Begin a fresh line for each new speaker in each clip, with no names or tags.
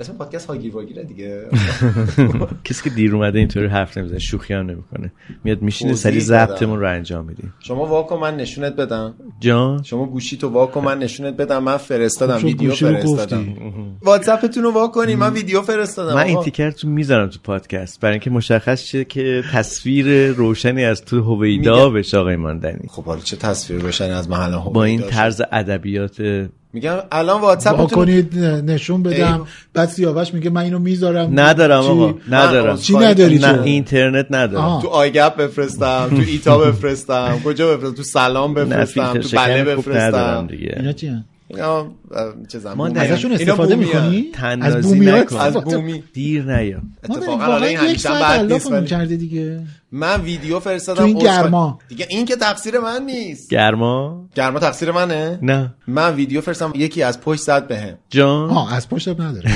اسم پادکست هاگیر واگیره دیگه
کسی که دیر اومده اینطوری حرف نمیزنه شوخی هم نمیکنه میاد میشینه
توضیح
سری
دادم.
ضبطمون رو انجام میدیم
شما واکو من نشونت بدم
جان
شما گوشی تو واکو من نشونت بدم من فرستادم
چون
ویدیو
گوشی رو
فرستادم
گفتی.
واتساپتون رو واکنی من ویدیو فرستادم
من این
آقا.
تیکر تو میذارم تو پادکست برای اینکه مشخص شه که تصویر روشنی از تو هویدا
میگم.
بشه آقای ماندنی
خب حالا چه تصویر روشن از من الان
با این
هویدا شد.
طرز ادبیات
میگم الان
با
واتساپتون رو-
کنید نشون بدم
ای.
بعد سیاوش میگه من اینو میذارم
ندارم
چی؟
آقا ندارم
من
چی نداری
نه
تو
اینترنت ندارم
آها.
تو آیگپ بفرستم تو ایتا بفرستم کجا بفرستم تو سلام
نه
بفرستم
فیلتر
تو بله
شکن خوب ندارم
بفرستم
دیگه
اینا چی هن؟
اینا اه، چه زن
ما
بومی
ازشون
هن. اینا
استفاده
بومی هن.
می‌کنی؟ از
تنازی
بومی ها
نکن
از
استفاده-
بومی
دیر نیا
ما داریم
اتفاقا الان
واقعا
این
یک
همیشه هم
ساعت
بد نیست
علافمون
ولی
کرده دیگه
من ویدیو فرستادم
تو این
عذرخواهی-
گرما.
دیگه این که تقصیر من نیست
گرما
گرما تقصیر منه
نه
من ویدیو فرستم یکی از پشت زد بهم
جان
آه از پشتم نداره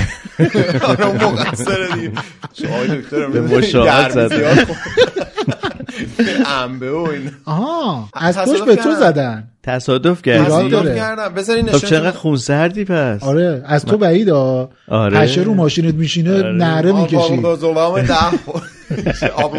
آره اون مقصره دیگه شما آقای دکتر
به
امروز
مشاهد
گرمی
زده.
زیاد خورد. انبه و این
خب، آها از
تصادف
پشت به تو
کردم.
زدن
تصادف
ایران
کردی
داره.
کردم بذارین
خب چقدر
نشون
خونسردی پس
آره از تو بعید ها
آره.
پشه رو ماشینت میشینه نره میکشی
آب زلام ده خورد آب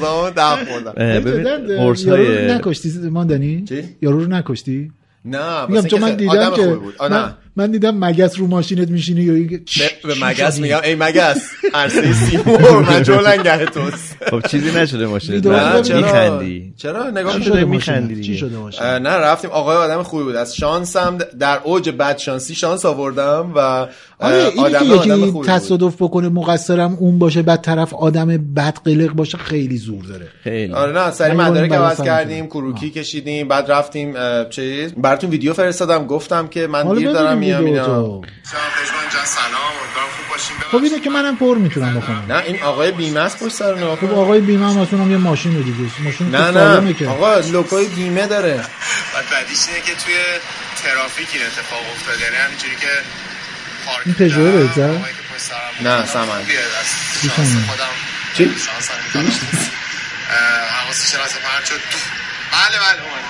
زلام ده خوردم
اه، ببین قرص
یارو رو
های
نکشتی ماندنی
چی؟
یارو رو نکشتی
نه
میگم
واسه
چون من
اینکه خیلی-
دیدم
آدم خوبی
که
بود آه،
من,
نه
من دیدم مگس رو ماشینت میشینه یا این که چش،
به- به
چی
مگس
شدی؟
میگم ای مگس عرصه سیمور من جولنگه توست
خب چیزی نشده ماشین
بیدار
نه
نه
بودم.
چرا
میخندی
چرا نگاه
چی
کن.
شده
شده
ماشینت؟
میخندی
چی
دیگه.
شده
اه،
ماشینت؟
نه رفتیم آقای آدم خوبی بود از شانسم در اوج بدشانسی شانس آوردم و اه،
آره اینی که
آدم آدم
یکی
خوبی بود
تصادف بکنه مقصرم اون باشه بعد طرف آدم بد قلق باشه خیلی زور داره
خیلی
آره نه سری
من یه بار
مدارک
برای
عوض
سلام
کردیم
شدم.
کروکی کشیدیم بعد رفتیم اه، چیز براتون ویدیو فرستادم گفتم که من دیر
حالا
دارم میام
ببینیم ویدیو
اینا
تو
جناب پژمان جان سلام امیدوارم خوب باشین
خب اینه که منم پر میتونم بکنم
نه این آقای بیمه است پشت سر نگاه کن.
خب آقای بیمه هم اصلا هم یه ماشین دیگه ماشین
نه
که سالمه
نه
که
آقا لوکوی بیمه داره
بعد بعدیش اینه که توی ترافیک این اتفاق افتاد یعنی همینجوری که پارک
این پژوه
بودم،
بهتر؟
آقایی که پشت سرم بود،
نه،
گفتم
سمن.
خوبیه، از شانس
سمن؟
خودم
چی؟
شانس هم می‌کنم. اه، حواسش یه لحظه پرت شد توف. بله بله اومد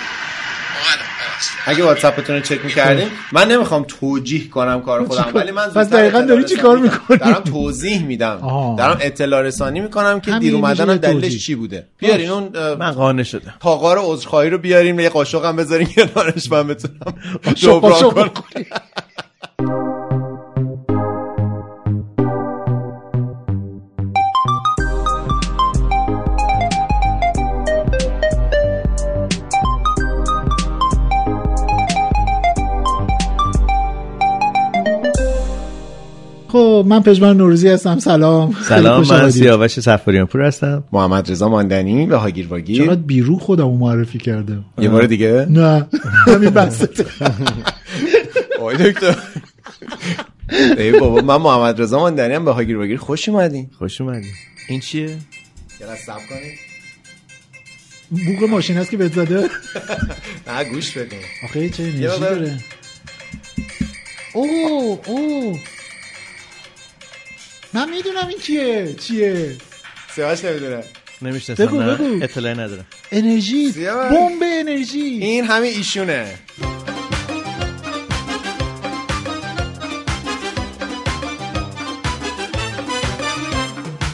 اومدم ببخشید.
اگه واتساپتون رو چک میکردیم من نمیخوام توجیه کنم کار خودم ولی من
پس دقیقاً داری چی کار می‌کنی؟
میکنم دارم توضیح میدم
آها.
دارم اطلاع رسانی میکنم که
همین
دیر
میشه
اومدنم
یه
دلیلش
توضیح.
چی بوده بیارین اون
من قانع شدم
پاقار عذرخواهی رو بیاریم یه قاشقم بذارین کنارش من بتونم
شو با شو
جبران کنم
بکنی. خب من پژمان نوروزی هستم سلام خیلی
سلام
خوش
من
آمدید.
سیاوش سفاریان پور هستم
محمد رضا ماندنی و هاگیر واگیر
چقدر بیرو خودم رو معرفی کرده
یه بار دیگه
نه همین بسته
آی دکتر ای بابا من محمد رضا ماندنی هم به هاگیر واگیر خوش اومدین
خوش اومدی این چیه
یه لحظه صبر کنید
بوق ماشین هست که بهت زده
نه گوش بدین
آخه چه انرژی
یه مقدار-
داره اوه اوه من میدونم این کیه چیه
سیاوش نمیدونه
نمیشناسم
بگو،
نه.
بگو.
اطلاعی ندارم
انرژی
سیاه.
بمب انرژی
این همه ایشونه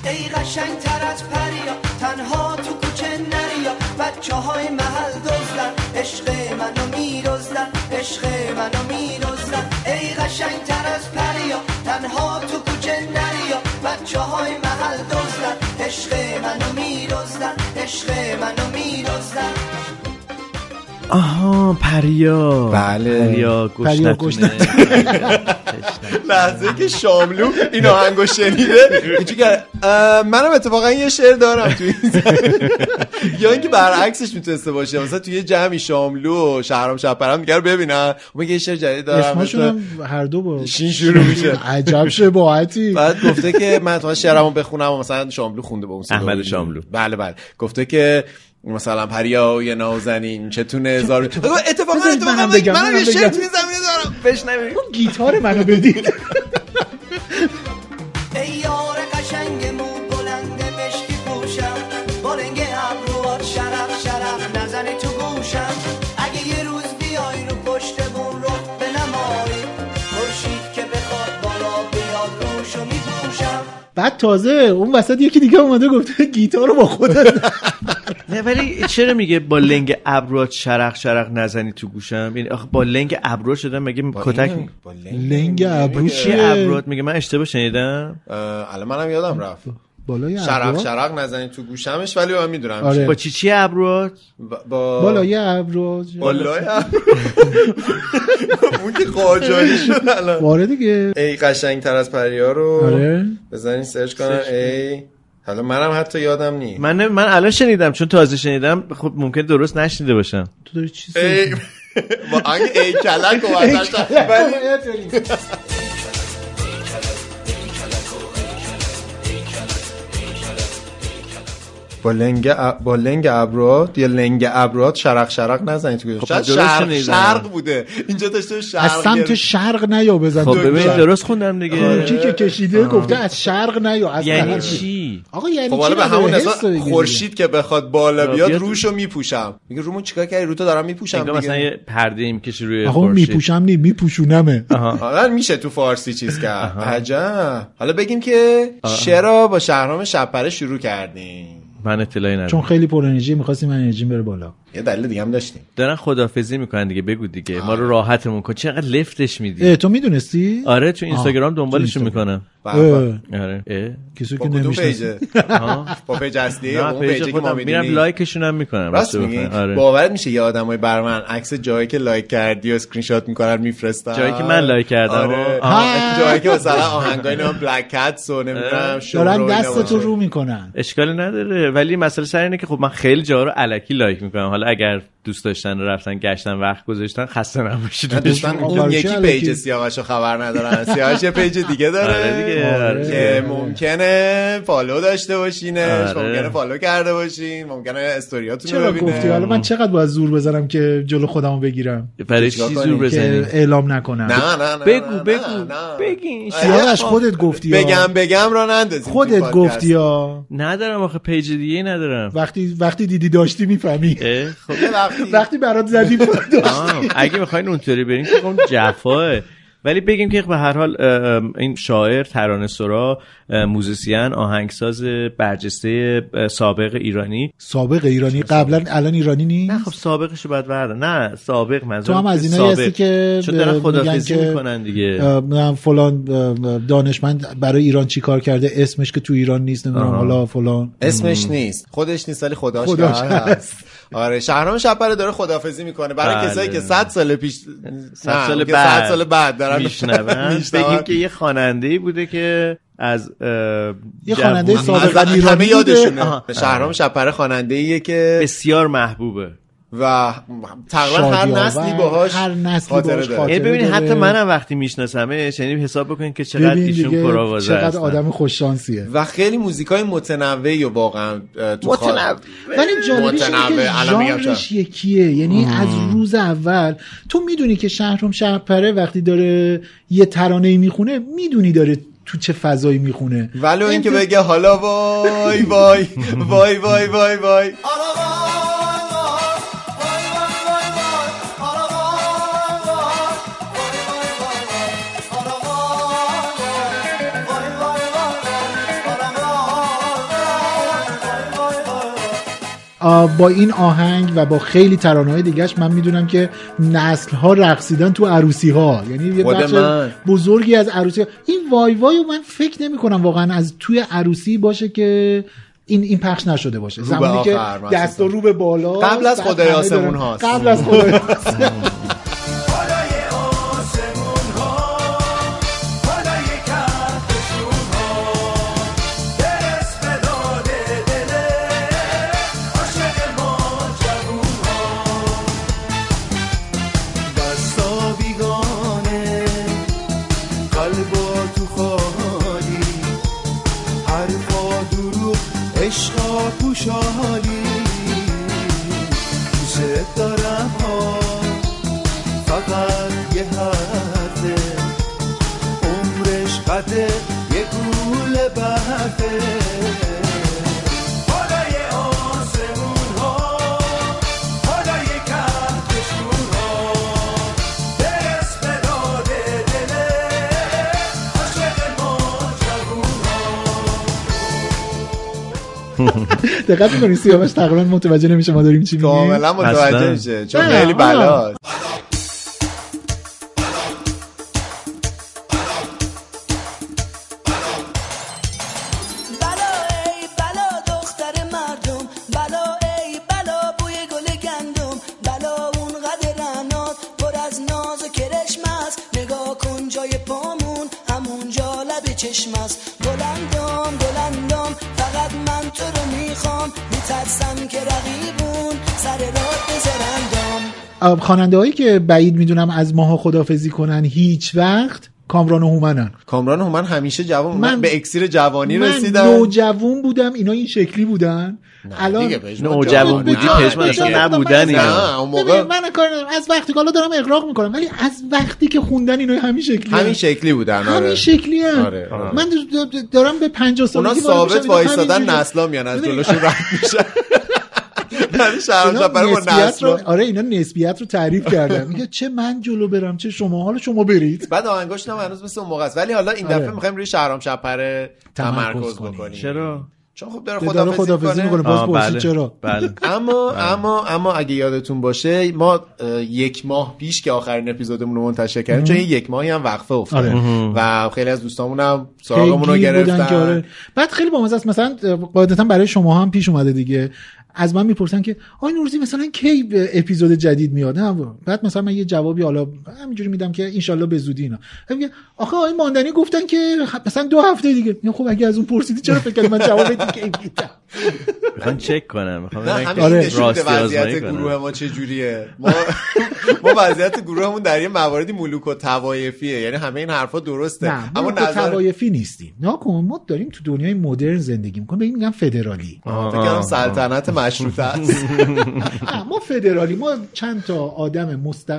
ای قشنگ تر از پریا تنها تو کوچه نریا بچه های محل دزدن عشق منو میرزدن عشق منو میرزدن ای قشنگ تر از پریا تنها تو کوچه نریا بچه های محل دزدن عشق منو میرزدن عشق منو میرزدن
آها پریا
بله.
پریا
پریا
گوش
گوش
لحظه که شاملو این آهنگو شنیده اینجوری کرد اه، منم اتفاقا یه شعر دارم توی این زمین. یا اینکه برعکسش میتونسته باشه مثلا توی یه جمعی شاملو و شهرام شپرم دیگه رو ببینن اون یه شعر جدید دارم
اسمشون
مثل
هم هر دو با
شین شروع میشه
عجب شباهتی
بعد گفته که من تو شعرمو بخونم و مثلا شاملو خونده به اون صدا.
احمد شاملو.
بله بله گفته که مثلا پریا و یه نازنین چتونه هزار اتفاقا
بذارید
اتفاقا
منم
من
بگم،
منم یه
منم
شعر
بگم.
توی زمینه دارم بشنویم
گیتار منو بدید
ای یار قشنگ مو بلند مشکی پوشم بلنگ ابروات شرف شرف نزنی تو گوشم اگه یه روز بیای رو پشت بون رو بنمایی خورشید که بخواد بالا بیاد روش
بعد تازه اون وسط یکی دیگه اومده گفته گیتار رو با خودت
نه ولی چرا میگه با لنگ ابرات شرق شرق نزنی تو گوشم یعنی آخه با لنگ ابرو شدم مگه کتک
با
لنگ ابرو
چی
چیه؟
ابرات میگه من اشتباه شنیدم
اه، الان منم یادم رفت
بالای
شرق
ابرو
شرق نزنی تو گوشمش ولی من میدونم
آره.
با چی چی ابرات
با با-
بالای ابرو
بالای ابرو. اون که قاجاری شد الان
واره آره دیگه
ای قشنگ تر از پریا رو
آره
بزنین سرچ کنن ای حالا منم حتی یادم نی
من نمی- من الان شنیدم چون تازه شنیدم خب ممکن درست نشنیده باشم
تو داری چی صحبت-
ای با آهنگ ای کلک و ازش ولی با لنگ ا- با لنگ ابرات یا لنگ ابرات شرق شرق نزنید تو گوشم. شاید
درست
خب، شرق
شنیدم.
شرق بوده اینجا داشته شرق
از سمت
گرفت.
شرق نیا بزن
خب
دو-
ببین
دنیا.
درست خوندم دیگه
کی که کشیده گفته از شرق نیا از
یعنی
غرب.
چی
آقا یعنی
خب حالا
چی
به
نداره؟
همون
حس
اساس
رو بگیر دیگه.
خورشید که بخواد بالا
آه،
بیاد
بیاد.
روشو میپوشم میگه رومو چیکار کردی رو تو دارم میپوشم
انگار
دیگه
مثلا یه پرده ای میکشی روی
آقا
خورشید.
میپوشم نی میپوشونمه
حالا آره، میشه تو فارسی چیز کرد عجب حالا بگیم که چرا با شهرام شبپره شروع کردیم
من اطلاعی ندارم
چون خیلی پر انرژی میخواستیم انرژی بره بالا
یه دلیل دیگه هم داشتیم
دارن خدافزی میکنن دیگه بگو دیگه ما رو راحتمون کن چقدر لفتش میدی
اه تو میدونستی
آره تو اینستاگرام
آه، تو
دنبالشون
اینستاگرام.
میکنم
به به.
آره اه؟
کسی
با
که
کدوم
نمیشه
پیجه با پیج اصلی
نه
با اون
پیج
پیجی که ما
خودم میرم
میدونیم
لایکشون هم میکنم
راست میگی
آره
باورت میشه یه آدمای بر من عکس جایی که لایک کردی و اسکرین شات میکنن میفرستن
جایی که من لایک کردم.
آره.
آه.
جایی که مثلا آهنگای نام بلک کتس و نمیدونم
دارن دستتو رو میکنن
اشکالی نداره ولی مسئله سر اینه که خب من خیلی جا رو علکی لایک میکنم حالا اگر دوست داشتن و رفتن گشتن وقت گذاشتن خسته نباشید
دوستان
آه،
اون
برای
یکی
چی
پیج
الکی؟
سیاوشو خبر ندارن سیاوش یه پیج دیگه داره
آره دیگه آره.
که ممکنه فالو داشته باشینش
آره.
ممکنه فالو کرده باشین ممکنه استوریاتون رو
چرا گفتی
ببینه
حالا من چقدر باید زور بزنم که جلو خودمو بگیرم یعنی
برای
چیکار
چی
کنی؟
زور
که
بزنی
اعلام نکنم
نه نه نه
بگو
نه،
بگو
نه.
بگین
سیاوش خودت گفتی یا.
بگم بگم را نندازیم
خودت گفتی یا
ندارم آخه پیج دیگه ای ندارم
وقتی وقتی دیدی داشتی میفهمی
اه، خب
وقتی برات زدی
آه، اگه میخواین اونطوری برین که اون جفاه ولی بگیم که به هر حال اه، ام، این شاعر ترانه سرا اه، موزیسین آهنگساز برجسته اه، سابق ایرانی
سابق ایرانی قبلا الان ایرانی
نه
نیست
خب سابقشو باید بردن نه سابق
تو
منظورم
هم از
که
اینایی هستی
سابق.
که
چون دارن
ب- میگن
خدافزی
که-
میکنن دیگه
اه، نمیدونم فلان اه، دانشمند برای ایران چی کار کرده اسمش که تو ایران نیست نمیدونم
آها.
حالا فلان
اسمش نیست خودش نیست ولی خداش,
خداش
که هست آره شهرام شپره داره خدافزی میکنه برای
بله.
کسایی که 100 سال پیش
100 سال
نه، که
بعد
100 سال بعد دارن
میشنون
میشنون.
بگیم که یه خواننده بوده که از اه،
یه خواننده
جوونی
سابق.
از
ایرانی
همه
بوده.
یادشونه
آها.
شهرام شپره خواننده ایه که
بسیار محبوبه
و تقریبا هر
شادی‌آور،
نسلی باهاش
هر نسلی
خاطره
باهاش
داره.
خاطره
یعنی ببینید
داره.
حتی منم وقتی میشناسمش یعنی حساب بکنید که چقدر
ببین
ایشون
دیگه
پرآوازه
چقدر
هستن.
آدم خوششانسیه
و خیلی موزیکای متنوعی و واقعا اه، تو خواهد.
ولی جالبیش اینه
خب. متنوع.
که
الان میگم چرا.
ژانرش یکیه یعنی از روز اول تو میدونی که شهرام شهرپره وقتی داره یه ترانه میخونه میدونی داره تو چه فضایی میخونه
ولو اینکه بگه حالا وای وای وای وای وای وای
آه، با این آهنگ و با خیلی ترانه‌های دیگهش من میدونم که نسل ها رقصیدن تو عروسی ها یعنی یه
خود
بخش
من.
بزرگی از عروسی ها. این وای وای رو من فکر نمی کنم واقعا از توی عروسی باشه که این این پخش نشده باشه
رو به
زمانی که
آخر مخصوصا.
دست و رو به بالا
قبل از
بعد
خدای
همه
آسمون
دارن-
هاست.
قبل از خدای
بالای آسمون ها بالای کهکشون ها برس به داد دل عاشق ما جوون ها دستا بیگانه قلبا تو خالی حرفا دروغ عشقا پوشالی دوست دارم ها فقط یه حرفه عمرش قد یه گول برده بالای آسمون ها بالای کهکشون ها برس به داد دل عاشق ما جوون ها
دقت میکنی سیاوش تقریبا متوجه نمیشه ما داریم چی میگیم
کاملا متوجه
اصلا.
میشه چون
نه،
خیلی بلاست
بلا ای بلا دختر مردم بلا ای بلا بوی گل گندم بلا اون قد رعنات پر از ناز و کرشم است نگاه کن جای پامون همونجا لب چشم است بلندم بلندم فقط من تو رو میخوام میترسم که رقیبون سر راه بذارندم
خواننده هایی که بعید میدونم از ماها خدافزی کنن هیچ وقت کامران و هومنن
کامران هومن همیشه جوان من
من-
به اکسیر جوانی
من
رسیدم
نوجوان بودم اینا این شکلی بودن الان
دیگه پشمان
نوجوان
جوان
بودی
نه،
پشمان اصلا
نه،
نبودن اینا
نه اون
ببین،
موقع
من کار ندارم. از وقتی که حالا دارم اقراق میکنم ولی از وقتی که خوندن اینا همین شکلی
همین شکلی بودن آره.
همین شکلی هم.
آره، آره.
من د- د- دارم به 50 سالگی
اونا
وارد
ثابت
میشم، اینا
وایستادن
همینجوری.
نسلا میان از
ببین،
جلوشون رد میشن ولی شهرام
اینا
جعفر با
نسبیت رو
نسلا
آره اینا نسبیت رو تعریف کردن میگه چه من جلو برم چه شما حالا شما برید
بعد آهنگاشون هم هنوز مثل اون موقع است ولی حالا این
آره.
دفعه میخوایم روی شهرام شپره تمرکز
کنیم.
بکنیم
چرا
چون خب داره
داره
خدافظی
خدافزی
کنه
میکنه باز
آه،
پرسید چرا
بله
اما
آره.
اما اما اگه یادتون باشه ما اه، یک ماه پیش که آخرین اپیزودمون رو منتشر کردیم چون این یک ماهی هم وقفه افتاد
آره.
و خیلی از دوستامون هم سراغمون رو
پیگیر بودن که
گرفتن
آره. بعد خیلی بامزه است مثلا قاعدتا برای شما هم پیش اومده دیگه از من میپرسن که آقای نوروزی مثلا کی به اپیزود جدید میاد نه بعد مثلا من یه جوابی حالا همینجوری میدم که انشالله به زودی اینا بعد میگن آخه آقای ماندنی گفتن که مثلا دو هفته دیگه میگم خب اگه از اون پرسیدی چرا فکر کردی من جواب دیگه میدم
میخوام چک کنم میخوام
نه
ببینم که
همین
آره.
نشون میده
راستی
وضعیت
آزمایی
گروه
کنم
ما چجوریه ما ما وضعیت گروهمون در یه مواردی ملوک و توایفیه یعنی همه این حرفا درسته
نه
اما
ما که
نظر
توایفی نیستیم ناکن ما داریم تو دنیای مدرن زندگی میکنیم به این میگن فدرالی
آه، فکر کردم سلطنت مشروطه است
نه، ما فدرالی ما چند تا آدم مست...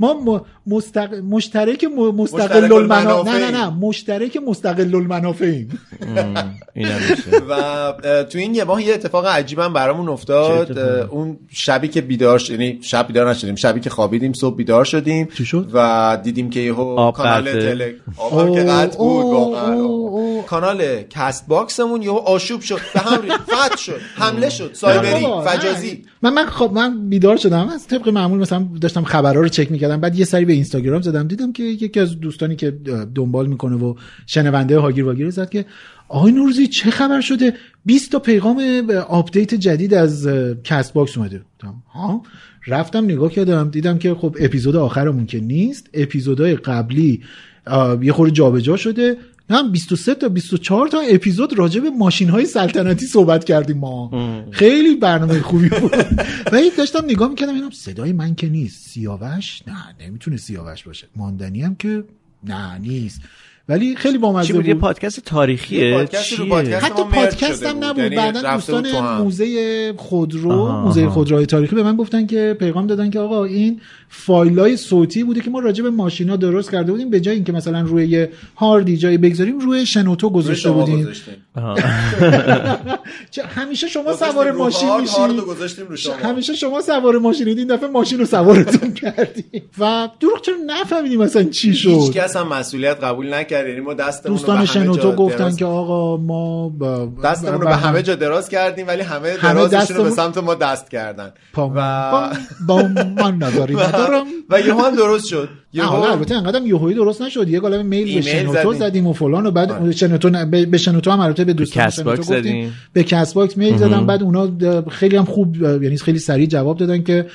ما م... مستق... مشترک م... مستقل
مشترک
المنافع نه نه
المنافعیم.
نه مشترک مستقل المنافعیم
اینم میشه
و اه، تو این یه ماه یه اتفاق عجیبم برامون
چه
افتاد
اتفاقی؟
اه، اون شبی که بیدار ش- یعنی شب بیدار نشدیم شبی که خوابیدیم صبح بیدار شدیم
چی شد؟
و دیدیم که یهو
آب
کانال
قطعه.
تله آب هم که
اوه،
قطع بود
اوه،
واقعا
اوه،
آه.
اوه.
کانال کست باکسمون یهو آشوب شد به هم ریخت. فت شد حمله شد سایبری
بابا، آره. نه.
فجازی
من من خب من بیدار شدم از طبق معمول مثلا داشتم خبرها رو چک میکردم بعد یه سری به اینستاگرام زدم دیدم که یکی از دوستانی که دنبال میکنه و شنونده هاگیر واگیر زد که آقای نوروزی چه خبر شده 20 تا پیغام به آپدیت جدید از کست باکس اومده گفتم، ها رفتم نگاه کردم دیدم که خب اپیزود آخرمون که نیست اپیزودهای قبلی آه، یه خورده جابجا شده نه 23 تا 24 تا اپیزود راجع به ماشین های سلطنتی صحبت کردیم ما خیلی برنامه خوبی بود ولی داشتم نگاه میکردم اینم صدای من که نیست سیاوش نه نمیتونه سیاوش باشه ماندنی هم که نه نیست ولی خیلی
چی
بامزه
بود یه
بود
پادکست تاریخیه
یه پادکست رو
چیه؟
پادکست
حتی
ما مرج
پادکست
شده
هم
بود.
نبود
یعنی
بعد
رفته بود تو
دوستان
هم.
موزه خودرو
آها،
موزه
آها.
خودروهای تاریخی به من گفتن که پیغام دادن که آقا این فایلای صوتی بوده که ما راجع به ماشینا درست کرده بودیم به جای اینکه مثلا روی یه هاردی جایی بگذاریم روی شنوتو
روی
گذاشته
شما
بودیم
گذاشتیم.
آها.
چه- همیشه شما
گذاشتیم
سوار
رو
ماشین
هارد، هارد
میشید
رو گذاشتیم رو شما.
همیشه شما سوار ماشینید این دفعه ماشین رو سوارتون کردیم و دروغ چرا نفهمیدیم مثلا چی
هیچ
شد
کس هم مسئولیت قبول نکرد یعنی ما دستمون رو
دوستان
به همه جا
شنوتو گفتن
دراز-
که آقا ما با-
دستمون رو به همه جا دراز کردیم ولی همه
همه
درازشون رو به
دستمون-
سمت ما دست کردن
پا-
و
با من نظری ندارم
و یهو هم درست شد
نه،
یهو
حالا البته انقدرم یهویی درست نشد یه قالب میل به
ایمیل
شنوتو
زدیم. آره.
زدیم و فلان و بعد شنوتو نه- به به شنوتو هم البته به دوستان
کست
شنوتو
باکس
گفتیم
زدیم.
به کس باکس میل زدم بعد اونا د- خیلی هم خوب یعنی خیلی سریع جواب دادن که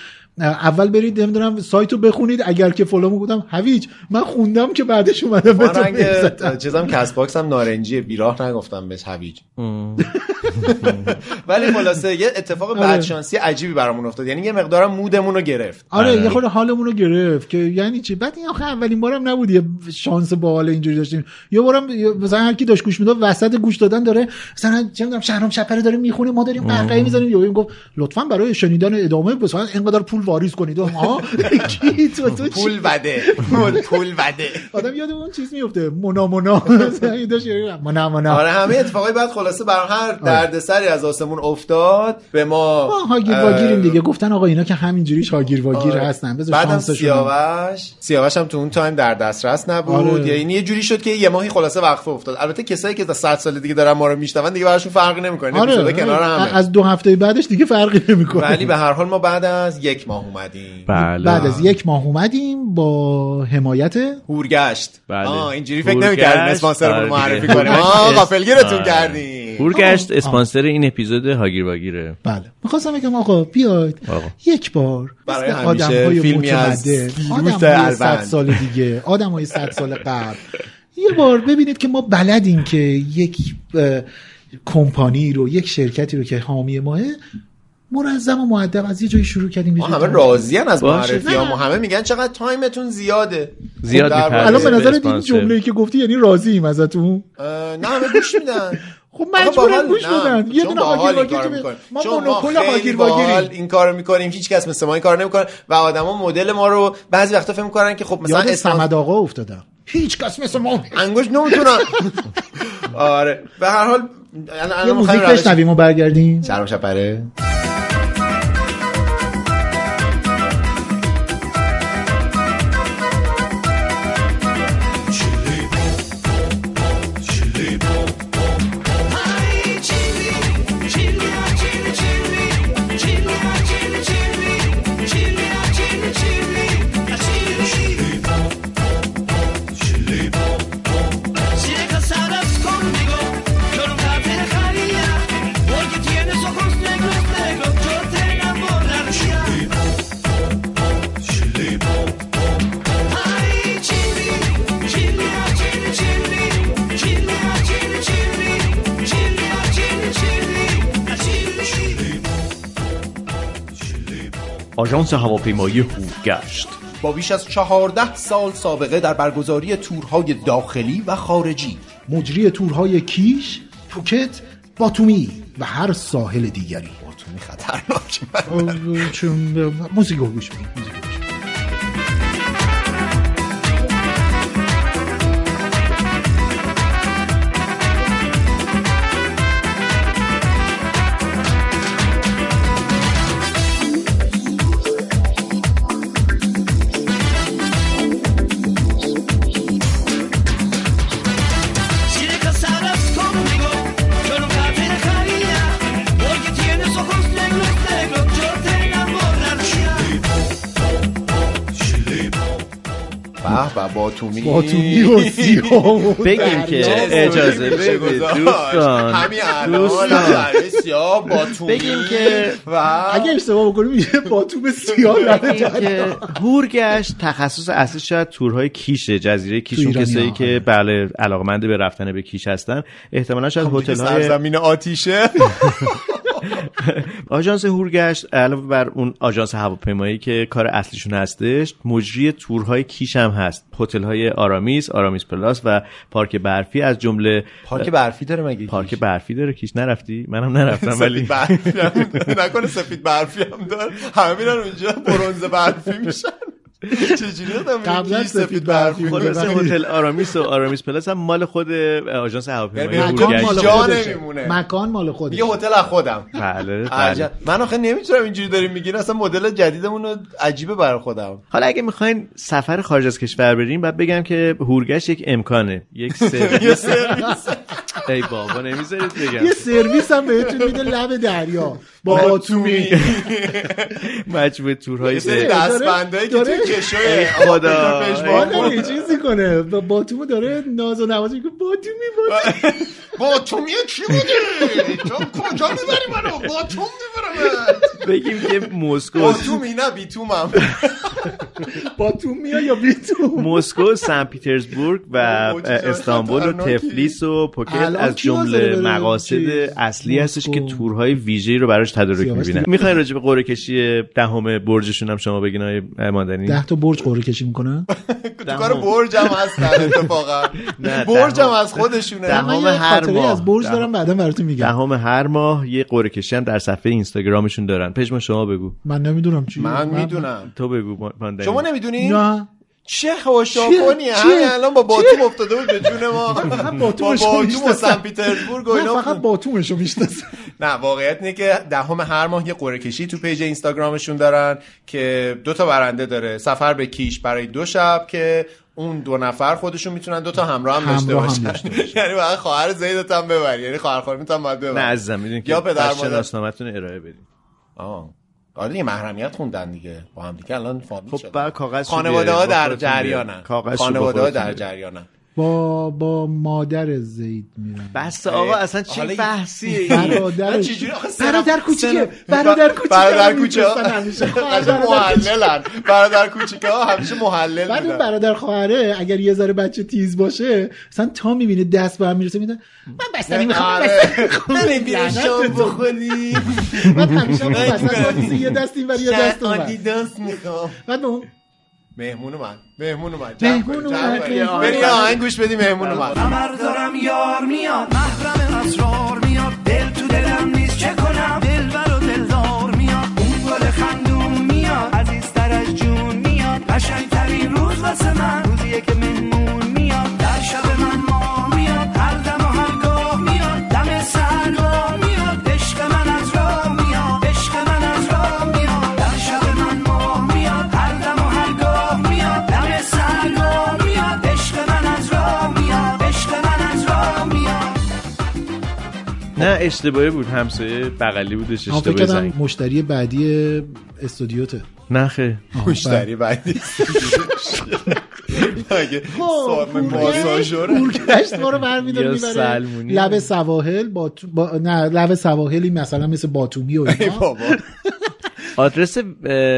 اه، اول برید نمیدونم سایت رو بخونید اگر که فلان گفتم هویج من خوندم که بعدش اومدم
ما
به تو
رنگ
میل زدم.
چیزم کس باکس هم نارنجیه بیراه نگفتم بهش هویج ولی خلاصه یه
آره.
اتفاق بدشانسی عجیبی برامون افتاد یعنی یه مقدارم مودمون رو گرفت
آره یه خورده حالمون رو گرفت که یعنی چی بعد این آخه اولین بارم نبود یه شانس باحال اینجوری داشتیم یه بارم یه- مثلا هر کی داشت گوش میداد وسط گوش دادن داره مثلا چه میدونم شهرام شپره داره میخونه ما داریم قهقهه میزنیم یهو این گفت لطفا برای شنیدن ادامه مثلا اینقدر پول واریز کنید آها کی تو تو چی؟
پول بده پول بده
آدم یاد اون چیز میفته مونا مونا این داشت یه رفت. مونا مونا
آره همه اتفاقای بعد خلاصه بر هر دردسری از آسمون افتاد به ما
آره. ما هاگیر واگیریم دیگه گفتن آقا اینا که همینجوریش هاگیر واگیر
آره.
هستن بذار
بعدم
شانسشون رو-
سیاوش سیاوش هم تو اون تایم در دسترس نبود
آره.
یعنی یه جوری شد که یه ماهی خلاصه وقفه افتاد البته کسایی که تا 100 سال دیگه دارن ما رو میشنون دیگه براشون فرقی نمیکنه آره. شده
آره
کنار همه
از دو هفته بعدش دیگه فرقی نمیکنه
ولی به هر حال ما بعد از یک ماه اومدیم
بله
بعد از یک ماه اومدیم با حمایت
هورگشت
بله.
آه اینجوری فکر
هورگشت.
نمی‌کردیم اسپانسرمون رو
آره
معرفی
دیگه.
کنیم آه
هورگشت.
غافلگیرتون
آره.
کردیم
پورگشت اسپانسر این اپیزود هاگیر واگیره
بله میخواستم بگم آقا بیاید
آقا.
یک بار
برای
مثل
همیشه
آدم‌های
فیلمی از
متمدن،
فیروز
آدم‌های
الوند.
صد سال دیگه آدم های صد سال قبل یه بار ببینید که ما بلدیم که یک اه، کمپانی رو یک شرکتی رو که حامی ماه منظم و معدب از یه جایی شروع کردیم یه
ما
جایی
همه
تمام.
راضیان از
باشه.
معرفی ما همه میگن چقدر تایمتون زیاده
زیاد
خب، در
می‌پره.
واقع-
الان به
به
نظر این
اسپانسر.
جمله‌ای که گفتی یعنی راضییم ازتون
اه، نه همه گوش میدن
خب
آقا
مجبورن
باحال-
گوش
نه،
بدن یه
چون
دونه
باحال این
هاگیر واگیر
کارو
که
می‌کنیم.
به- ما
چون
مونوپول
خیلی
هاگیر
باحال
واگیریم
این کارو میکنیم هیچ کس مثل ما این کارو نمیکنه و آدما مدل ما رو بعضی وقتا فکر میکنن که خب مثلا
یاد
اسپانسر-
سمد آقا افتادم هیچ کس مثل ما
انگوش نمیتونم آره به هر حال الان- الان
یه
می‌خوایم
موزیک
روش-
بشنویم و برگردیم
شهرام شپره
آژانس هواپیمایی هورگشت
با بیش از چهارده سال سابقه در برگزاری تورهای داخلی و خارجی
مجری تورهای کیش پوکت باتومی و هر ساحل دیگری
باتومی خطرناک
موسیقی رو گوش بدیم، موسیقی رو گوش بدیم.
Sigue casadas conmigo, yo nunca te dejaría, porque tienes ojos negros, negros, yo te enamoraría.
به به باتومی
باتومی و سیاه و
بگیم که اجازه
بشه
بدید
گذاشت.
دوستان
همین الان آره،
دوستان
لبه سیاه باتومی
بگیم که-
و
اگه اشتباه بکنیم یه باتوم سیاه
این
لبه
که
داره.
هورگشت تخصص اصلی شاید تورهای کیشه جزیره کیش
تو
اون
ایرانیا،
کسایی
آره.
که بله علاقمند به رفتن به کیش هستن احتمالا شاید
دیگه
هتل های
سرزمین آتیشه
آژانس هورگشت علاوه بر اون آژانس هواپیمایی که کار اصلیشون هستش مجری تورهای کیش هم هست هتل های آرامیس آرامیس پلاس و پارک برفی از جمله
پارک برفی داره مگه
پارک برفی داره کیش نرفتی منم نرفتم ولی
سفید برفی هم داره. نکنه سفید برفی هم داره همه میرن اونجا برونز برفی میشن چجوری آدم میگه
قبلا
کیش
سفید برفی بود.
خب،
خلاصه
برفی.
هتل آرامیس و آرامیس پلاس هم مال خود آژانس هواپیمایی
یعنی
مکان مال
هورگشت
جا
خودشه.
نمیمونه.
مکان مال خودش
یه هتل از خودم
بله بله
عجب. من آخه نمیتونم اینجوری داریم میگین اصلا مدل جدیدمون رو عجیبه برای خودم
حالا اگه میخواین سفر خارج از کشور بریم بعد بگم که هورگشت یک امکانه یک سرویس ای بابا نمیذارید بگم
یه سرویس هم بهتون میده لب دریا با باتومی
مجموعه
یه
تورهای
سری
به-
دستبندایی که
داره-
توی کشوی
خدا.
آدم آره، یه چیزی کنه با باتومو داره ناز و نوازی میکنه باتومی باتومی
با تو میه چی بودی؟ تو کجا میبری منو؟ با تو میبرم
بگیم که مسکو
با تو می نه بی تو من
باتومی یا بیتوم
مسکو سن پیترزبورگ و
موجی چقدر
استانبول و
خطرناکی.
تفلیس و پوکت
الان
از
کی حاضره
جمله
بره
مقاصد
چیز؟
اصلی هستش
مسکو.
که تورهای ویژه‌ای رو براش تدارک
سیاوش
میبینن
دیگه.
میخواین راجع به قرعه کشی دهم برجشون هم شما بگین آقای ماندنی
ده تا برج قرعه کشی میکنن
تو کار برج هم هستن اتفاقا
نه،
برج هم
دهم.
از خودشونه
دهم.
من یه
هر
خاطره
ماه.
از برج
دهم.
دارم بعدا براتون میگم
دهم هر ماه یه قرعه کشی هم در صفحه اینستاگرامشون دارن پژمان شما بگو
من نمیدونم چی
من میدونم
تو بگو ماندنی
شما نمیدونی
نه
چه خوشاکنی
چیه؟
همین الان با باتوم افتاده بود به جون ما با
باتومش رو
باتوم و
می‌شناسم.
سن پیترزبورگ و
من
اینا
فقط باتومش رو میشناسم
نه واقعیت اینه که دهم هر ماه یه قرعه کشی تو پیج اینستاگرامشون دارن که دو تا برنده داره سفر به کیش برای دو شب که اون دو نفر خودشون میتونن دو تا همراه هم داشته
همراه هم
باشن
داشته
یعنی واقعا خواهر زیدت هم ببر یعنی خواهر خانمت هم باید
نه
ببر
عزیزم میدونی که
یا پدر
پس
مادر.
شناسنامه‌تون رو ارائه بدین
آه. آره دیگه محرمیت خوندن دیگه با هم دیگه الان فامیل
خب
شدن.
بعد کاغذ
خانواده ها در جریانن خانواده ها
ها
در جریانن
با با مادر زید میرم
بس آقا اصلا چه
حالا یه-
بحثیه این؟
من
برادر
چجوری آخه سنم-
برادر
سنم-
کوچیکه برادر کوچیکه
برادر
رو
کوچه
می‌فرستن همیشه.
قشنگ
برادر کوچیکه.
محللن برادر کوچیکه ها همیشه محلل
بعد اون
بودن.
برادر خواهره اگر یه ذره بچه تیز باشه مثلا تا میبینه دست به هم میرسه میده من بستنی میخوام
آره. نمی‌بینی شام بخوری
من همیشه هم
نه،
مثلا
نه.
وایسی، یه دست این ور یه
نه،
دست اون ور.
آدیداس میخوام
بعد به اون
مهمون من مهمون من
مهمون اومد.
بریم آهنگوش بدیم مهمون من
قمر دارم یار میاد محرم اسرار میاد دل تو دلم نیست چه کنم دلبر و دلدار میاد اون گل خندون میاد عزیزتر از جون میاد قشنگترین روز واسه من روزیه که مهمون میاد در شب من ماه میاد هر دم و هرگاه میاد دم سرگاه میاد عشق من از راه میاد عشق من از راه میاد در شب من ماه میاد هر دم و هرگاه میاد دم سرگاه میاد عشق من از راه میاد عشق من از راه میاد
نه اشتباهی بود همسایه بغلی بودش
من فکر
اشتباهی
کردم
زنگ
مشتری بعدی استودیوته
نه خیر
مشتری بعدی مگه
خب،
سوال ماساژوره؟
یعنی پورگشت ما رو برمیداره
یا
میبره
سلمونی.
لب سواحل با, تو- با... نه لب سواحلی مثلا مثل باتومی و
ای
اینا
بابا
آدرس اه،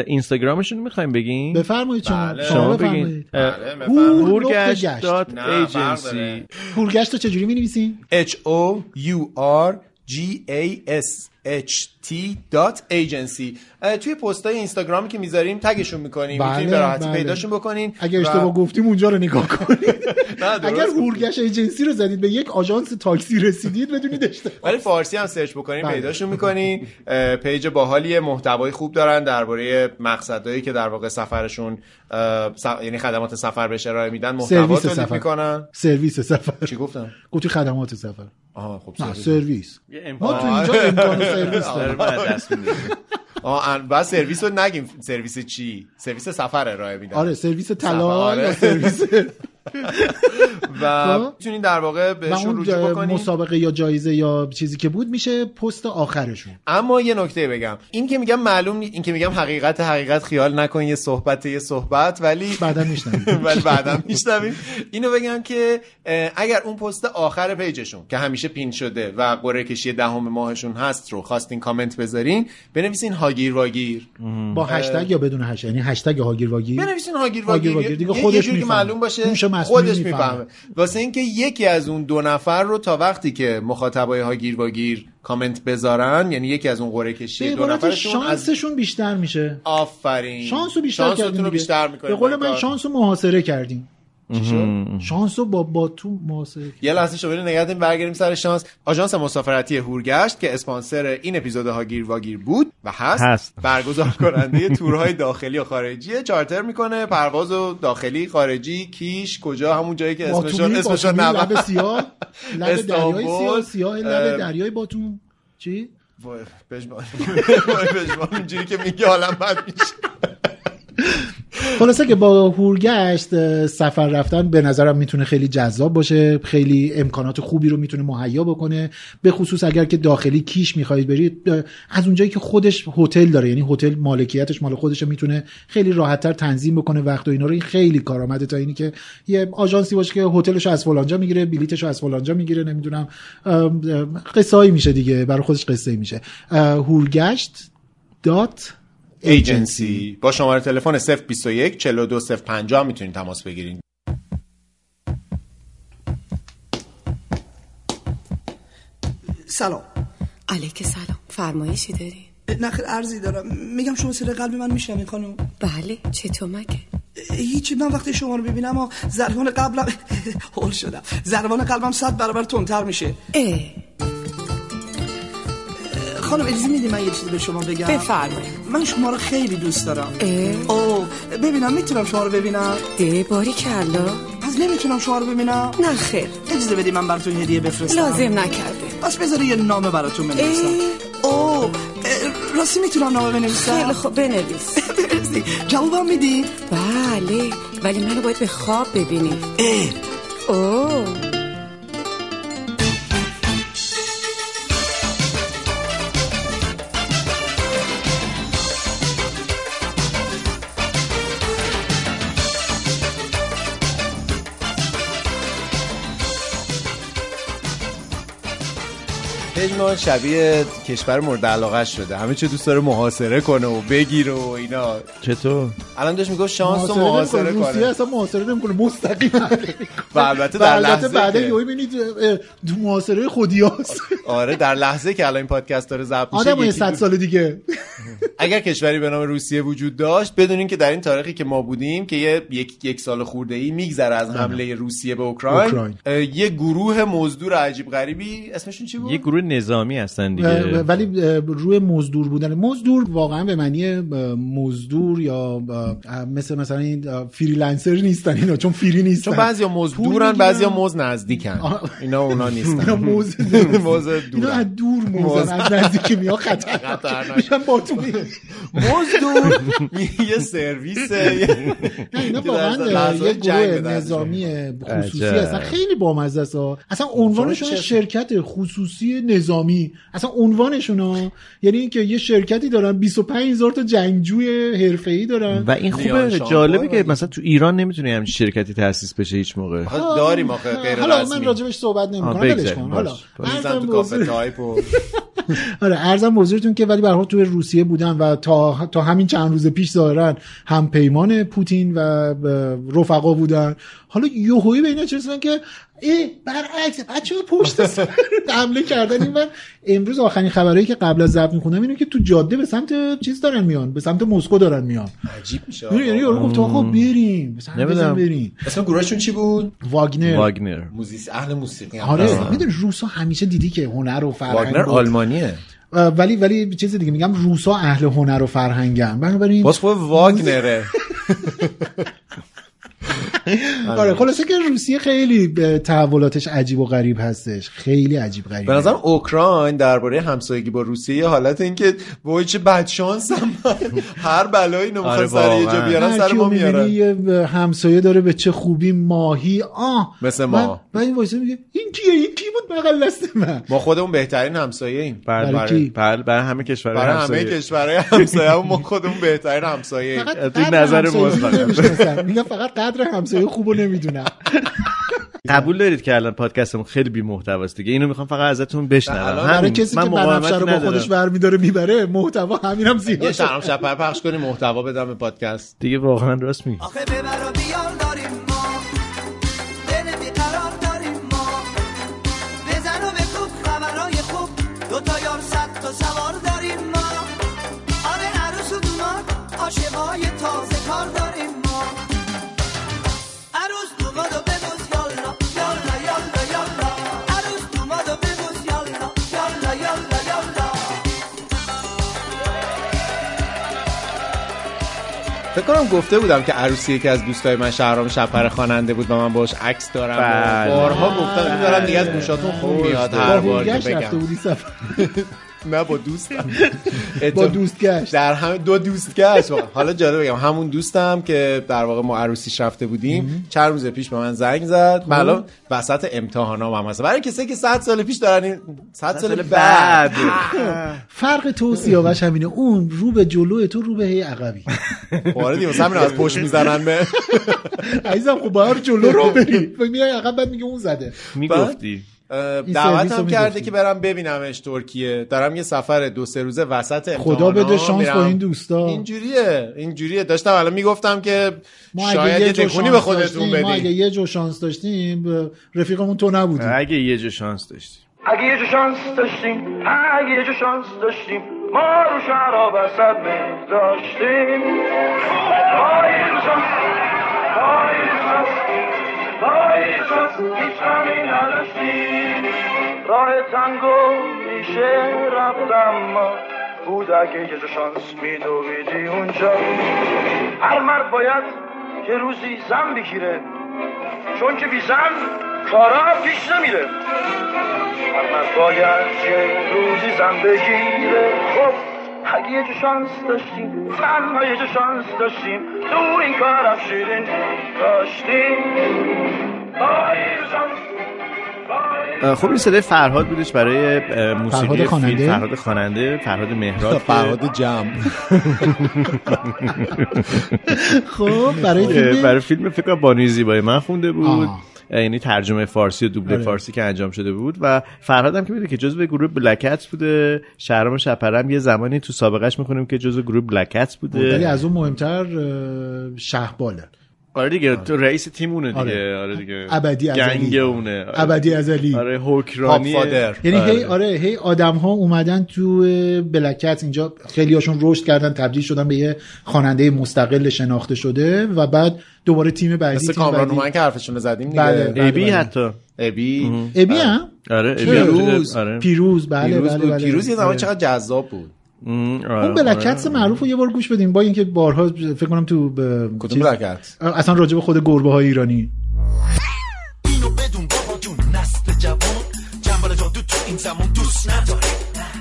اینستاگرامشون میخوایم بگین
بفرمایید شما
بله.
شما
شما
بگین
بفرمایید
بله، بفرمایید.
هور
هورگشت
گشت.
دات
نه، فرق
ایجنسی
داره.
پورگشت رو چجوری می‌نویسین
H O U R G A S H T dot agency اه، توی پستای اینستاگرامی که میذاریم تگشون میکنیم
بله،
میتونیم به راحتی
بله.
پیداشون بکنین
اگه
و-
اشتباه گفتیم اونجا رو نگاه کنید
نه، بله. درست
اگر
گفتی.
هورگشت ایجنسی رو زدید به یک آژانس تاکسی رسیدید بدونید اشتباه
ولی فارسی هم سرچ بکنین
بله.
پیداشون میکنین پیج باحالیه محتوای خوب دارن درباره مقصدهایی که در واقع سفرشون اه، س- یعنی خدمات سفر بهش ارائه میدن محتوا
سرویس
تولید
سفر.
میکنن
سرویس سفر
چی گفتم
گفتی خدمات سفر
آها خب
نه
سرویس. آره.
سرویس
یه
ما
امکان
تو اینجا امکان سرویس
داره
داریم
من از دست میدم.
آه ان- بعد سرویس رو نگیم سرویس چی سرویس سفر ارائه میدن
آره سرویس طلا
آره.
یا سرویس
و
خب.
میتونین در واقع
و
بهشون
اون
رجوع
اه،
بکنین
مسابقه یا جایزه یا چیزی که بود میشه پست آخرشون
اما یه نکته بگم این که میگم معلوم نی... این که میگم حقیقت حقیقت خیال نکن یه صحبت یه صحبت ولی
بعدا میشنوید
ولی بعدا میشنویم اینو بگم که اه، اگر اون پست آخر پیجشون که همیشه پین شده و قرعه کشی دهم ماهشون هست رو خواستین کامنت بذارین بنویسین هاگیر واگیر
با هشتگ یا بدون هشتگ یعنی هشتگ هاگیر واگیر
بنویسین هاگیر
هاگیر
واگیر
واگیر.
یه-
دیگه
یه
خودش
جوری که
میفهمه.
معلوم باشه
گوش مسموم
خودش
میفهمه.
میفهمه واسه اینکه یکی از اون دو نفر رو تا وقتی که مخاطبای هاگیر واگیر کامنت بذارن یعنی یکی از اون قرعه
به
کشی دو
عبارت
نفرشون از
شانسشون بیشتر میشه
آفرین
شانس رو بیشتر
شانستون
کردیم
رو
دیگه.
بیشتر میکنیم بله،
به قول من شانس رو محاصره کردیم شانس رو با باتوم محاصره
یه لحظه شما نگه داریم برگردیم سر شانس آژانس مسافرتی هورگشت که اسپانسر این اپیزود هاگیر واگیر بود و هست,
هست.
برگزار کننده تورهای داخلی و خارجی چارتر میکنه پرواز و داخلی خارجی کیش کجا همون جایی که اسمشون
باتومی
اسمشون
باتومی لب
نبا
سیاه لب دریای
استانبول.
سیاه سیاه
اه.
لب دریای باتوم چی؟
وای، پشمام. وای، پشمام. اینجوری که میگه حالم بد میشه
خلاصه که با هورگشت اه، سفر رفتن به نظرم میتونه خیلی جذاب باشه خیلی امکانات خوبی رو میتونه مهیا بکنه به خصوص اگر که داخلی کیش میخواهید برید اه، از اونجایی که خودش هتل داره یعنی هتل مالکیتش مال خودش میتونه خیلی راحتتر تنظیم بکنه وقت و اینا رو این خیلی کارآمده تا اینی که یه آژانسی باشه که هتلش از فلانجا میگیره بلیتش از فلانجا میگیره نمیدونم قصه میشه دیگه برای خودش قصه میشه اه، هورگشت دات
ایجنسی با شماره تلفن 021 42 050 میتونید تماس بگیرید
علیک سلام فرمایشی داری؟
نه خیلی ارزی دارم میگم شما صدای قلب من میشنم خانم
بله چه تومکه
هیچی من وقتی شما رو ببینم و ضربان قبلم هول شدم ضربان قلبم صد برابر تندتر میشه
اه
خانم اجازه میدی من یه چیزی به شما بگم
بفرمایید
من شما رو خیلی دوست دارم
اه.
او ببینم میتونم شما رو ببینم
ده باری کلا
پس نمیتونم شما رو ببینم
نه خیر
اجازه بدی من براتون هدیه بفرستم
لازم نکرده
پس بذاری یه نامه براتون بنویسم او اه، راستی میتونم نامه بنویسم
خیلی خوب بنویس
مرسی. جوابم میدی
بله ولی منو باید به خواب ببینی
اه،
اوه
پژمان شبیه کشور مورد علاقه شده همه چه دوست داره محاصره کنه و بگیره و اینا
چطور
الان داشت میگفت شانس رو
محاصره
محاصره
نمی‌کنه. روسیه
کنه
اصلا محاصره نمیکنه مستقیم حمله می‌کنه.
و البته
و
در
البته
لحظه
بعدا
که-
یهو میبینید دو محاصره خودی هاست
آره در لحظه که الان این پادکست داره ضبط میشه
آدم های
یکی
صد
دو-
سال دیگه
اگر کشوری به نام روسیه وجود داشت بدونین که در این تاریخی که ما بودیم که یه- یک, یک سال خورده ای میگذره از حمله روسیه به اوکراین
بله. اوکراین.
اه، یه گروه مزدور عجیب غریبی اسمشون چی
یه
بود
گروه نظامی هستن
و-
دیگه
ولی اه، روی مزدور بودن مزدور واقعا به معنی اه، مزدور یا اه، مثل مثلا این اه، فریلنسر نیستن اینا چون فری نیستن
چون بعضیا مزدورن بعضیا
می‌گیرن.
مز نزدیکن
آه.
اینا اونا
اینا
نیستن
موز
موز
اینا
دورن
از دور
موز.
موزن از نزدیک میاد
خطرناک.
خطر میشن باتون
مزدور یه سرویس
اینا واقعا یه گروه نظامی خصوصی
عجب.
هستن خیلی بامزه است ها. اصلا عنوانشون
چه-
شرکت خصوصی نظامی اصلا عنوانشون ها یعنی اینکه یه شرکتی دارن 25 هزار تا جنگجوی حرفه‌ای دارن
و این
لیان
خوبه
شامپو
جالبه که
ولی-
مثلا تو ایران نمیتونه همچین شرکتی تأسیس بشه هیچ موقع
داریم آخه غیر
حالا
رسمی.
من راجبش صحبت نمی
آه،
کنم
بگذاریم.
ولش کن حالا
باش.
میزن تو
عرضم بزرگ-
کافه تایپ و
آره ارزم بزرگتون که ولی به هر حال توی روسیه بودن و تا تا همین چند روز پیش ظاهرا هم پیمان پوتین و اه، رفقا بودن حالا یوهویی به اینا چه رسیدن که ای برعکس بچه پشت سر حمله کردن این من امروز آخرین خبرهایی که قبل از ضبط میخونم اینه که تو جاده به سمت چیز دارن میان به سمت مسکو دارن میان
عجیب میشه
یعنی یارو گفت آقا بریم به سمت
نمی‌دونم.
بریم
اسم گروهشون چی بود
واگنر
واگنر
موزیس اهل موسیقی هم
آره
هستن.
میدونی روسا همیشه دیدی که هنر و فرهنگ
واگنر
و-
آلمانیه
اه، ولی ولی چیز دیگه میگم روسا اهل هنر و فرهنگن بنابراین
باز خود واگنره
آره خلاصه که روسیه خیلی به تحولاتش عجیب و غریب هستش خیلی عجیب غریب
به نظرم اوکراین درباره همسایگی با روسیه یه حالت این که وای چه بدشانسم من هر بلایی اینو
آره،
میخوان سر یه جا
واقعاً.
بیارن سر ما میارن
همسایه داره به چه خوبی ماهی آه
مثل ما.
من- من این وایسه میگه این کیه این کی بود بغل دست من
ما خودمون بهترین همسایه ایم
بر
برای
برای
کی؟
بر- بله، برای همه کشورهای
برای همه
همسایه.
کشورهای همسایه ما خودمون بهترین همسایه
فقط
از این
قدر
نظر
همسایگی رو
مطلق.
نمی‌شناسن. میگم فقط قدر همسایه خوبو نمیدونم
قبول دارید که الان پادکستمون خیلی بی است دیگه اینو میخوام فقط ازتون بشنوم
الان
برای
همین.
آره، کسی که
مقاومتی
بنفشه رو با خودش
ندارم.
برمیداره میبره محتوا همینم
یه
زیاد شد.
شرم شپر پخش کنیم محتوا بدم به پادکست
دیگه واقعا راست میگی
آخه ببر و بیار داریم ما دل بیقرار داریم ما بزن و بکوب خبرهای خوب دو تا یار صد تا سوار داریم ما آره عروس و دومار عاشقای تازه کار داریم ما عروس دومادو ببوس یالا یالا یالا یالا عروس دومادو ببوس یالا یالا یالا یالا
فکر کنم گفته بودم که عروسی یکی از دوستای من شهرام شپر خواننده بود و من باش عکس دارم
بله.
و بارها گفتم میذارم دیگه از گوشاتون خوب میاد هر
با
بار که
هورگشت رفته
بگم
بودی سفر
نه با دوستم
با دوست گشت
در هم دو دوست گشت واقعا. حالا جالب بگم همون دوستم که در واقع ما عروسیش رفته بودیم چند روز پیش به من زنگ زد
خب.
من الان وسط امتحانام هم هست برای کسی که 100 سال پیش دارن این 100 سال بعد
فرق تو و سیاوش همینه اون رو به جلو تو رو به هی عقبی
وارد دیوس همین رو از پشت میزنن به
عزیزم خب باید جلو رو بری و میای عقب بعد میگه اون زده
میگفتی
اه،
این سرویس رو
دعوتم
می‌گفتی.
کرده که برم ببینمش ترکیه دارم یه سفر دو سه روزه وسط
خدا
امتحانا
بده شانس
میرم.
با این دوستا
اینجوریه اینجوریه داشتم الان میگفتم که
ما اگه
شاید
یه
یه
جو
تکونی به
شانس
خودتون
داشتیم ما اگه
بدین
یه جو شانس داشتیم ب- رفیقمون تو نبودی
اگه یه جا شانس داشتی
اگه یه جو شانس داشتیم اگه یه جو شانس داشتیم ما رو شهر ها وسط میذاشتیم ما یه جو شانس ما یه جو شانس ما یه جو شانس هیچ غمی نداشتیم راه تنگو میشه رفتم ما بود اگه یه جو شانس میدویدی اونجا هر مرد باید یه روزی زن بگیره چون که بی زن کارا پیش نمیره هر مرد باید یه روزی زن بگیره خب اگه یه جو شانس داشتیم تنها یه جو شانس داشتیم تو این کارم شیرین داشتیم با یه جو شانس با یه
خب این صدای فرهاد بودش برای اه، موسیقی
فرهاد
فیلم
خواننده؟
فرهاد خواننده فرهاد مهراد که-
فرهاد جمع
خب برای
اه،
فیلم
برای فیلم فکر کنم بانوی زیبای من خونده بود
آه.
اه، یعنی ترجمه فارسی و
آره.
دوبله فارسی که انجام شده بود و فرهاد هم که میده که جزو گروه بلکت بوده شهرام شپرم یه زمانی تو سابقهش میکنیم که جزو گروه بلکت
ولی
بوده
از اون مهمتر اه، شهباله
آره دیگه تو رئیس تیمونه دیگه
آره.
آره دیگه
ابدی ازلی.
گنگ اونه آره.
ابدی ازلی
آره حکرانی
پاپفادر.
یعنی هی آره هی آدم ها اومدن تو بلکت اینجا خیلی هاشون رشد کردن تبدیل شدن به یه خواننده مستقل شناخته شده و بعد دوباره تیم بعدی
مثل
تیم
کامران
بعدی
هومن که حرفشون رو زدیم دیگه
بله، بله.
ابی حتی
ابی
ابی هم
آره ابی
چه؟
هم تو-
پیروز.
آره
پیروز بله
بله. پیروز
بله
بود.
بله
پیروز یه زمان
آره.
چقدر جذاب بود
ام، آره،
اون بلکتس
آره.
معروف رو یه بار گوش بدیم با اینکه بارها فکر کنم تو ب...
کدوم
چیز-
بلکت
اصلا راجع به خود گربه های ایرانی
اینو بدون بابا جون نسل جوان جنبال جادو تو این زمان دوست نداره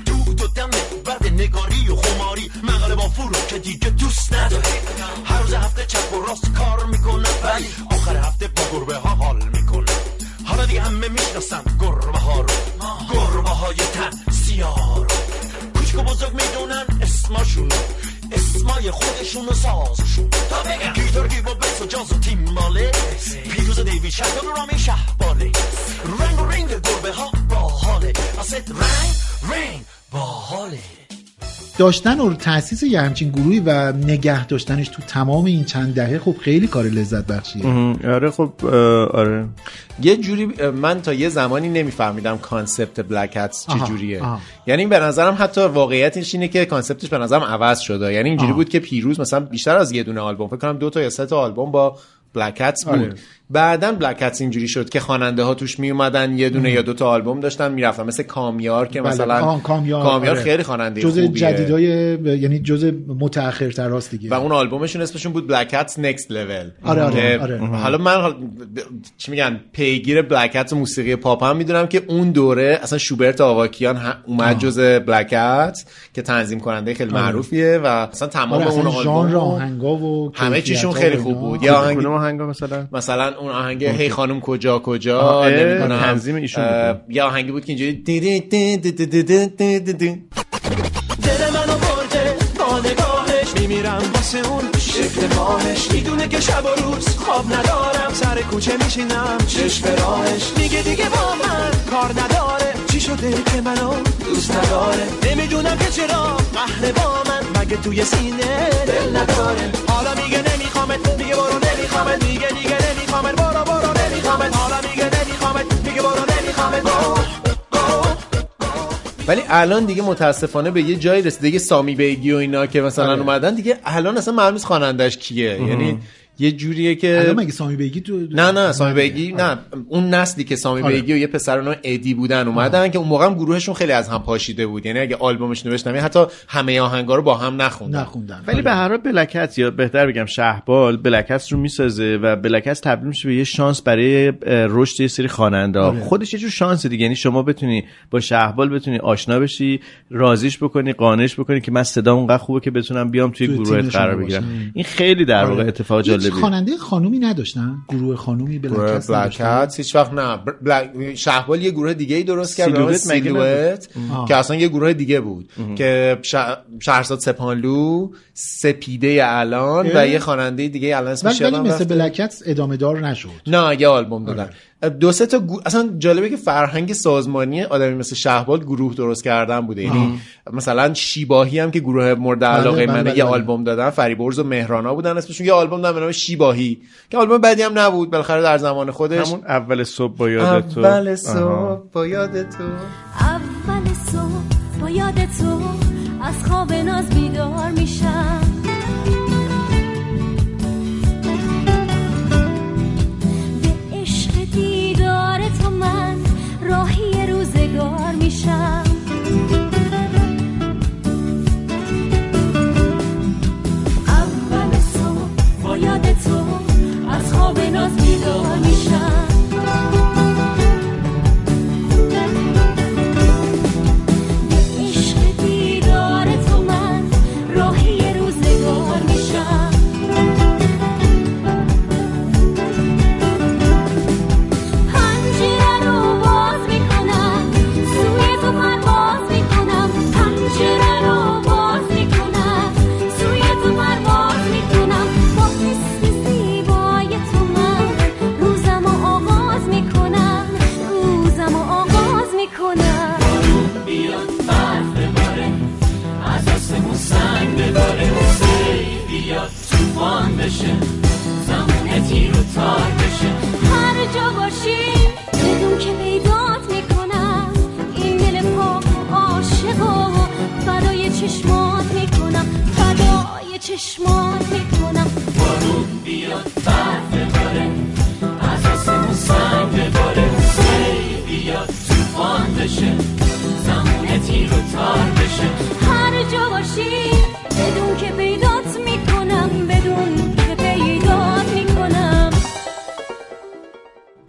دود و دم بعد نگاری و خماری مقاله با فرو که دیگه دوست نداره هر روز هفته چپ و راست کار میکنه ولی آخر هفته با گربه ها حال میکنه حالا دیگه همه میشناسن گربه ها رو گربه های تن سیاه رو کوچک و بزرگ میدونن اسماشون اسمای خودشون و سازشون گیتار گیب و بس و جاز و تیماله پیروز دیوی شهدان و رامی شهباله رنگ و رنگ گربه ها باحاله اصد رنگ رنگ باحاله
داشتن و تاسیس یه همچین گروهی و نگه داشتنش تو تمام این چند دهه خب خیلی کار لذت بخشیه
ام، آره خب اه، آره
یه جوری من تا یه زمانی نمیفهمیدم کانسپت بلک هاتس
آها،
چجوریه
آها.
یعنی به نظرم حتی واقعیتش اینه که کانسپتش به نظرم عوض شده یعنی اینجوری
آها.
بود که پیروز مثلا بیشتر از یه دونه آلبوم فکر کنم دو تا یا سه تا آلبوم با بلک هاتس بود
آره.
بعدن بلک هاتس اینجوری شد که خواننده ها توش می اومدن یه دونه یا دو تا آلبوم داشتن میرفتن مثل کامیار که
بله.
مثلا
آه، کامیار, آره.
خیلی خواننده
جز
خوبیه
جدیدای ب- یعنی جز متأخرتراست دیگه
و اون آلبومشون اسمشون بود بلک هاتس نکست لول
آره، آره، آره.
حالا من حال... ب- چی میگن پیگیر بلک هاتس و موسیقی پاپ هم میدونم که اون دوره اصلا شوبرت آواکیان ه- اومد جز بلک هاتس که تنظیم کننده خیلی معروفیه و اصلا تمام
آره اصلا
اون آلبوم
ژانر
رو-
آهنگا و
همه
کیفیت‌ها
چیشون خیلی
و
خوب
اینا.
بود یه آهنگ
کدوم آهنگا خب، مثلا
مثلا اون آهنگ
آره.
هی خانم کجا کجا
آه،
نمیدونم
تنظیم ایشون
اه،
بود.
یه آهنگی بود که اینجوری دی دی دی دی دی دی دی دی دی دی.
دل منو برده با نگاهش میمیرم واسه اون شکل ماهش میدونه که شب و روز خواب ندارم سر کوچه میشینم چشم به راهش میگه دیگه با من کار نداره چی شده که منو دوست نداره نمیدونم که چرا قهر با من مگه توی سینه دل نداره حالا میگه نمیخوامت میگه برو نمیخوامت میگه دیگه نمیخوامت برو برو نمیخوامت حالا میگه نمیخوامت میگه برو نمیخوامت برو
ولی الان دیگه متاسفانه به یه جایی رسیده دیگه سامی بیگی و اینا که مثلا
آره.
اومدن دیگه الان اصلا معلوم نیست خوانندش کیه یعنی یه جوریه که
الان مگه آره. سامی بگی تو
نه نه سامی بیگی نه اون نسلی که سامی
آره.
بیگی و یه پسر اون ادی بودن اومدن که اون موقع هم گروهشون خیلی از هم پاشیده بود یعنی اگه آلبومش نوشتم یعنی حتی همه آهنگا رو با هم نخوندن
نخوندن
ولی
آره.
به هر حال بلکت یا بهتر بگم شهبال بلکت رو میسازه و بلکت تبدیل میشه به یه شانس برای اه، رشد یه سری خواننده
آره.
ها. خودش یه جور شانس دیگه یعنی شما بتونی با شهبال بتونی آشنا بشی راضیش بکنی قانعش بکنی که من صدا اونقدر خوبه که بتونم بیام توی
توی
گروهت
تیمشون
قرار
باشم.
آره.
بگیرم این خیلی در واقع اتفاق
جالبی
جالبی
خواننده خانومی نداشتن گروه خانومی بلکس
بلک
نداشتن
هاتس هیچ وقت نه بر- بلک... شهبال یه گروه دیگه ای درست کرد به نام
سیلوئت مگه
سیلوئت
آه.
که اصلا یه گروه دیگه بود که ش... شهرزاد سپانلو سپیده الان و
اه.
یه خواننده دیگه الان
ولی
اسمش
ولی
یادم
مثل
رفته.
بلکت ادامه دار نشد
نه یه آلبوم دادن
آره.
دو سه تا گو- اصلا جالبه که فرهنگ سازمانی آدمی مثل شهبال گروه درست کردن بوده یعنی مثلا شیباهی هم که گروه مورد علاقه
بله،
منه
بله،
یه
بله.
آلبوم دادن فریبرز و مهرانا بودن اسمشون یه آلبوم دادن به نام شیباهی که آلبوم بدی هم نبود بالاخره در زمان خودش
همون اول صبح با یاد تو
اول
آها.
صبح با یاد تو
اول صبح با یاد تو از خواب ناز بیدار میشم به عشق دیدار تو من راهی روزگار میشم اول صبح با یاد تو از خواب ناز بیدار میشم عشق دیدار تو من راهی روزگار میشم پنجره رو باز میکنم سوی تو پرواز میکنم پنجره رو باز میکنم سوی تو پرواز میکنم با اسم زیبای تو من روزم رو آغاز میکنم روزم رو آغاز میکنم
بیاد برف بباره از آسمون سنگ بباره سیل بیاد توفان بشه زمونه تیر و تار بشه
هر جا باشی بدون که پیدات میکنم این دل پاک و عاشقا فدای چشمات میکنم فدای چشمات میکنم
بارون بیاد برف بباره از آسمون سنگ بباره سیل بیاد توفان بشه زمونه تیر و تار بشه
هر جا باشی بدون که پیدات میکنم بدون که پیدات میکنم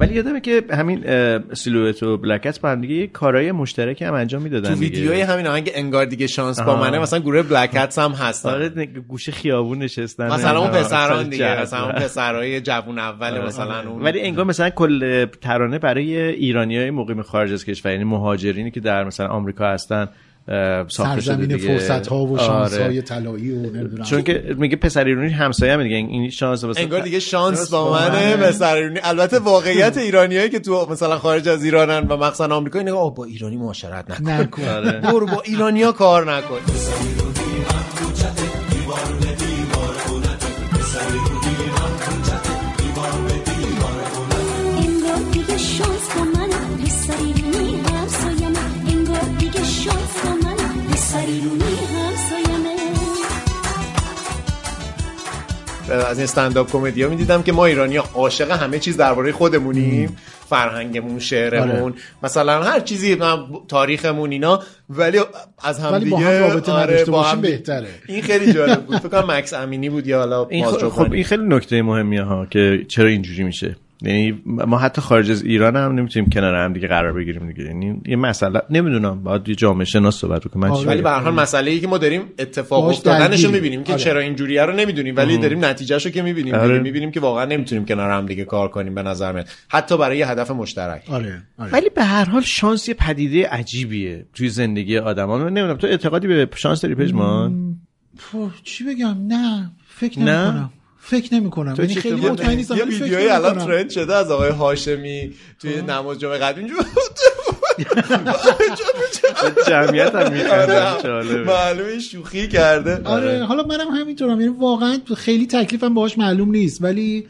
ولی یادمه که همین اه، سیلوئت و بلکت با هم دیگه یه کارهای مشترک هم انجام میدادن
تو ویدیوی همین آهنگ انگار دیگه شانس با
آها.
منه مثلا گروه بلک هتس هم هستن
آره نه، گوشه خیابون نشستن
مثلا اون
آه،
پسران
مثلا
دیگه
جهت.
مثلا اون پسرای جوون اول
آره.
مثلا اون
ولی انگار مثلا کل ترانه برای ایرانی های مقیم خارج از کشور یعنی مهاجرینی که در مثلا آمریکا هستن اه، ساخته شده
سرزمین
دیگه
فرصت ها و شانس
آره.
های طلایی و نمیدونم
چون که میگه پسر ایرانی همسایه هم دیگه این شانس مثلا
انگار دیگه شانس با منه پسر ایرانی البته واقعیت ایرانیایی که تو مثلا خارج از ایرانن و مخصوصا آمریکا اینه که آه، با ایرانی معاشرت نکن
آره.
برو با ایرانیا کار نکن
انگار دیگه شانس با من پسری رونی همسایمه انگار دیگه شانس با من پسری رونی همسایمه
از این استنداپ کمدیا میدیدم که ما ایرانی عاشق همه چیز درباره خودمونیم فرهنگمون شعرمون
آره.
مثلا هر چیزی من تاریخمون اینا ولی از هم
ولی
دیگه
با هم رابطه
آره،
نداشته
با هم
باشیم
دیگه.
بهتره
این خیلی جالب بود فکر کنم مکس امینی بود یا حالا
این
باز
خب,
جبرانی.
خب این خیلی نکته مهمیه ها که چرا اینجوری میشه یعنی ما حتی خارج از ایران هم نمیتونیم کنار هم دیگه قرار بگیریم دیگه یعنی یه مسئله نمیدونم باید یه جامعه شناس صحبت رو که
آره.
من چی
ولی به
بگم.
هر حال مسئله ای که ما داریم اتفاق
باش
افتادنش رو
درگیریم.
میبینیم که
آره.
چرا اینجوریه رو نمیدونیم ولی
مم.
داریم نتیجهش رو که میبینیم
آره.
آره. میبینیم که واقعا نمیتونیم کنار هم دیگه کار کنیم به نظر میاد حتی برای یه هدف مشترک
آره
ولی به هر حال شانس یه پدیده عجیبیه توی زندگی آدمان من نمیدونم تو اعتقادی به شانس داری پژمان
پو، چی بگم نه فکر
نه؟
نمیکنم فکر نمیکنم یعنی
چی-
خیلی
یه-
مطمئن نیستم
یه
ولی فکر خب.
ویدیوی الان
نمی‌کنم.
ترند شده از آقای هاشمی توی نماز جمعه قدیم اینجور
جمعیت هم می‌خندن،
آره،
جالبه.
معلومه شوخی کرده
آره حالا منم همینطورم یعنی واقعا خیلی تکلیفم باهاش معلوم نیست ولی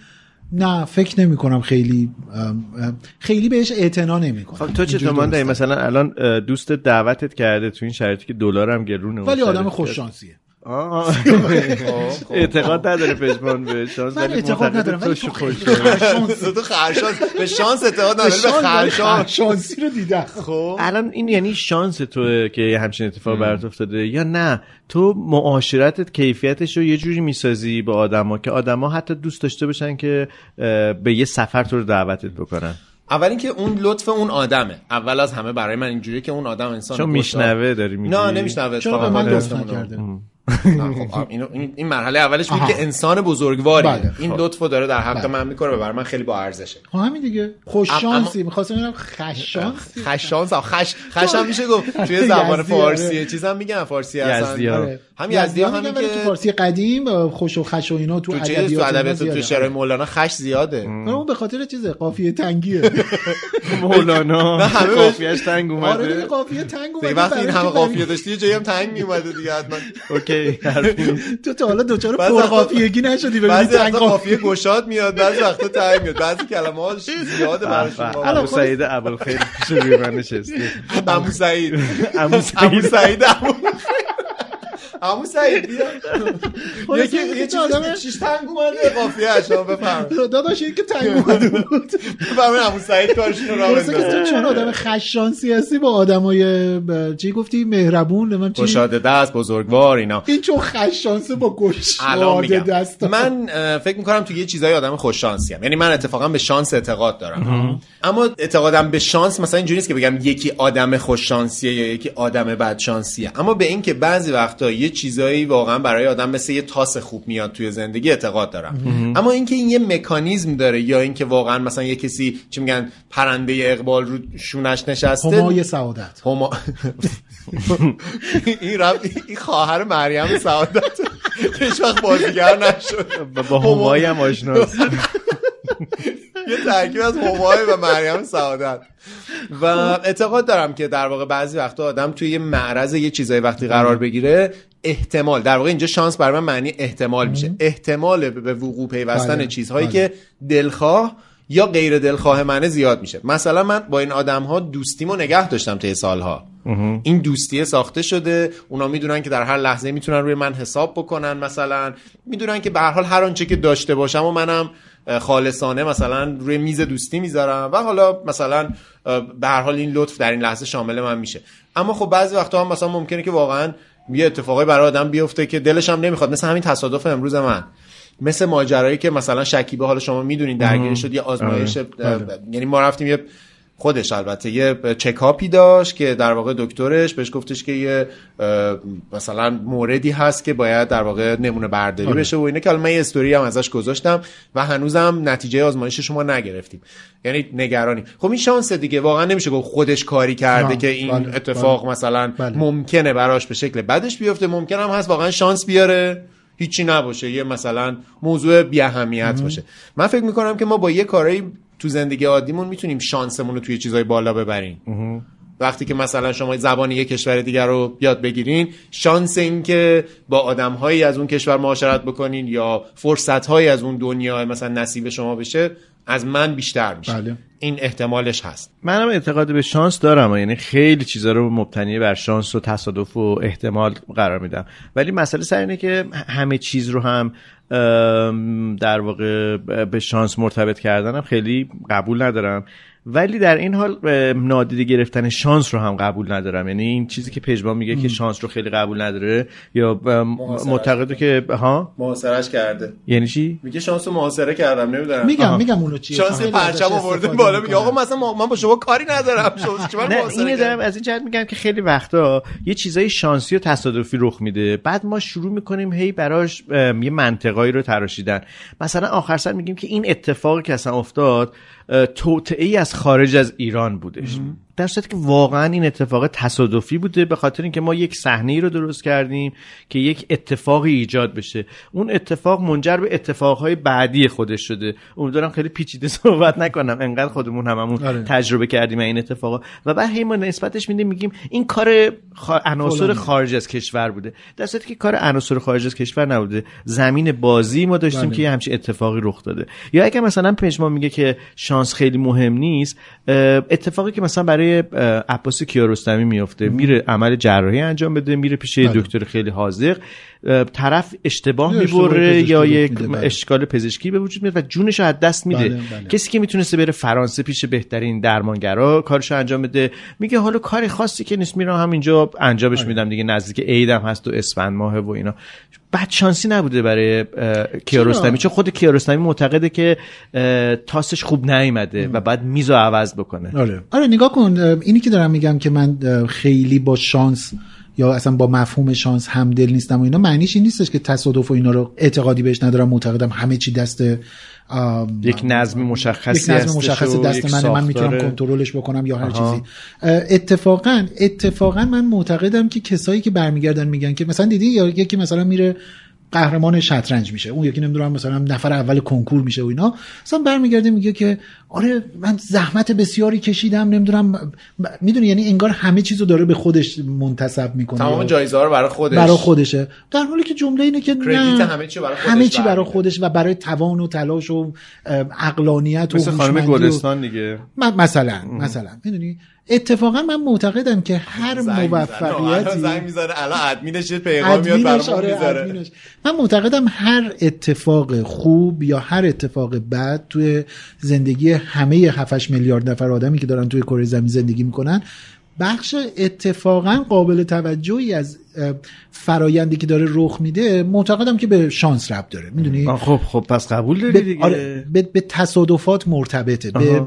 نه فکر نمی کنم خیلی ام، ام، خیلی بهش اعتنا نمی کنم
خب تو چطور من داری مثلا الان اه، دوست دعوتت کرده تو این شرایطی که دلار هم گرونه
ولی
اون
آدم
شرایط
خوش
که-
شانسیه
آه. خب، اعتقاد نداره پژمان به شانس
من
ولی
اعتقاد
معتقد
ندارم، ولی
توش
تو
خوش
تو خرشان به شانس اعتقاد
به
نداری به
شانس ولی
خرشان
شانسی رو دیدم
خب
الان این یعنی شانس توه که یه همچین اتفاق برات افتاده یا نه تو معاشرتت کیفیتش رو یه جوری میسازی با آدما که آدما حتی دوست داشته باشن که اه، به یه سفر تو رو دعوتت بکنن
اول اینکه اون لطف اون آدمه اول از همه برای من اینجوری که اون آدم انسان
چون میشنوه داری میگی
نه نمیشنوه
چرا
اتفاقا.
به من
آره.
لطف نکرده؟
نه، خب، آه، اینو- این این مرحله اولش بود
آها.
که انسان بزرگواری
بله،
این
خب.
لطفو داره در حق
بله.
من میکنه و برای من خیلی با ارزشه
خب همین دیگه خوش شانسی می‌خواستم ببینم خشانس
خشانس آه، خش خشم میشه گفت توی زبان
یزدی، آره.
فارسیه چیزم میگن فارسی اصلا
یزدی، آره.
هم یزدی هم
میگن
که
ولی تو فارسی قدیم اه، خوش و خش و اینا تو
تو چیز تو
ادبیات اینا
ادبیات تو
زیاده.
شعر مولانا خش زیاده
آره، اون به خاطر چیزه قافیه تنگیه
مولانا
نه، همه بهش-
قافیه‌اش تنگ
آره دیگه
اومده
قافیه تنگ اومده
دیگه وقتی این
خب، برای
همه
تو برای-
قافیه داشتی یه جایی هم تنگ میومده دیگه حتما
اوکی حرفی نیست.
تو تا حالا دوچار
بعضی وقتا-
پرقافیگی نشدی ببینی
بعضی
تنگ
وقتا
قافیه
قافیه گشاد میاد بعضی وقتا تنگ میاد بعضی کلمه ها زیاده برای شما
ابو سعید ابوالخیر پیش روی من نشسته
خب-
عمو سعید
عمو
عمو
سعید
سعید عمو عمو سعید بیا. یکی
اینه که
یه
تو آدم-
چیز شیش تنگ اومده قافیه اشما بفهم
داداش این که تنگ اومده بود
بفهمین عمو سعید کارشون رو
درسته که
بندازه
تو چون آدم خشانسی هستی با آدمای ب- چی گفتی مهربون من چی
گشاده دست بزرگوار اینا
این چون خشانسه با
الان
گشاده
میگم
دست
من اه، فکر میکنم توی یه چیزای آدم خوش شانسی یعنی من اتفاقا به شانس اعتقاد دارم اما اعتقادم به شانس مثلا اینجوری نیست که بگم یکی آدم خوش شانسیه یا یکی آدم بد شانسیه اما به اینکه بعضی وقتا یه چیزایی واقعا برای آدم مثل یه تاس خوب میاد توی زندگی اعتقاد دارم اما اینکه این یه مکانیزم داره یا اینکه واقعا مثلا یه کسی چی میگن پرنده اقبال رو شونش نشسته
همای سعادت
هما این رفت این خواهر مریم سعادت که هیچ وقت بازیگر نشد
با همایی هم آشناس
یه ترکیب از همای و مریم سعادت و اعتقاد دارم که در واقع بعضی وقتا آدم توی یه معرض یه چیزایی وقتی قرار بگیره احتمال در واقع اینجا شانس برای من معنی احتمال میشه احتمال به وقوع پیوستن
بله،
چیزهایی
بله.
که دلخواه یا غیر دلخواه منه زیاد میشه مثلا من با این آدم ها دوستیمو نگه داشتم طی سالها این دوستیه ساخته شده اونا میدونن که در هر لحظه میتونن روی من حساب بکنن مثلا میدونن که به هر حال هر آنچه که داشته باشم و منم اه، خالصانه مثلا روی میز دوستی میذارم و حالا مثلا اه، به هر حال این لطف در این لحظه شامل من میشه اما خب بعضی وقتا هم مثلا ممکنه که واقعا یه اتفاقی برای آدم بیفته که دلش هم نمیخواد مثل همین تصادف امروز من مثل ماجرایی که مثلا شکیبه حالا شما میدونین درگیر شد یه آزمایش اه، یعنی ما رفتیم یه خودش البته یه چکاپی داشت که در واقع دکترش بهش گفتش که یه اه، مثلا موردی هست که باید در واقع نمونه برداری
آره.
بشه و اینه که الان من یه استوری هم ازش گذاشتم و هنوزم نتیجه آزمایش شما نگرفتیم یعنی نگرانی خب این شانس دیگه واقعا نمیشه گفت خودش کاری کرده
نه،
که این
بله،
اتفاق
بله.
مثلا
بله.
ممکنه براش به شکل بدش بیفته ممکن هم هست واقعا شانس بیاره هیچی نباشه یه مثلا موضوع بی اهمیت باشه من فکر میکنم که ما با یه کارایی تو زندگی عادیمون میتونیم شانسمون رو توی چیزای بالا ببریم وقتی که مثلا شما زبان یه کشور دیگر رو یاد بگیرین شانس این که با آدمهایی از اون کشور معاشرت بکنین یا فرصتهایی از اون دنیا مثلا نصیب شما بشه از من بیشتر میشه
بله.
این احتمالش هست
منم اعتقاد به شانس دارم یعنی خیلی چیزا رو مبتنی بر شانس و تصادف و احتمال قرار میدم ولی مسئله سر اینه که همه چیز رو هم ام، در واقع به شانس مرتبط کردنم خیلی قبول ندارم ولی در این حال ام، نادیده گرفتن شانس رو هم قبول ندارم یعنی این چیزی که پژمان میگه که شانس رو خیلی قبول نداره یا ام، معتقده که ها
محاصرش کرده
یعنی چی
میگه شانس رو محاصره کردم نمیدونم
میگم میگم اونو چیه
شانس
خیلی
پرچم
ازش
آورده
استفاده
بالا
می‌کنم.
میگه آقا مثلا ما- من با شما کاری ندارم شما چه من
نه
محاصره
اینه
کردی؟
دارم از این جهت میگم که خیلی وقتا یه چیزای شانسی و تصادفی رخ میده بعد ما شروع میکنیم هی براش ام، یه منطقایی رو تراشیدن مثلا آخر سر میگیم که این اتفاقی که اصلا افتاد توطعه ای از خارج از ایران بودش در صورتی که واقعا این اتفاق تصادفی بوده به خاطر اینکه ما یک صحنه ای رو درست کردیم که یک اتفاقی ایجاد بشه اون اتفاق منجر به اتفاقهای بعدی خودش شده امیدوارم خیلی پیچیده صحبت نکنم انقدر خودمون هممون
آره.
تجربه کردیم این اتفاقا و بعد هی ما نسبتش میدیم میگیم این کار خا- عناصر
فلانی.
خارج از کشور بوده در صورتی که کار عناصر خارج از کشور نبوده زمین بازی ما داشتیم
بله.
که یه همچین اتفاقی رخ داده یا اگه مثلا پژمان میگه که شانس خیلی مهم نیست اه، اتفاقی که مثلا برای اه، عباس کیارستمی میفته میره عمل جراحی انجام بده میره پیش یه
بله.
دکتر خیلی حاضق اه، طرف اشتباه
یه اشتباه
میبره
پزشکی
یا
رخ
یک
میده، بله.
اشکال پزشکی به وجود میاد و جونش رو از دست میده
بله، بله.
کسی که میتونسته بره فرانسه پیش بهترین درمانگرا کارشو انجام بده میگه حالا کار خاصی که نیست میرم همینجا انجامش
آره.
میدم دیگه نزدیک عیدم هست و اسفند ماه و اینا بد شانسی نبوده برای اه، کیارستمی چون خود کیارستمی معتقده که اه، تاسش خوب نیومده و بعد میز رو عوض بکنه
آره آره نگاه کن اه، اینی که دارم میگم که من اه، خیلی با شانس یا اصلا با مفهوم شانس همدل نیستم و اینا معنیش این نیستش که تصادف و اینا رو اعتقادی بهش ندارم معتقدم همه چی دست آم،
یک نظم مشخصی
یک نظم
هستش
مشخص
و
دست
یک
من من میتونم
ساختار-
کنترلش بکنم یا هر
آها.
چیزی اه، اتفاقا اتفاقا من معتقدم که کسایی که برمیگردن میگن که مثلا دیدی یا یکی مثلا میره قهرمان شطرنج میشه اون یکی نمیدونم مثلا نفر اول کنکور میشه و اینا مثلا برمیگرده میگه که آره من زحمت بسیاری کشیدم نمیدونم میدونی یعنی انگار همه چیزو داره به خودش منتسب میکنه
تمام جایزه ها رو برای خودش
برای خودشه در حالی که جمله اینه که
کردیت
نه
همه چی برای خودش
همه چی برای
برمی‌داره.
خودش و برای توان و تلاش و اه، عقلانیت و
مثل خانم
هوشمندی و-
گلستان دیگه
م- مثلا مثلا میدونی اتفاقا من معتقدم که هر
زنگ می‌زنه. الان زنگ
موفقیتی
میزنه الان ادمینش یه پیغام میاد
ادمینش،
برامون
آره،
میذاره
ادمینش. من معتقدم هر اتفاق خوب یا هر اتفاق بد توی زندگی همه 7 میلیارد نفر آدمی که دارن توی کره زمین زندگی میکنن بخش اتفاقا قابل توجهی از اه، فرایندی که داره رخ میده معتقدم که به شانس ربط داره میدونی
آه، خب خب پس قبول داری
به,
دیگه
آره، به, به تصادفات مرتبطه به
آها.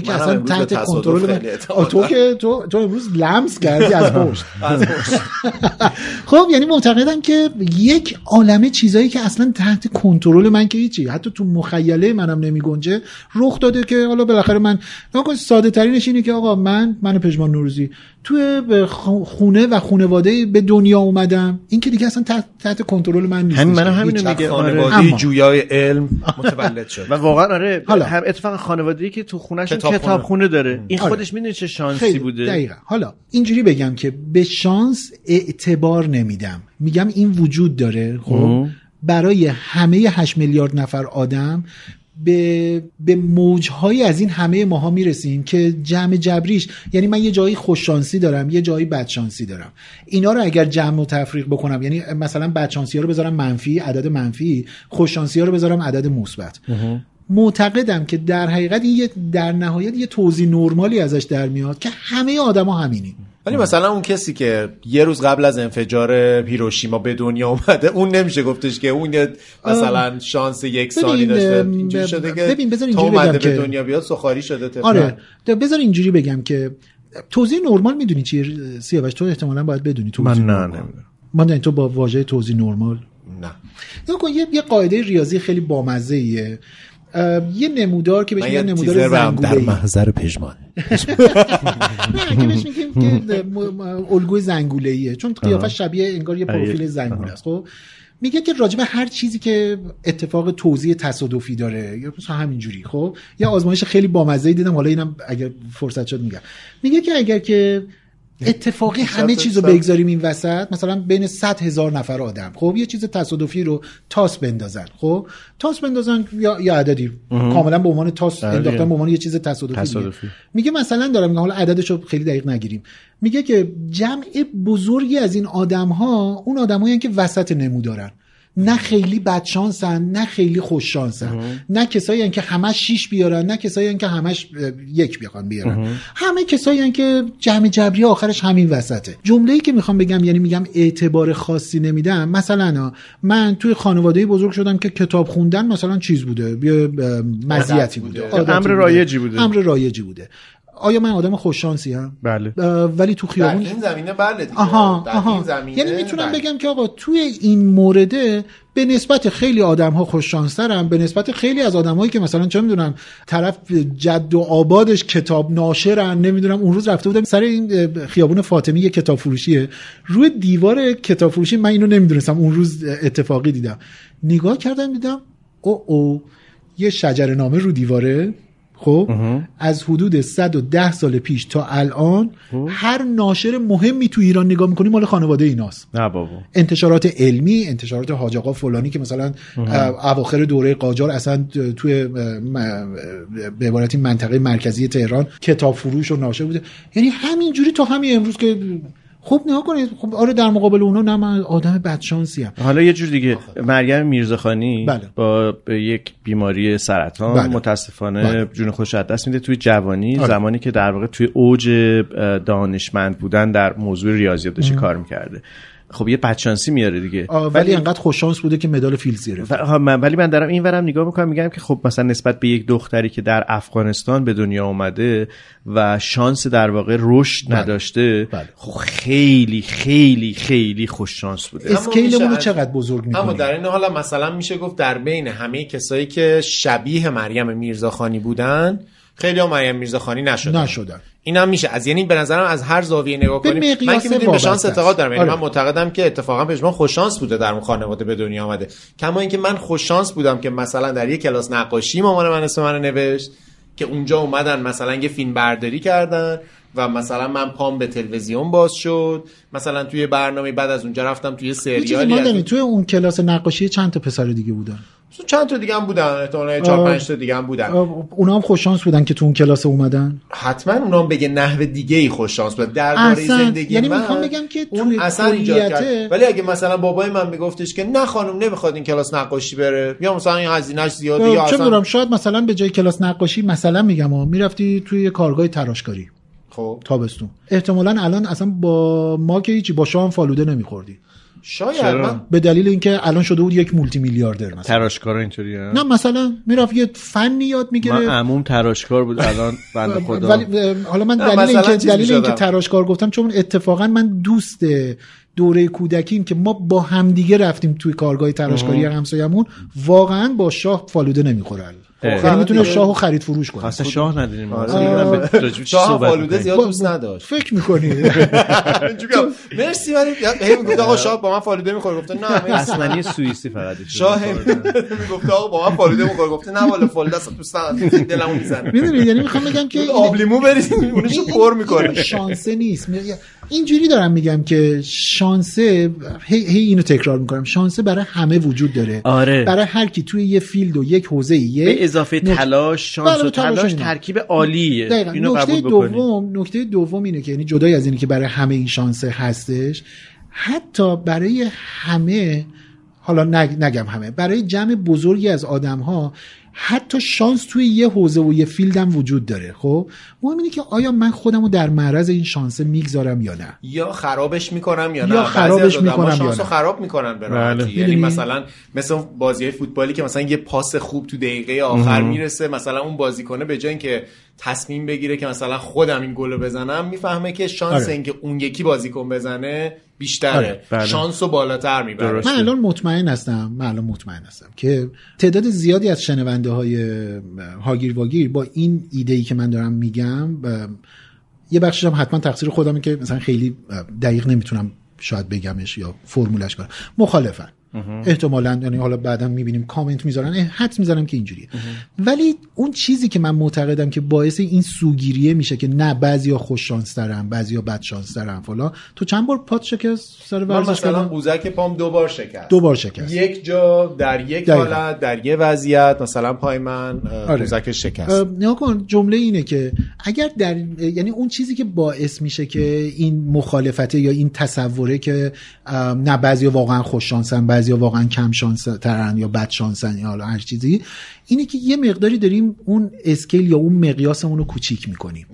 آره،
که
منم
اصلا
امروز به
تحت
تصادف
کنترل من-
خیلی اعتماد
آه، تو
دارم.
که تو, تو امروز لمس کردی از پشت خب یعنی معتقدم که یک عالمه چیزایی که اصلا تحت کنترل من که هیچی حتی تو مخیله منم نمی گنجه رخ داده که حالا بالاخره من نکن ساده ترینش اینه که آقا من من پژمان نوروزی تو خونه و خونواده به دنیا اومدم این که دیگه اصلا تحت, تحت کنترل من نیست
همین منم همینو
در
میگه
خانواده
آره. اما.
جویای علم متولد شد
و واقعا آره
حالا.
هم اتفاقا خانوادگی که تو خونش
کتابخونه.
کتاب خونه داره این
آره.
خودش میدونه چه شانسی
خیلی
بوده
دقیقا حالا اینجوری بگم که به شانس اعتبار نمیدم میگم این وجود داره خب
اوه.
برای همه 8 میلیارد نفر آدم به به موجهایی از این همه ماها میرسیم که جمع جبریش یعنی من یه جایی خوششانسی دارم یه جایی بدشانسی دارم اینا رو اگر جمع و تفریق بکنم یعنی مثلا بدشانسی ها رو بذارم منفی عدد منفی خوششانسی ها رو بذارم عدد مثبت معتقدم که در حقیقت این یه در نهایت یه توضیح نرمالی ازش در میاد که همه آدما همینی
ولی مثلا اون کسی که یه روز قبل از انفجار هیروشیما به دنیا اومده اون نمیشه گفتش که اون یه مثلا شانس یک سالی
ببین،
داشته
ام،
اینجوری شده که
ببین، بذار
تا
اینجوری
اومده به
بگم که-
دنیا بیاد سخاری شده طفلا
آره ده- بذار اینجوری بگم که توضیح نرمال میدونی چیه سیاوش تو احتمالا باید بدونی توضیح
من نه
نرمال.
نمیدونم
من نه، تو با واژه توضیح نرمال
نه
نگاه کن، یه یه قاعده ریاضی خیلی بامزه ایه یه نمودار که بهش
من یه
میگن
تیزر
نمودار
برم. در
زنگوله‌ای
محضر پژمان
نه که بهش میگیم که م- م- الگوی زنگوله‌ایه چون
آها.
قیافش شبیه انگار یه پروفیل
آره.
زنگوله است خب میگه که راجب هر چیزی که اتفاق توزیع تصادفی داره یا مثلا همینجوری خب یه آزمایش خیلی بامزه‌ای دیدم حالا اینم اگر فرصت شد میگم میگه که اگر که اتفاقی همه
شب-
چیز رو
شب-
بگذاریم این وسط مثلا بین 100 هزار نفر آدم خب یه چیز تصادفی رو تاس بندازن خب تاس بندازن یا یا عددی کاملا به عنوان تاس
آره.
انداختن به عنوان یه چیز تصادفی, دیگه.
تصادفی.
میگه مثلا دارم میگم حالا عددش رو خیلی دقیق نگیریم میگه که جمع بزرگی از این آدم ها اون آدمایی که وسط نمودارن نه خیلی بدشانسن نه خیلی خوششانسن نه کسایی هن که همش شیش بیارن نه کسایی هن که همش اه، یک بیخوان بیارن همه کسایی هن که جمع جبری آخرش همین وسطه جمله ای که میخوام بگم یعنی میگم اعتبار خاصی نمیدم مثلا آه، من توی خانواده بزرگ شدم که کتاب خوندن مثلا چیز بوده یه اه، مزیتی بوده
بوده.
عادتی
امر
بوده.
رایجی بوده.
امر رایجی بوده آیا من آدم خوششانسی هم
بله
ولی تو
در
خیابون
این زمینه بله دیگه
یعنی آها
در
آها
این زمینه
یعنی میتونم
بله.
بگم که آقا توی این مورده به نسبت خیلی آدم ها خوششانسترم به نسبت خیلی از آدمایی که مثلا چه میدونم طرف جد و آبادش کتاب ناشرن نمیدونم اون روز رفته بودم سر این خیابون فاطمی یه کتاب فروشیه روی دیوار کتاب فروشی من اینو نمیدونستم اون روز اتفاقی دیدم نگاه کردم دیدم او او یه شجر نامه رو دیواره خب از حدود 110 سال پیش تا الان هر ناشر مهمی تو ایران نگاه میکنی مال خانواده ایناست
نه بابا
انتشارات علمی انتشارات حاج آقا فلانی که مثلا اه، اواخر دوره قاجار اصلا توی اه، م- اه، به عبارتی منطقه مرکزی تهران کتاب فروش و ناشر بوده یعنی همینجوری تا همین امروز که خب نگاه کنید خب آره در مقابل اونا نه من آدم بدشانسی ام
حالا یه جور دیگه مریم میرزاخانی
بله.
با با یک بیماری سرطان
بله.
متاسفانه
بله.
جون خودش از دست میده توی جوانی
آره.
زمانی که در واقع توی اوج اه، دانشمند بودن در موضوع ریاضیات داشته کار میکرده خب یه بدشانسی میاره دیگه
آه، ولی انقدر خوششانس بوده که مدال فیلز گرفت
و- ها، من- ولی من دارم این ورم نگاه میکنم میگم که خب مثلا نسبت به یک دختری که در افغانستان به دنیا اومده و شانس در واقع رشد
بله.
نداشته خب خیلی خیلی خیلی خوش شانس بوده
اما میشه
اسکیلمون رو
از-
چقدر بزرگ
اما
میکنیم
در این حال هم مثلا میشه گفت در بین همه کسایی که شبیه مریم میرزاخانی بودن خیلی هم مریم میرزاخانی نشدن
نشدن
این هم میشه از یعنی به نظرم از هر زاویه نگاه
به
کنیم من
مقیاس
که میدونیم به شانس
وابسته است.
اعتقاد دارم یعنی
آره.
من معتقدم که اتفاقا پژمان خوششانس بوده در اون خانواده به دنیا آمده کما اینکه من خوششانس بودم که مثلا در یه کلاس نقاشی مامان من اسم منو نوشت که اونجا اومدن مثلا یه فیلم برداری کردن و مثلا من پام به تلویزیون باز شد مثلا توی برنامه بعد از اونجا رفتم توی
یه چیزی
سریالی
ما
از
داریم توی اون کلاس نقاشی چند تا پسر دیگه بودن
چند تا دیگه هم بودن احتمالاً 4 5 تا دیگه هم بودن
آه، اونا هم خوششانس بودن که تو اون کلاس اومدن
حتما اونا هم بگه نحو دیگه ای خوش شانس بود درباره
اصلا.
زندگی
یعنی
من
میخوام بگم که
اون
توی
اثر ایجاد
کلیته-
کرد ولی اگه مثلا بابای من میگفتش که نه خانم نمیخواد این کلاس نقاشی بره یا مثلا این هزینهش زیاده یا
آه، خب، چه
اصلا
میدونم شاید مثلا به جای کلاس نقاشی مثلا میگم آه، میرفتی توی یه کارگاه تراشکاری
خب
تابستون احتمالا الان اصلا با ما که هیچی با شاه هم فالوده نمیخوردی
شاید
چرا؟
من
به دلیل اینکه الان شده بود یک مولتی میلیاردر مثلا
تراشکار اینطوری
نه مثلا میرفت یه فنی یاد
من
میگیره
عموم تراشکار بود الان بند خدا
ولی اه، حالا من
نه،
دلیل
مثلا
اینکه
چیز
دلیل اینکه
می‌شدم.
تراشکار گفتم چون اتفاقا من دوست دوره کودکیم که ما با همدیگه رفتیم توی کارگاه تراشکاری
آها.
همسایمون واقعا با شاه فالوده نمیخورن یعنی
الان
میتونه
آره.
دیگه-
شاهو خرید فروش کنه
اصلا شاه نداریم
آره.
اصلا نمی‌دونم به راجع به چی
شاه
صحبت
فالوده
می‌کنیم.
زیاد دوست نداشت
فکر میکنی
چون- مرسی ولی هی میگفت آقا شاه با من فالوده میخوره گفته نه مرسی.
اسمنی سوئیسی فقط
شاه هی میگفت آقا با من فالوده میخوره گفته نه والا فالوده اصلا دوست ندارم دلمو میزنه
میدونی یعنی میخوام بگم که
آب لیمو بریز اونشو پر میکنه
شانسه نیست اینجوری دارم میگم که شانسه هی, هی اینو تکرار میکنم شانسه برای همه وجود داره
آره.
برای هر کی توی یه فیلد و یک حوزه یک
به اضافه
نکته-
تلاش شانس
بله،
و
تلاش
تلاش
اینا.
ترکیب عالیه
دقیقاً.
اینو
نکته
قبول بکنیم
دوم نکته دوم اینه که یعنی جدای از اینه که برای همه این شانسه هستش حتی برای همه حالا نگ- نگم همه برای جمع بزرگی از آدم ها حتی شانس توی یه حوزه و یه فیلد هم وجود داره خب مهم اینه که آیا من خودم رو در معرض این شانسه میگذارم یا نه
یا خرابش میکنم یا نه
یا
بعضی از
خرابش
آدم‌ها
می‌کنم یا
شانس رو
نه.
خراب میکنن به راحتی.
بله.
یعنی
می‌دونی؟
مثلا مثل بازی های فوتبالی که مثلا یه پاس خوب تو دقیقه آخر
مهم.
میرسه مثلا اون بازیکنه به جای اینکه تصمیم بگیره که مثلا خودم این گل رو بزنم میفهمه که شانس
آره.
اینکه اون یکی بازیکن بزنه بیشتره
آره.
بله.
شانس رو بالاتر میبره
من الان مطمئن هستم من الان مطمئن هستم که تعداد زیادی از شنونده های هاگیر واگیر با این ایده ای که من دارم میگم اه، یه بخشش هم حتما تقصیر خودمه که مثلا خیلی اه، دقیق نمیتونم شاید بگمش یا فرمولش کنم مخالفن احتمالا یعنی حالا بعدا میبینیم کامنت میذارن اه، حدس میزنم که اینجوریه ولی اون چیزی که من معتقدم که باعث این سوگیریه میشه که نه بعضیا خوش شانس ترن بعضیا بد شانس ترن فلان تو چند بار پات شکست سر
من
ورزش
مثلا
کردن
قوزک پام دو بار شکست
دو بار شکست
یک جا در یک
دقیقاً.
حالت در یه وضعیت مثلا پای من اه،
آره.
قوزکش شکست
اه، نگاه کن جمله اینه که اگر در یعنی اون چیزی که باعث میشه که این مخالفته یا این تصوره که اه، نه بعضی واقعا خوش شانسن بعضی واقعا کم شانس ترن یا بد شانسن یا حالا هر چیزی اینه که یه مقداری داریم اون اسکیل یا اون مقیاسمون رو کوچیک میکنیم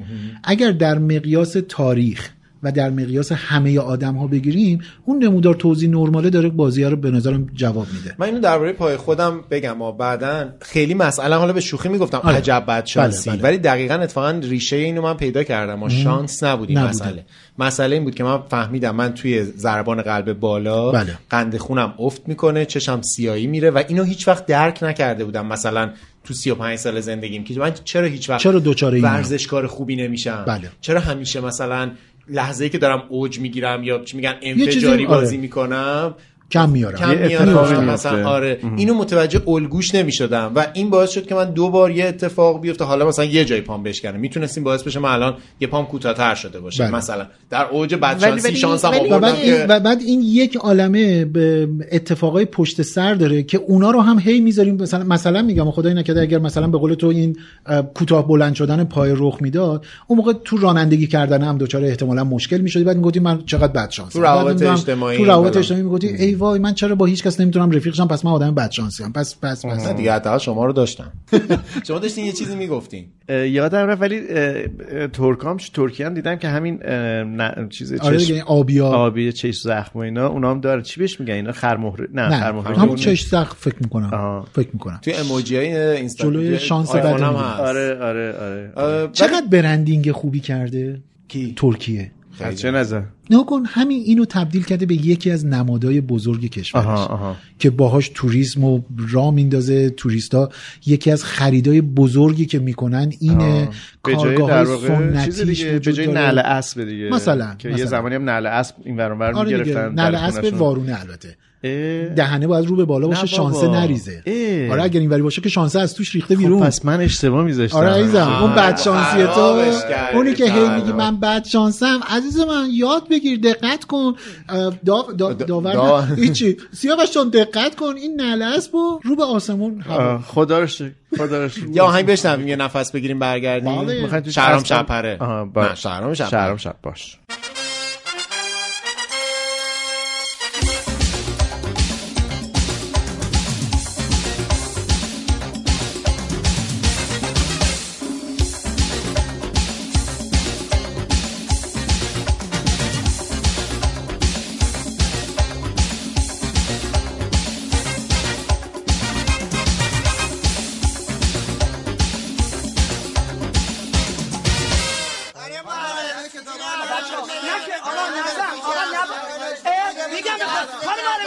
اگر در مقیاس تاریخ و در مقیاس همه آدم ها بگیریم اون نمودار توضیح نرماله داره بازی رو به نظرم جواب میده
من اینو درباره پای خودم بگم و بعدا خیلی مسئله حالا به شوخی میگفتم
آره.
عجب بد شانسی
بله، بله.
ولی دقیقا اتفاقا ریشه اینو من پیدا کردم و شانس نبود این
نبوده.
مسئله مسئله این بود که من فهمیدم من توی ضربان قلب بالا
بله.
قند خونم افت میکنه چشم سیایی میره و اینو هیچ وقت درک نکرده بودم مثلا تو 35 سال زندگیم که من چرا هیچ وقت
چرا دوچاره این
ورزشکار خوبی نمیشم
بله.
چرا همیشه مثلا لحظه ای که دارم اوج میگیرم یا چی میگن
چیزی-
انفجاری بازی
آره.
میکنم
کم میارم
کم
یه
میارم.
اتفاقی میفته.
مثلا آره اینو متوجه الگوش نمیشدم و این باعث شد که من دو بار یه اتفاق بیفته حالا مثلا یه جای پام بشکنه میتونستیم باعث بشه من الان یه پام کوتاه‌تر شده باشه
بله.
مثلا در اوج بدشانسی
ولی-
شانسم
ولی-
و بعد,
آوردم
این
که
و بعد این یک عالمه به اتفاقای پشت سر داره که اونا رو هم هی میذاریم مثلا مثلا میگم خدای نکرده اگر مثلا به قول تو این اه، کوتاه بلند شدن پای رخ میداد اون موقع تو رانندگی کردن هم دوچاره احتمالا مشکل میشدی بعد میگفتی من چقدر بد شانس
تو روابط اجتماعی
تو روابط
بله.
اجتماعی میگفتی ای وای من چرا با هیچ کس نمیتونم رفیقشم پس من آدم بدشانسی ام پس پس پس
نه دیگه حداقل شما رو داشتم شما داشتین یه چیزی میگفتین
یادم رفت ولی اه، اه، ترکام ترکیه هم دیدم که همین اه، نه، چیز
آره دیگه، این آبیا.
آبی چش زخم و اینا اونا هم داره چی بهش میگن اینا خرمهره نه
نه
خرمهره
هم
اون
چش زخم فکر میکنم فکر میکنم
توی اموجی های اینستاگرام
جلوی شانس بد
آیفونم
می‌گیری.
هست
آره آره آره
چقدر برندینگ خوبی کرده
کی
ترکیه
از چه نظر
نه کن همین اینو تبدیل کرده به یکی از نمادهای بزرگ کشورش
آها آها
که باهاش توریسم و را میندازه توریستا یکی از خریدای بزرگی که میکنن اینه
به جای
کارگاه
در
های
واقع چیز
سنتیش
دیگه به
وجود
جای
داره.
نعل اسب دیگه
مثلا
که یه
مثلا.
زمانی هم نعل اسب این ور اون ور
آره دیگه،
می‌گرفتن در
نعل اسب
خونه‌شون.
وارونه البته
اه.
دهنه باید رو به بالا
نه
باشه شانسه
بابا.
نریزه
اه.
آره اگر اینوری باشه که شانسه از توش ریخته
خب
بیرون
پس من اشتباه میذاشتم
آره عزیزم اون بد شانسی تو
خرابش کردی.
اونی که هی میگی
خراب.
من بد شانسم عزیز من یاد بگیر دقت کن اه، دا دا داور
دا-
نه. هیچی سیاوش جان دقت کن این نعل اسب رو رو به آسمون هوا.
آه، خدا رو شکر خدا رو شکر.
یا آهنگ بشنویم یه نفس بگیریم برگردیم
می‌خواید بله. توی
شهرام
اسبم-
شپره
آها، با-
نه شهرام شپره
شهرام شب باش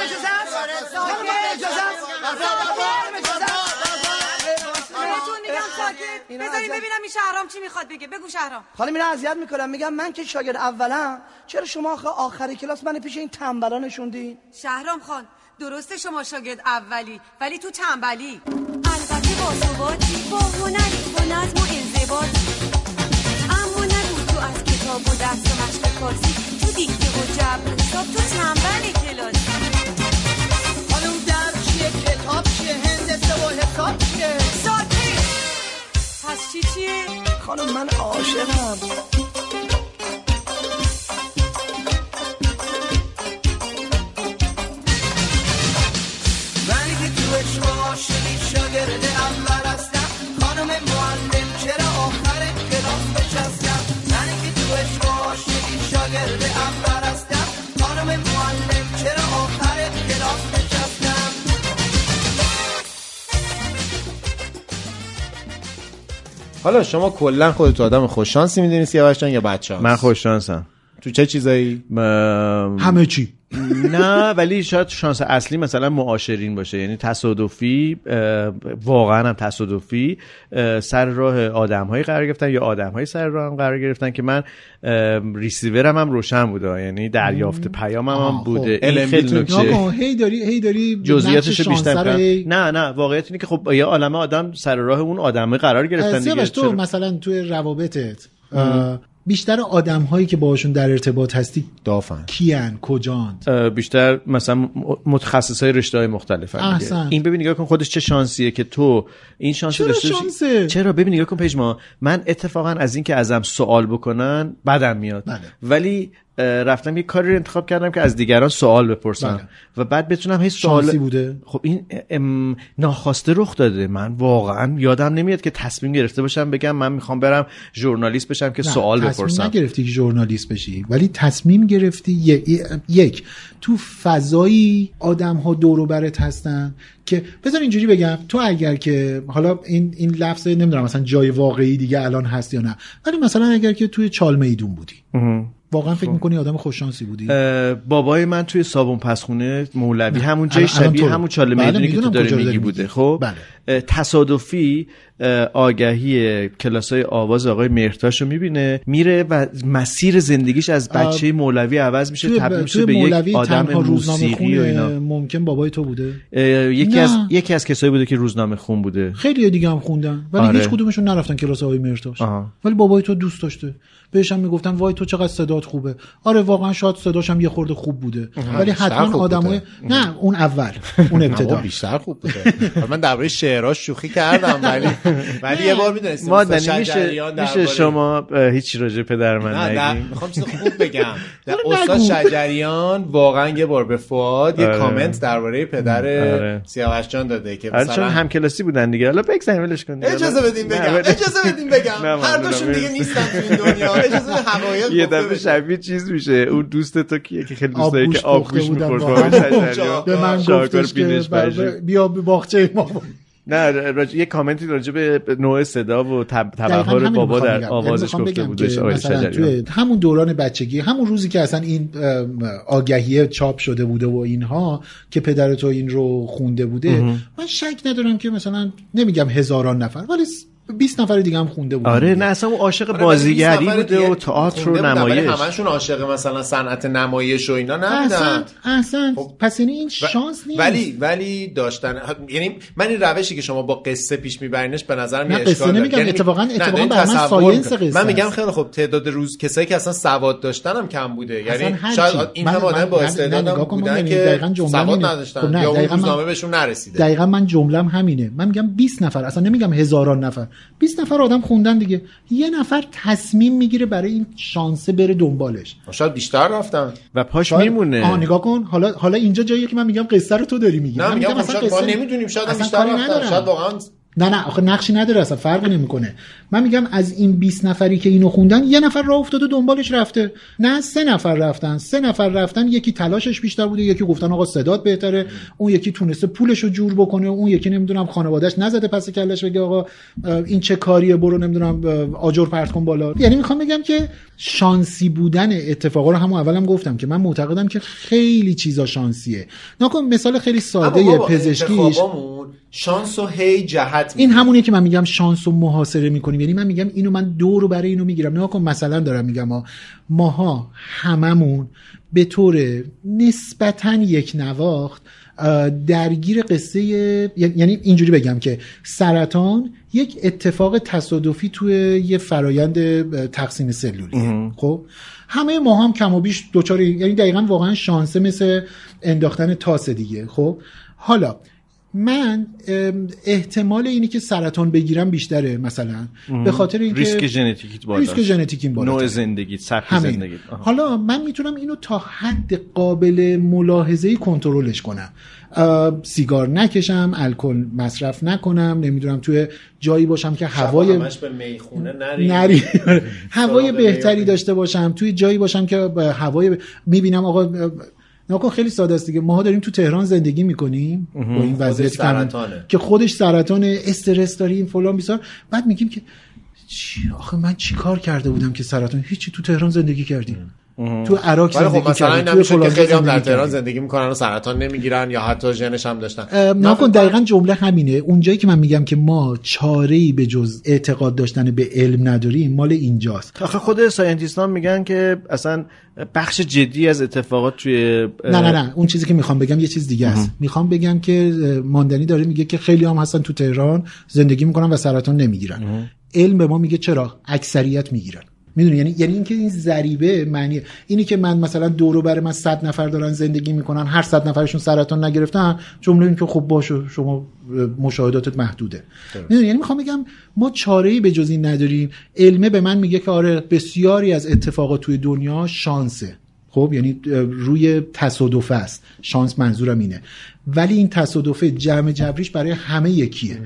آره.
بهتون میگم ساکت بذاریم ببینم این شهرام چی میخواد بگه بگو شهرام
خانم اینا اذیت میکنم میگم من که شاگرد اولم چرا شما آخه آخر کلاس من پیش این تنبلا نشوندین
شهرام خان درسته شما شاگرد اولی ولی تو تنبلی البته با ثباتی با هنری با نظم و انضباطی
اما نگو تو از کتاب و درس و مشق فارسی تو دیگه و جبر و حساب تو تنبل کلاسی
خانم درد چیه کتاب چیه هندسه و حساب چیه
ساکت پس چی چیه؟
خانم من عاشقم
من که تو عشق و عاشقی شاگرد اول هستم خانم معلم چرا آخر کلاس بچستم من که تو عشق و عاشقی شاگرد اول هستم خانم معلم چرا آخر کلاس بچستم
حالا شما کلا خودت آدم خوش شانسی میدونی سیاوش جان یا بد شانس
من خوش شانسم
تو چه چیزایی
همه چی
نه ولی شاید شانس اصلی مثلا معاشرین باشه یعنی تصادفی اه، واقعا هم تصادفی اه، سر راه آدمهایی قرار گرفتن یا آدمهایی سر راه هم قرار گرفتن که من اه، ریسیورم هم روشن بوده یعنی دریافت پیامم هم بوده این خیلی
نگاه
نکته
کن، هی داری هی داری نقش
جزئیاتش
شانسه
بیشتر
رو
می‌کنم.
هی-
نه نه واقعیت اینه که خب یه عالمه آدم سر راه اون آدمه قرار گرفتن دیگه
سیاوش تو
چرا؟
مثلا توی روابطت اه، بیشتر آدم هایی که باشون در ارتباط هستی
دافن
کیان کجان
اه، بیشتر مثلا م- متخصص های رشته های مختلف
احسن.
این ببین نگاه کن خودش چه شانسیه که تو این شانس
چرا
داشته باشی.
شانسه؟
چرا ببین نگاه کن پژما من اتفاقا از اینکه ازم سوال بکنن بدم میاد
بله.
ولی اه، رفتم یه کاری رو انتخاب کردم که از دیگران سوال بپرسم
بله.
و بعد بتونم هی سوال
شانسی بوده؟
خب این ام، ناخواسته رخ داده من واقعا یادم نمیاد که تصمیم گرفته باشم بگم من میخوام برم ژورنالیست بشم که
نه،
سوال
تصمیم
بپرسم
نگرفتی که ژورنالیست بشی ولی تصمیم گرفتی ی- یک تو فضایی آدم ها دور و برت هستن که بذار اینجوری بگم تو اگر که حالا این این لفظ نمیدونم مثلا جای واقعی دیگه الان هست یا نه ولی مثلا اگر که توی چالمیدون بودی
مهم. خب.
واقعا فکر میکنی آدم خوششانسی بودی
اه، بابای من توی صابون پسخونه مولوی همون جای
الان- الان
شبیه
تو رو.
همون چاله
بله،
میدونی که تو
میدونم
داری
کجا رو
میگی
داری
بوده خب
بله.
اه، تصادفی اه، آگهی کلاسای آواز آقای مهرتاش رو میبینه میره و مسیر زندگیش از بچه مولوی عوض میشه
توی,
تبدیل
توی
میشه به
مولوی
یک آدم
تنها روزنامه
موسیقی و اینا
خون ممکن بابای تو بوده
اه، یکی
نه.
از یکی از کسایی بوده که روزنامه خون بوده
خیلی دیگه هم خوندن ولی
آره.
هیچ کدومشون نرفتن کلاس آقای مرتاش
آها.
ولی بابای تو دوست داشته بهش هم میگفتن وای تو چقدر صدات خوبه آره واقعا شاید صداش هم یه خورده خوب بوده ولی
بیشتر
حتما
خوب
آدمای
بوده.
نه اون اول اون
نه، بابا،
ابتدا
بیشتر خوب بوده حالا من درباره شعر شعراش شوخی کردم ولی ولی یه بار میدونستیم
مادنی میشه میشه شما اه، هیچی راجع به پدر من
نه
نگیم
میخوام چیز خوب بگم در استاد شجریان واقعا یه بار به فواد یه
آره.
کامنت درباره پدر
آره.
سیاوش جان داده که
آره چون
مثلا
هم کلاسی بودن دیگه حالا بگذاریم ولش کن دیگه.
اجازه
حالا-
بدیم
نه،
بگم
ولی-
اجازه بدیم بگم
نه،
هر
ممنونم.
دوشون دیگه نیستن تو این دنیا اجازه به حقایق
یه
گفته
دفعه
بشه. آره،
شبیه چیز میشه اون دوست تو کیه که خیلی دوست داره که
آبگوش
آب
پخته
گوش
بودم
میخورد
با هم. به من گفتش که بر- بیا به باغچه ما
نه راج... یه کامنتی راجع به نوع صدا و تب...
دقیقاً
تبهر
همین
بابا
می‌خوام
در
بگم. یعنی
آوازش
می‌خوام
گفته
بگم
بودش
که
آقای
مثلا
شجریان
توی همون دوران بچگی همون روزی که اصلا این ام، آگهیه چاپ شده بوده و اینها که پدر تو این رو خونده بوده
مهم.
من شک ندارم که مثلا نمیگم هزاران نفر ولی 20 نفر دیگه هم خونده بوده
آره نه اصلا اون عاشق
آره، ولی
بازیگری
20 نفر
بوده
دیگه
و تئاتر
خونده
و
بودن، ولی
نمایش
همشون عاشق مثلا صنعت نمایش و اینا نبودن
احسن احسن پس یعنی این شانس نیست
ولی ولی داشتن یعنی من این روشی که شما با قصه پیش میبرینش به نظرم
نه،
یه
قصه
اشکال داره.
نمیگم.
یعنی-
اتفاقاً-
نه،
اتفاقاً
این
بر من
تصور
ساینس
میکنم.
قصه
من میگم
است.
خیلی خب تعداد روز کسایی که اصلا سواد داشتن هم کم بوده یعنی
هرچی.
شاید این
من-
هم آدم
من-
با
نه،
استعداد هم
نگاه کن، من
بودن
یعنی
که
دقیقاً جمله
سواد
اینه. خب
نداشتن
نه،
یا اون
دقیقاً من-
روزنامه بهشون نرسیده
دقیقا من جملم همینه من میگم 20 نفر اصلا نمیگم هزاران نفر 20 نفر آدم خوندن دیگه یه نفر تصمیم میگیره برای این شانسه بره دنبالش
خب شاید بیشتر رفتن
و پاش
شاید- آه
میمونه
نگاه کن حالا حالا اینجا جاییه که من میگم قصه رو تو داری میگی
نه
من
میگم خب شاید ما
قصه-
نمیدونیم شاید هم
اصلا
بیشتر
کاری
رفتن
ندارم.
شاید واقعا
نه نه آخه نقشی نداره اصلا فرقی نمیکنه من میگم از این 20 نفری که اینو خوندن یه نفر راه افتاد و دنبالش رفته نه سه نفر رفتن سه نفر رفتن یکی تلاشش بیشتر بوده یکی گفتن آقا صدات بهتره اون یکی تونسته پولش رو جور بکنه اون یکی نمیدونم خانوادهش نزده پس کلش بگه آقا اه، این چه کاریه برو نمیدونم اه، آجر پرت کن بالا یعنی میخوام بگم که شانسی بودن اتفاقا رو همون اولم گفتم که من معتقدم که خیلی چیزا شانسیه نکن مثال خیلی ساده
بابا،
پزشکیش
انتخابامون شانس و هی جهت
این همونیه که من میگم شانس رو محاصره میکنیم یعنی من میگم اینو من دو رو برای اینو میگیرم نه کن مثلا دارم میگم ها ماها هممون به طور نسبتا یک نواخت اه، درگیر قصه یعنی اینجوری بگم که سرطان یک اتفاق تصادفی توی یه فرایند اه، تقسیم سلولی خب همه ما هم کم و بیش دوچار این- یعنی دقیقا واقعا شانسه مثل انداختن تاس دیگه خب حالا من ام، احتمال اینی که سرطان بگیرم بیشتره مثلا به خاطر اینکه
ریسک ژنتیکیت بالا
ریسک ژنتیکیم بالاتره.
نوع زندگی سبک
همین.
زندگی
حالا من میتونم اینو تا حد قابل ملاحظه کنترلش کنم اه، سیگار نکشم الکل مصرف نکنم نمیدونم توی جایی باشم که هوای
همش به میخونه نری
نری هوای
سراغ
بهتری
میاد.
داشته باشم توی جایی باشم که با هوای ب... میبینم آقا ناکن خیلی ساده است دیگه ماها داریم تو تهران زندگی میکنیم با این
خودش
وضعیت که الان-
سرطانه.
که خودش سرطان استرس داریم فلان بیسار بعد میگیم که چی آخه من چی کار کرده بودم که سرطان هیچی تو تهران زندگی کردیم تو عراک
ولی
زندگی
خب مثلا این
کردیم توی
نمیشه که
فلان
خیلی هم در
زندگی
تهران
کردیم.
زندگی میکنن و سرطان نمیگیرن یا حتی ژنش هم داشتن خب،
ام، نکن دقیقا جمله همینه اونجایی که من میگم که ما چاره ای به جز اعتقاد داشتن به علم نداریم مال اینجاست
آخه خود ساینتیست ها میگن که اصلا بخش جدی از اتفاقات توی
نه نه نه اون چیزی که میخوام بگم یه چیز دیگه است میخوام بگم که اه، ماندنی داره میگه که خیلی هم هستن تو تهران زندگی میکنن و سرطان نمیگیرن علم به ما میگه چرا اکثریت میگیرن میدونی یعنی یعنی اینکه این ذریبه معنی اینی که من مثلا دور و بر من 100 نفر دارن زندگی میکنن هر 100 نفرشون سرطان نگرفتن جمله این که خب باشه شما اه، مشاهداتت محدوده میدونی یعنی میخوام بگم ما چاره ای به جز این نداریم علمه به من میگه که آره بسیاری از اتفاقات توی دنیا شانسه خب یعنی اه، روی تصادف است شانس منظورم اینه ولی این تصادفه جمع جبریش برای همه یکیه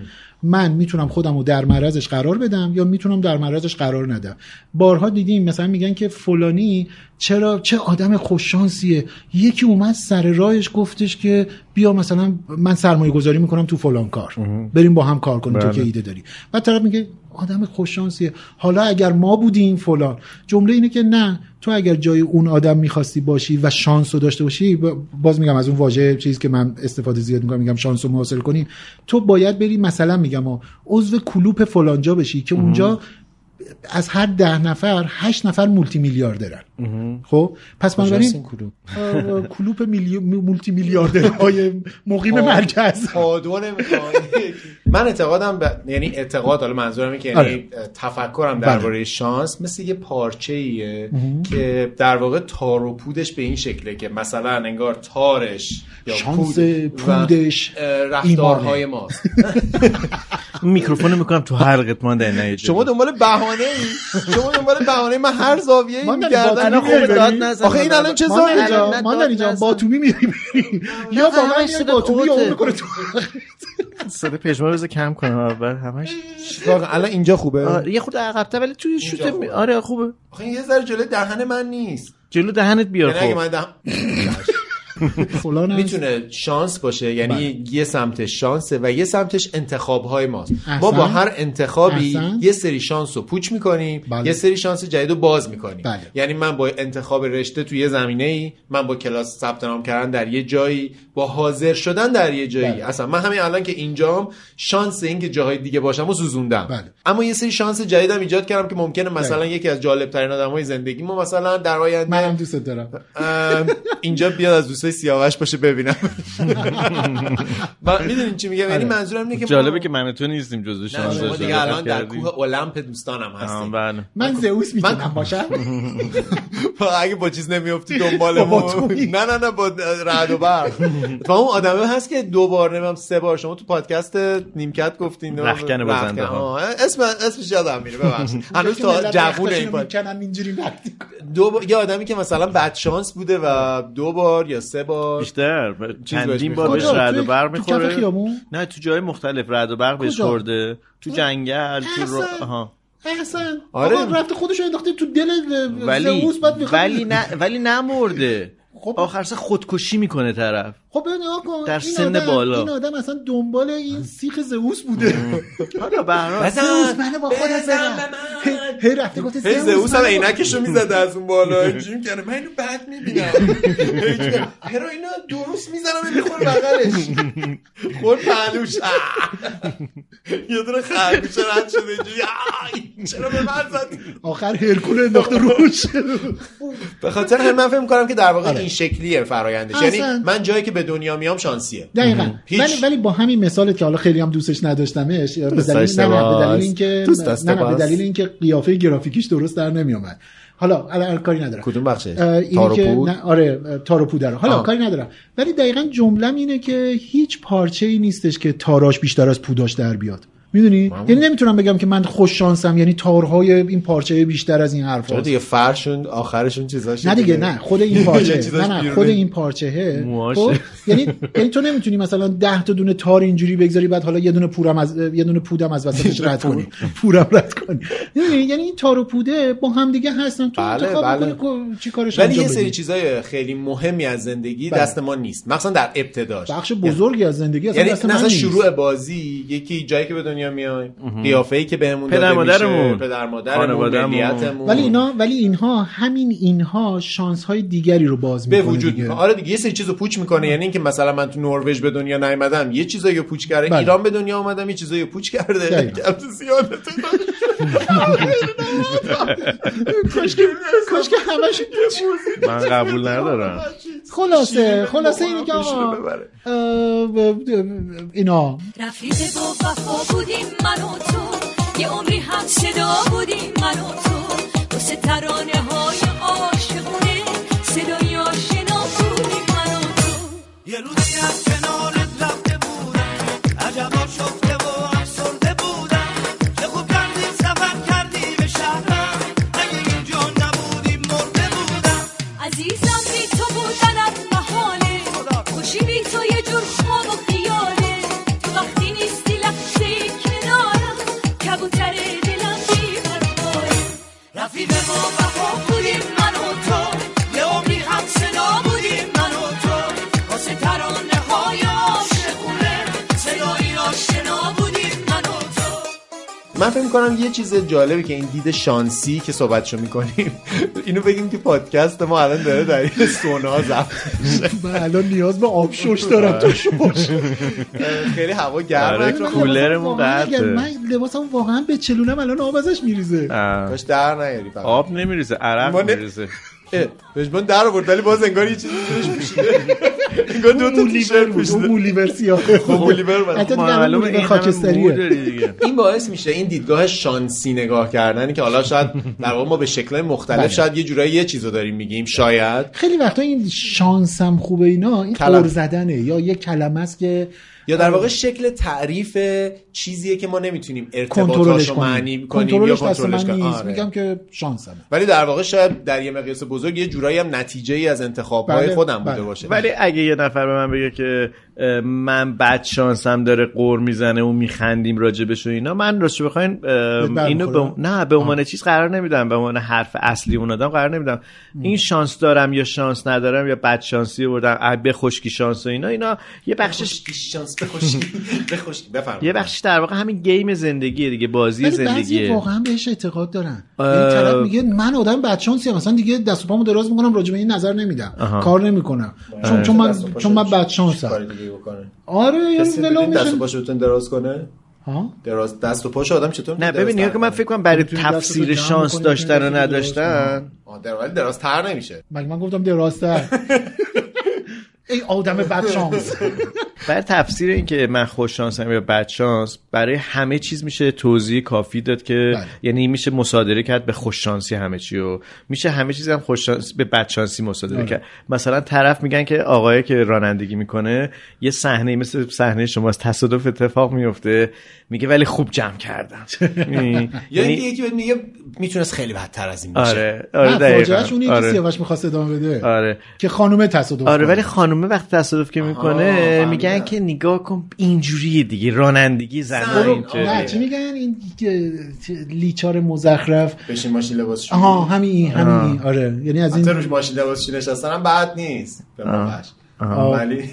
من میتونم خودم رو در معرضش قرار بدم یا میتونم در معرضش قرار ندم بارها دیدیم مثلا میگن که فلانی چرا چه آدم خوششانسیه یکی اومد سر راهش گفتش که بیا مثلا من سرمایه گذاری میکنم تو فلان کار بریم با هم کار کنیم تو
بله.
که ایده داری بعد طرف میگه آدم خوششانسیه حالا اگر ما بودیم فلان جمله اینه که نه تو اگر جای اون آدم میخواستی باشی و شانس رو داشته باشی ب- باز میگم از اون واژه چیزی که من استفاده زیاد میکنم میگم شانس رو محاصل کنی تو باید بری مثلا میگم آه، عضو کلوپ فلانجا بشی که اونجا از هر ده نفر هشت نفر مولتی میلیاردرن خب پس بنابراین آه، آه، کلوپ میلی... مولتی میلیاردرهای مقیم مرکز
پادو نمیخوان من اعتقادم ب... یعنی اعتقاد حالا منظورم اینه که یعنی تفکرم
آره. بله.
درباره شانس مثل یه پارچه ایه
مهم.
که در واقع تار و پودش به این شکله که مثلا انگار تارش یا
شانس
پود و،
پودش
اه، رفتارهای
ایمانه.
ماست
میکروفونو میکنم تو حلقت من در نیاری.
شما دنبال بهانه ای شما دنبال بهانه ای. من هر زاویه ای
ماندنی،
می‌گردم.
با الان خوب
می‌بری؟
داد نزن.
آخه این الان چه
ماندنی
زاویه
جان ماندنی جان باتومی میری میری یا با من
همش
میری
صدا
باتومی یا اون
اوته.
میکنه تو
صدا پژمان بذار کم کنم اول همش
الان اینجا خوبه
آره، یه خود عقب‌تر ولی توی شوت
اینجا
می-
خوبه.
آره خوبه
آخه این یه ذره جلوی دهن من نیست
جلو دهنت بیار
یعنی اگه من
خب
دهن-
فلان هست.
میتونه شانس باشه یعنی
بله.
یه سمتش شانسه و یه سمتش انتخاب های ماست ما
احسن.
با هر انتخابی
احسن.
یه سری شانس رو پوچ میکنیم
بله.
یه سری شانس جدید رو باز میکنیم
بله.
یعنی من با انتخاب رشته توی یه زمینه ای من با کلاس ثبت نام کردن در یه جایی با حاضر شدن در یه جایی
بله.
اصلا من همین الان که اینجام شانس این که جاهای دیگه باشم و سوزوندم
بله.
اما یه سری شانس جدیدم ایجاد کردم که ممکنه مثلا یکی از جالب ترین آدمای زندگی ما مثلا در آینده
منم دوست دارم
ام، اینجا بیاد از دوستای سیاوش باشه ببینم و میدونین چی میگم یعنی منظورم اینه که
جالبه
ما-
که من و تو نیستیم جزو
نه،
شانس
شما
داشته.
دیگه الان در
کردی.
کوه خب. المپ دوستانم
آه،
هستی
بله
خب. من زئوس میتونم باشم
با- اگه با چیز نمیفتی دنبال
با
ما
تو می-
نه نه نه با رعد و برق و اون آدمه هست که دو بار نمیم سه بار شما تو پادکست نیمکت گفتین
رخکن بازنده ها.
آه، اسم اسمش یادم میره ببخشید هنوز تا جوونه این پاد-
میکنم اینجوری وقتی
دو بار- یه آدمی که مثلا بد شانس بوده و دو بار یا سه بار
بیشتر چندین بار
می‌خوره.
بهش رد و برق
تو کف
میخوره
خیابون
نه تو جای مختلف رد و برق بهش
کجا؟
خورده تو جنگل تو رو...
اصلا.
آها.
احسن
آره.
آره رفته خودشو انداخته تو دل
ولی
زئوس بعد میخواد
ولی نه ولی نمرده
خب.
آخر سر خودکشی میکنه طرف
خب ببین نگاه کن
در
این
سن
آدم-
بالا.
این آدم اصلا دنبال این سیخ زئوس بوده
حالا به هر حال
زئوس منو با خودت ببر هی- هی رفته گفته
هی زئوس هم
منو با-
عینکشو میزده از اون بالا جیم کنه من اینو بد میبینم هر اینا درست میزنم میخوره بغلش خور پهلوش آه. یه دونه خرگوشه رد شده اینجوری آی، چرا به من زدی؟
آخر هرکول انداخته روش
به خاطر همین من فکر میکنم که در واقع این شکلیه فرایندش یعنی
اصلا.
من جایی که به دنیا میام شانسیه
دقیقا
هیچ.
ولی ولی با همین مثالت که حالا خیلی هم دوستش نداشتمش به دلیل نه نه،
اشتباه
به
است.
دلیل اینکه
دوست
نه نه،
اشتباه
به
است.
دلیل اینکه قیافه گرافیکیش درست در نمیومد حالا الان کاری ندارم
کدوم بخشه
اه، اینی
تار و
که
پود؟
نه آره اه، تار و پودر حالا
آه.
کاری ندارم ولی دقیقا جملم اینه که هیچ پارچه ای نیستش که تاراش بیشتر از پوداش در بیاد میدونی یعنی نمیتونم بگم که من خوش شانسم یعنی تارهای این پارچه بیشتر از این حرف
چرا دیگه فرشون آخرشون چیزاش
نه دیگه نه خود این
یه
پارچه
چیزاش
نه نه
بیرونه.
خود این پارچه
موهاشه.
خب یعنی یعنی تو نمیتونی مثلا 10 تا دونه تار اینجوری بگذاری بعد حالا یه دونه پورم از یه دونه پودم از وسطش رد کنی پورم رد کنی می‌دونی؟ یعنی این تار و پوده با هم دیگه هستن تو
بله،
انتخاب
بله.
می‌کنی که چی کارش
ولی
انجام
یه سری
بدی
چیزای خیلی مهمی از زندگی
بله.
دست ما نیست مخصوصا در ابتداش
بخش بزرگی از زندگی اصلا
یعنی
دست من
مثلا
نیست.
شروع بازی یکی جایی که به دنیا میای قیافه ای که بهمون
پدر
داده
مادرمون،
میشه پدر مادرمون
خانواده‌مون.
ملیتمون
ولی اینا ولی اینها همین اینها شانس های دیگری رو باز
به
میکنه
وجود
دیگه.
میکنه آره دیگه یه سری چیزو پوچ میکنه یعنی اینکه مثلا من تو نروژ به دنیا نیومدم یه چیزایی رو پوچ کرده
بله.
ایران به دنیا آمدم یه چیزایی رو پوچ کرده
دقیقاً.
البته زیادت
کاش که کاش که همش
من قبول ندارم
خلاصه خلاصه اینه که آقا
شیرینه ببره.
اه، ب- ب- اینا
رفیق با وفا بودیم من و تو یه عمری هم صدا بودیم من و تو واسه ترانه های عاشقونه صدای آشنا بودیم من و تو
یه روزی از کنارت رفته بودم عجب آشفته و افسرده بودم چه خوب کردی سفر کردی به شهرم اگه اینجا نبودی مرده بودم
عزیزم بی تو بودنم محاله خوشی بی تو یه جور خواب و خیاله تو وقتی نیستی لحظه کنارم کبوتر دلم بی پرواه.
رفیق ما وفا بودیم من و تو یه عمری هم صدا بودیم من و تو واسه ترانه های عاشقونه صدایی آشنا بودیم من و تو
من فکر میکنم یه چیز جالبی که این دید شانسی که صحبتشو میکنیم اینو بگیم که پادکست ما الان داره در یه سونا ضبط
من الان نیاز به آب شش دارم تو شش
خیلی هوا گرمه
آره. کولرمون قطعه.
من لباسم واقعا به چلونم الان آب ازش میریزه
آه.
کاش در نیاری فقط
آب نمیریزه عرق
ما نه-
میریزه
اه، پشمان در آورد ولی باز انگار یه چیزی زیرش پوشیده انگار دو تا تیشرت
اون مولیور سیاه
خب مولیور بله.
حتی دیگه الان
معلومه
مولیور
این همه
خاکستریه.
مو داری دیگه.
این باعث میشه این دیدگاه شانسی نگاه کردنی که حالا شاید در واقع ما به شکل
بله.
مختلف شاید یه جورایی یه چیزو داریم میگیم شاید
خیلی وقتا این شانسم خوبه اینا این
کلم.
قور زدنه یا یه کلمه است که
یا در واقع شکل تعریف چیزیه که ما نمیتونیم
کنترلش
ارتباطاشو معنی
کنیم
کنیم یا
کنترلش
کنترلش
دست من
کنیم
نیست
آره.
میگم که شانسمه
ولی در واقع شاید در یه مقیاس بزرگ یه جورایی هم نتیجه ای از انتخابهای
بله،
خودم بوده
بله.
باشه
ولی اگه یه نفر به من بگه که اه، من بد شانسم داره قور میزنه و میخندیم راجبش و اینا من راستش بخواین اه،
بر
اینو
می‌خوره.
به- نه به عنوان چیز قرار نمیدم به عنوان حرف اصلی اون آدم قرار نمیدم این شانس دارم یا شانس ندارم یا بد شانسی بردم اه، به خشکی شانس و اینا اینا یه بخشش
خشکی شانس بخشکی بخشکی بفرمایید
یه بخشش در واقع همین گیم زندگیه دیگه بازی
ولی بعضی
زندگیه
واقعا بهش اعتقاد دارن
اه.
این طرف میگه من آدم بدشانسیم مثلا دیگه دست و پامو دراز میکنم راجع به این نظر نمیدم
آها.
کار نمیکنم
بله.
چون چون من چون من بدشانسم آره یه
کسی
ولو
دیدین دست و
میشن
پاشو بتونه دراز کنه
ها
دراز دست و پاشو آدم چطور
نه
می‌تونه
ببین
دراز
نیا
تر
که من
کنه؟
فکر کنم برای
می‌تونی دست رو
تفسیر
خب، جمع
شانس
کنی،
داشتن
می‌تونی
و
دست رو درست
نداشتن
آه، در ولی دراز تر نمیشه
مگه بله، من گفتم درازتر ای آدم بدشانس
برای تفسیر این که من خوش شانسم یا بد شانس برای همه چیز میشه توضیح کافی داد که
بله.
یعنی میشه مصادره کرد به خوش شانسی همه چی و میشه همه چیز هم خوش شانس به بد شانسی مصادره
آره.
کرد مثلا طرف میگن که آقایی که رانندگی میکنه یه صحنه مثل صحنه شما از تصادف اتفاق میفته میگه ولی خوب جمع کردم یعنی-
یا اینکه یکی بهت میگه میتونست خیلی بدتر از این باشه
آره آره
نه فاجعهش
دقیقاً.
اون یکی
آره
سیاوش میخواست ادامه بده
آره
که خانم تصادف
آره
کنه.
ولی خانومه وقتی تصادف که میکنه
فهمیدم.
میگن که نگاه کن اینجوریه دیگه رانندگی زن
برو-
خب، نه چی میگن این که- چه- لیچار مزخرف
بشین ماشین لباسشو
آها همین همین آره یعنی از
حتی
این
روش ماشین لباسشو نشستن هم بد نیست به موقعش. ولی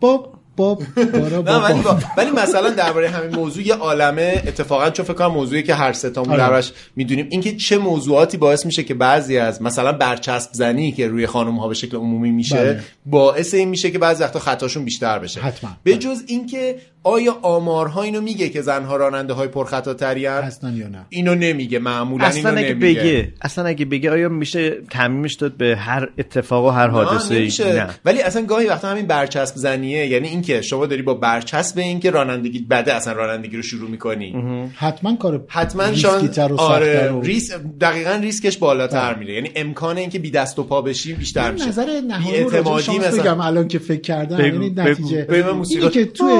باب باب بارا
نه ولی,
باب
با... ولی مثلا درباره همین موضوع یه عالمه اتفاقا چون فکر کنم موضوعی که هر ستامون
آره.
درش میدونیم اینکه چه موضوعاتی باعث میشه که بعضی از مثلا برچسب زنی که روی خانم ها به شکل عمومی میشه
بله.
باعث این میشه که بعضی وقتا خطاشون بیشتر بشه
حتما.
به جز اینکه آیا آمارها اینو میگه که زنها راننده های پرخطا ترین
هستن یا نه
اینو نمیگه معمولا
اصلا
اینو
اگه
نمیگه
بگه اصلا اگه بگه آیا میشه تعمیمش داد به هر اتفاق و هر حادثه
آه،
ای
نمیشه. ولی اصلا گاهی وقتا همین برچسب زنیه یعنی اینکه شما داری با برچسب این که رانندگی بده اصلا رانندگی رو شروع میکنی
حتما کار
حتما شان
ریسکی‌تر و سخت‌تر
آره
و-
ریس دقیقا ریسکش بالاتر میره یعنی امکان اینکه بی دست و پا بشی بیشتر
من
میشه
نظر نهایی رو راجع به
بی‌اعتمادی
شانس بگم الان که فکر کردم
بگو،
یعنی
بگو.
نتیجه
بگو من موسیقی-
اینه که توی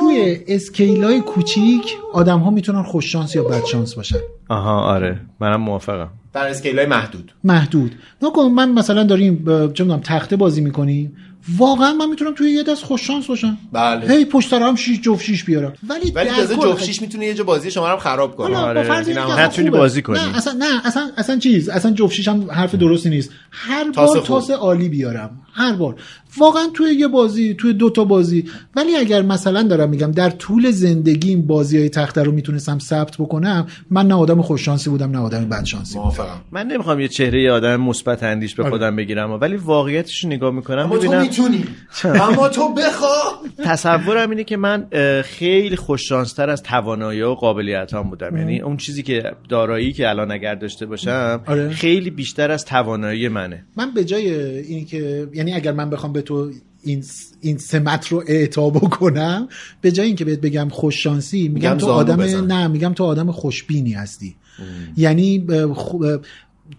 توی اسکیلای کوچیک آدم ها میتونن خوش شانس یا بد شانس باشن
آها آره منم موافقم
در اسکیلای محدود
محدود نکن من مثلا داریم اه، چه میدونم تخته بازی میکنیم واقعا من میتونم توی یه دست خوش شانس باشم
بله
هی پشت سر هم شیش جفت شیش بیارم ولی
ولی
در
تازه
کل-
جفتیش میتونه یه جا بازی شما رو هم خراب کنه
حالا با
آره،
فرض اینکه
اینم
اصلا
نتونی
خوبه.
بازی کنی.
نه اصلا نه اصلا اصلا چیز اصلا جفشیش هم حرف درستی نیست هر
تاس
بار
خوب.
تاس عالی بیارم هر بار واقعا توی یه بازی توی دو تا بازی ولی اگر مثلا دارم میگم در طول زندگی این بازی های تخته رو میتونستم ثبت بکنم من نه آدم خوش شانسی بودم نه آدم بد شانسی
موافقم
من نمیخوام یه چهره یه آدم مثبت اندیش
آره.
به خودم بگیرم ولی واقعیتش رو نگاه میکنم
اما تو
میبینم
میتونی اما تو بخوا
تصورم اینه که من اه، خیلی خوششانستر از توانایی و قابلیت هم بودم یعنی اون چیزی که دارایی که الان اگر داشته باشم
آره.
خیلی بیشتر از توانایی منه
من به جای اینکه یعنی اگر من بخوام به تو این این سمت رو اعطا بکنم به جای اینکه بهت بگم خوش شانسی میگم,
میگم
تو
زانو
آدم
بزن.
نه میگم تو آدم خوشبینی هستی یعنی ب- خو- ب-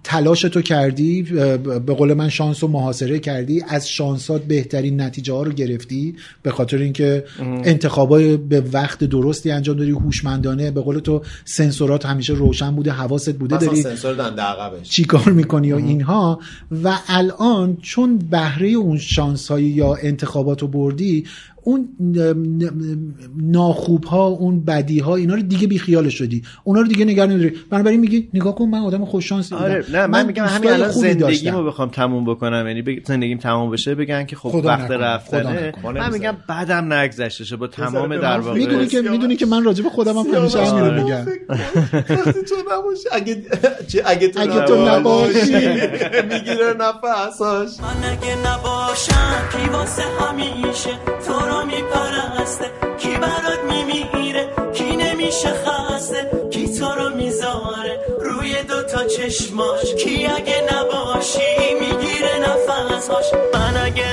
تلاش تو کردی ب- به قول من شانس رو محاصره کردی از شانسات بهترین نتیجه ها رو گرفتی به خاطر اینکه انتخابای به وقت درستی انجام دادی هوشمندانه به قول تو سنسورات همیشه روشن بوده حواست بوده
مثلا
داری
سنسور دنده عقبش
چیکار میکنی و اینها و الان چون بهره اون شانس یا انتخابات رو بردی اون ناخوب ها اون بدی ها اینا رو دیگه بی خیال شدی اونا رو دیگه نگه نداری بنابراین میگی نگاه کن من آدم خوش شانس
آره نه من, میگم همین الان زندگیمو
داشتم
بخوام تموم بکنم یعنی بگ- زندگیم تموم بشه بگن که خب
خدا
وقت
نکنه، خدا
رفتنه
نکنه.
من میگم بعدم نگذشته شه با تمام
به
در
من
واقع
میدونی که میدونی که من راجع به خودم هم همیشه همین رو میگم
آره.
وقتی تو نباشی اگه چه اگه تو
اگه تو
نباشی میگیره نفساش
من اگه نباشم کی واسه همیشه تو رو میپرسته کی برات میمیره کی نمیشه خسته کی تو رو میذاره روی دوتا چشماش کی اگه نباشی میگیره نفساش من اگه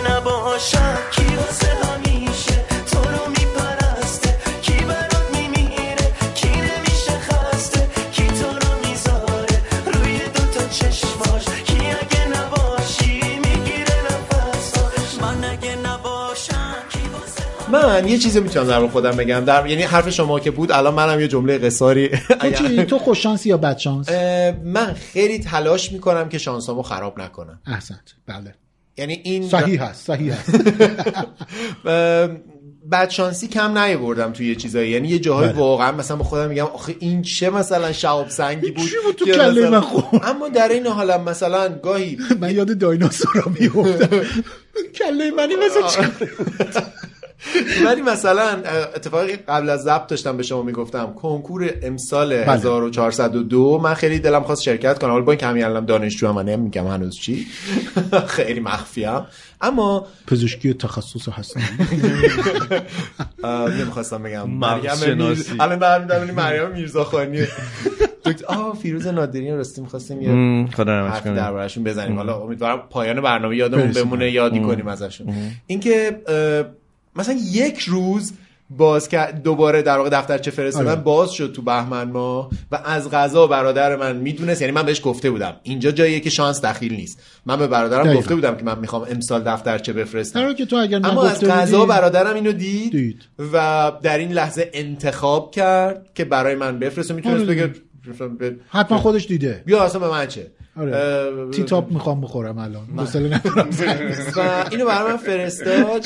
من یه چیزی میتونم در مورد خودم بگم در یعنی حرف شما که بود الان منم یه جمله قصاری
تو
آره.
چی تو خوششانسی یا بدشانس
اه، من خیلی تلاش میکنم که شانسامو خراب نکنم
احسنت بله
یعنی این
صحیح هست صحیح هست
بدشانسی کم نیاوردم توی یه چیزایی یعنی یه جاهای
بله.
واقعا مثلا به خودم میگم آخه این چه مثلا شعب سنگی بود,
تو
که
کله
مثلا-
من خورد؟
اما در این حالم مثلا گاهی
من یاد دایناسورا میفتم کله منی مثلا چی؟
ولی مثلا اه، اتفاقی که قبل از ضبط داشتم به شما میگفتم کنکور امسال
بله.
1402 من خیلی دلم خواست شرکت کنم حالا با این کمی الانم دانشجو هم نمیگم هنوز چی خیلی مخفیم اما
پزشکی تخصص هستم
اه، نمیخواستم بگم
مغز
مریم میر-
شناسی.
الان برمیدم این مریم میرزاخانی دکتر آه فیروز نادری راستی میخواستیم یه
مم، خدا رحمتش
حرف
کنه.
دربارشون بزنیم
مم.
حالا امیدوارم پایان برنامه یادمون
برسیم.
بمونه یادی
مم.
کنیم ازشون
مم.
اینکه اه، مثلا یک روز باز کرد دوباره در واقع دفترچه فرستادن
آره.
باز شد تو بهمن ما و از غذا برادر من میدونست یعنی من بهش گفته بودم اینجا جاییه که شانس دخیل نیست من به برادرم
دقیقا.
گفته بودم که من میخوام امسال دفترچه بفرستم
در حالی که تو اگر
اما از
نگفته
غذا
بودی-
برادرم اینو دید,
دید.
و در این لحظه انتخاب کرد که برای من بفرسته میتونست
آره.
بگه
حتما خودش دیده
بیا اصلا به من چه
آره
اه،
تیتاپ میخوام بخورم الان
بله.
حوصله ندارم
و اینو برای من فرستاد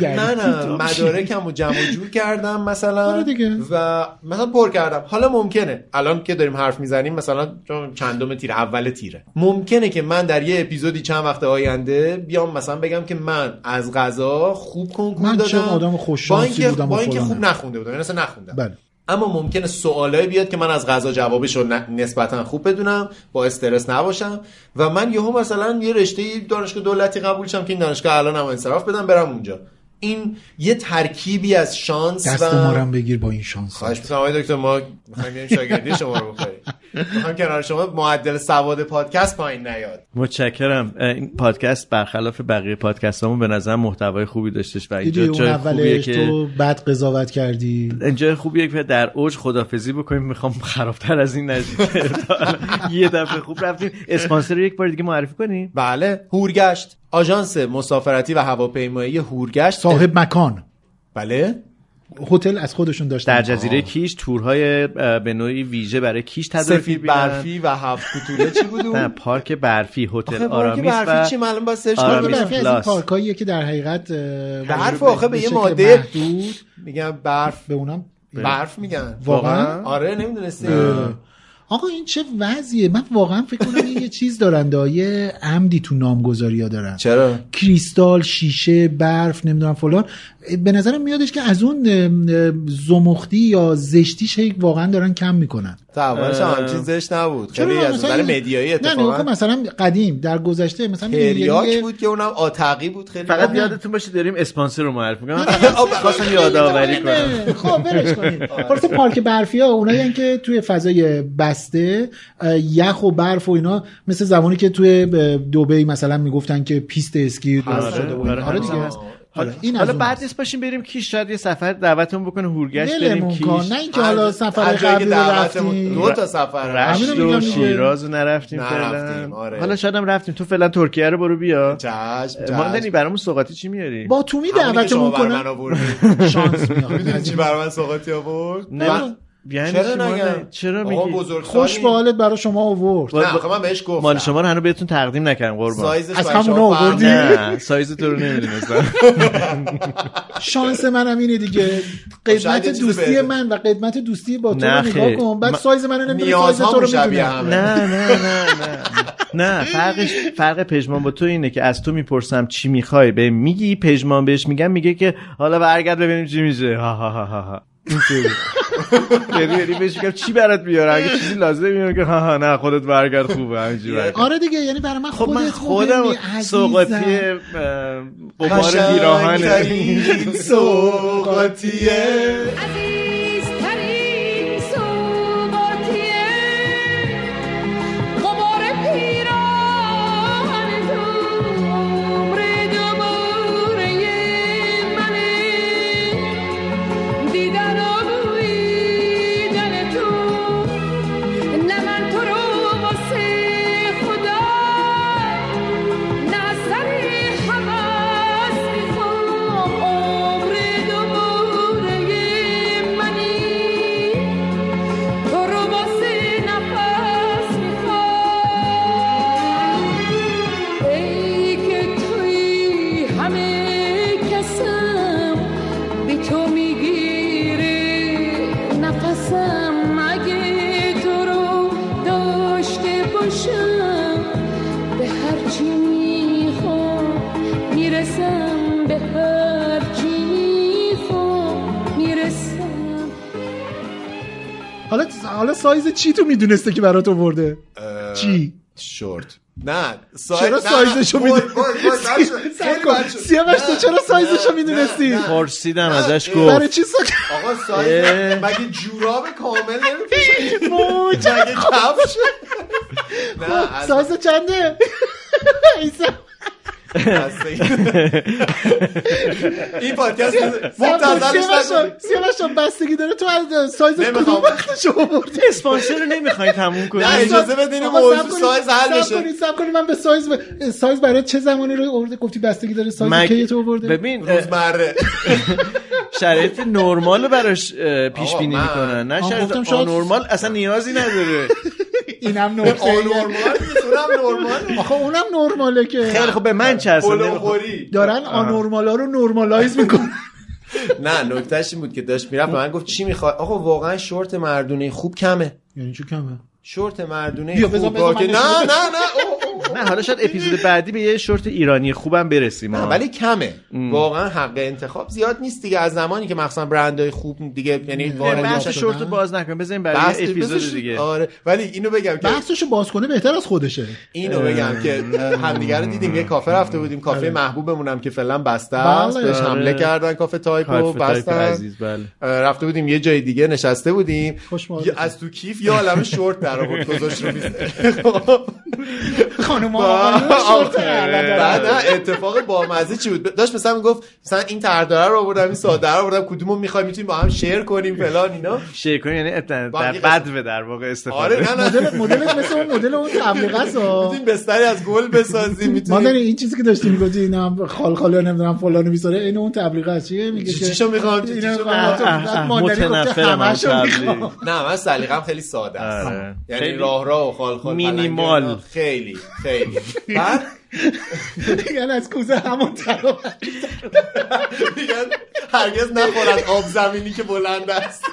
دلیل
منم
داشت؟
مدارکم رو جمع و جور کردم مثلا
آره دیگه.
و مثلا پر کردم حالا ممکنه الان که داریم حرف میزنیم مثلا چون چندم تیر اول تیره ممکنه که من در یه اپیزودی چند وقت آینده بیام مثلا بگم که من از غذا خوب کنکور
من چه
دادم
آدم
با
خوششانسی
اینکه
بودم و
با اینکه
فلانم.
خوب نخونده بودم یعنی اصلا نخوندم
بله
اما ممکنه سوالایی بیاد که من از غذا جوابش رو ن- نسبتا خوب بدونم با استرس نباشم و من یهو مثلا یه رشته دانشگاه دولتی قبول شم که این دانشگاه الان هم انصراف بدم برم اونجا این یه ترکیبی از شانس
دست
و خب،
ما رو هم بگیر با این شانس
خواهش می‌کنم آقای دکتر ما می‌خوایم بریم شاگردی شما رو بخوریم می‌خوام کنار شما معدل سواد پادکست پایین نیاد
متشکرم اه، این پادکست برخلاف بقیه پادکست همون به نظر محتوای خوبی داشتش و
دیدی
اینجا
اون
جای خوبیه
اولش
که
تو بد قضاوت کردی
اینجا خوبیه که در اوج خدافزی بکنیم میخوام خرابتر از این نشید یه دفعه خوب رفتیم اسپانسر رو یک بار دیگه معرفی کنیم
بله هورگشت آژانس مسافرتی و هواپیمایی هورگشت
صاحب مکان
بله
هتل از خودشون داشتن
در جزیره کیش تورهای اه، به نوعی ویژه برای کیش تدارک
سفید
می‌بینن.
برفی و هفت کوتوله چی بود
نه
اون؟
پارک برفی هتل
آخه بارک
آرامیس
برفی چی
آره، و
معلوم با سرچ
آرامیس
کنم.
برفی از این
پلاس.
پارکاییه که در حقیقت
برف آخه به یه ماده
محدود
میگم برف
به اونم
برف میگن
واقعا؟
آره نمیدونستی
آقا این چه وضعیه من واقعا فکر کنم این یه چیز دارن دا. یه عمدی تو نامگذاری ها دارن
چرا
کریستال شیشه برف نمیدونم فلان به نظرم میادش که از اون ام، زمختی یا زشتیش هی واقعا دارن کم میکنن
تا اولش هم همچین زشت نبود خیلی از نظر مدیایی
نه نگاه
اتفاقا
کن مثلا قدیم در گذشته مثلا
تریاک
یه-
بود که اونم آتقی بود خیلی
فقط
آه.
یادتون باشه داریم اسپانسر رو معرفی کنیم
آه،
خواستم یادآوری کنم
خب برش کنیم خلاصه پارک برفی ها اونایی هن که توی فضای بسته اه، یخ و برف و اینا مثل زمانی که توی دبی مثلا میگفتن که پیست اسکی درست شده و اینا. آره دیگه
حالا,
این از
حالا
اون
بعد
هست.
نیست باشیم بریم کیش شاید یه سفر دعوتمون بکنه هورگشت بریم
ولمون کن
کیش
نه اینکه حالا
از-
سفر
از جایی که
قبلی رو
دعوتمون-
رفتیم
دو تا سفر
همینو
رشت
رفتیم.
میگم
و
دیگه.
شیراز رو نرفتیم
نرفتیم،
فعلا
آره.
حالا شاید هم رفتیم تو فعلا ترکیه رو برو بیا
چشم
ماندنی
چشم
برامون سوغاتی چی میاری
با تومی
همونی که شما
دعوتمون
بر من
کنن
آوردی
شانس میاد
می‌دونی چی بر من سوغاتی آورد
نه یعنی چی
چرا
ماندنی؟
نگم
چرا
آقا
میگی
بزرگسالی.
خوش به حالت برای شما آورد
نه آخه من بهش گفتم
مال شما رو هنوز بهتون تقدیم نکردم قربان
سایز
از
سایز
همون
شما
آوردی؟
فرق نداره.
نه سایز تو رو نمیدونستم
شانس منم اینه دیگه
خب شاید یه
قدمت
چیز
دوستی
بهتره.
من و قدمت دوستی با تو
نه
رو نگاه
خیر.
کن بعد
من-
سایز منو نمیدونی سایز تو
نیازهامون
رو
شبیه
میدونم
همه.
نه نه نه نه نه فرقش فرق پژمان با تو اینه که از تو میپرسم چی میخوای به میگی پژمان بهش میگم میگه که حالا برگرد ببینیم چی میشه ها ها ها ها ها اینطوری. یعنی- یعنی بهش میگم چی برات بیارم اگه چیزی لازمه میگم که ها ها نه خودت برگرد خوبه همینجوری برگرد.
آره دیگه یعنی برای من
خب
خودت
من خودم
مهمی، عزیزم.
سوقاتی اه، قمار پیراهنه
قشنگ‌ترین سوغاتیه
عزیزترین سوقاتیه قمار پیران تو عمر دوباره منه دیدن و بویدن تو نه من تو رو واسه خدا نه از سر هوس می‌خوام عمر دوباره
چی میخوام میرسم به هر چی میخوام میرسم
حالا حالا سایز چی تو میدونسته که برات آورده چی
شورت نه
چرا سایزشو
میدونی
میدونی سیاوش تو چرا سایزشو میدونستی
خب. پرسیدم ازش
برای
گفت
چی سا...
آقا سایز
اه.
مگه جوراب کامل نمیپوشه
وای، چقدر
مگه کفش نه از-
سایز خب، چنده عیسی.
خب، این پادکست مبتذلش نکنید.
سیاوش جان، بستگی داره تو از سایز
نمیخوام.
کدوم وقتشو آوردی
اسپانسر رو نمیخوای تموم کنی
نه، اجازه بدین
آقا،
موضوع
صبر کنید،
سایز حل
صبر
بشه.
کنید، صبر کنید من به سایز ب... سایز برای چه زمانی رو آورده گفتی بستگی داره سایز
مگ-
کی تو آورده
ببین اه،
روزمره
شرایط نرمال رو براش پیش بینی
من-
میکنن نه
آه، گفتم
شرایط
شاید-
نرمال اصلا نیازی نداره
اینم نرماله
آنورمال نیست، اونم نرمال
آخه اونم نرماله که
خیلی خب به من چسبه
قلوخوری
دارن آنورمالا رو نرمالایز میکنن
نه نکتهش این بود که داشت میرفت به من گفت چی میخوای آقا واقعا شورت مردونه خوب کمه
یعنی چی کمه
شورت مردونه
بیا،
خوب
بذار- بذار
با که-
من
نه نه
نشون بدم.
نه اوه، اوه.
نه حالا شاید اپیزود بعدی به یه شورت ایرانی خوبم برسیم
نه
آه.
ولی کمه واقعا حق انتخاب زیاد نیست دیگه از زمانی که مخصوصا برندهای خوب دیگه یعنی
نه،
وارد
بحث
شدن.
شورت رو باز نکنیم بزنیم
بحث-
برای یه اپیزود
بحثش-
دیگه
آره ولی اینو بگم که
بحثشو باز کنه بهتر از خودشه
اینو بگم که همدیگه رو دیدیم یه کافه رفته بودیم کافه
آره.
محبوبمونم که فعلا بسته است
بله.
بهش حمله
آره.
کردن کافه تایپو
کافه تایپ
بستن
عزیز، بله.
اه، رفته بودیم یه جای دیگه نشسته بودیم
خوش
یه- از تو کیف یه عالم شورت در آورد گذاشت رو میز.
خانم
بعد نه، اتفاق بامزه چی بود داشت مثلا میگفت مثلا این ترداره رو آوردم این ساده رو آوردم کدومو میخوای میتونیم با هم شیر کنیم فلان اینا
شیر کنی یعنی در
با هم
در
یه
بد به در واقع استفاده
آره نه نه
مدل مدلش مثل اون مدل اون تبلیغ است ها.
میتونیم بستری از گل بسازیم
ما
میتونیم
داریم این چیزی که داشتیم میگفتی اینا هم خال خاله نمیدونم فلانو میذاره این اون تبلیغ است چیه میگه که
چیشو میخوام
اینا
چیشو
بعد-
اه، اه،
بعد ماندنی گفته
متنفرم از
همه‌شو
تبلیغ.
می‌خوام.
نه من سلیقم خیلی ساده است
آره.
یعنی
خیلی
راه راه و خال خال
مینیمال.
پلنگی و اینا خیلی خیلی بعد
یعنی از کوزه همون طرف
میگن هرگز نخورن آب زمینی که بلند است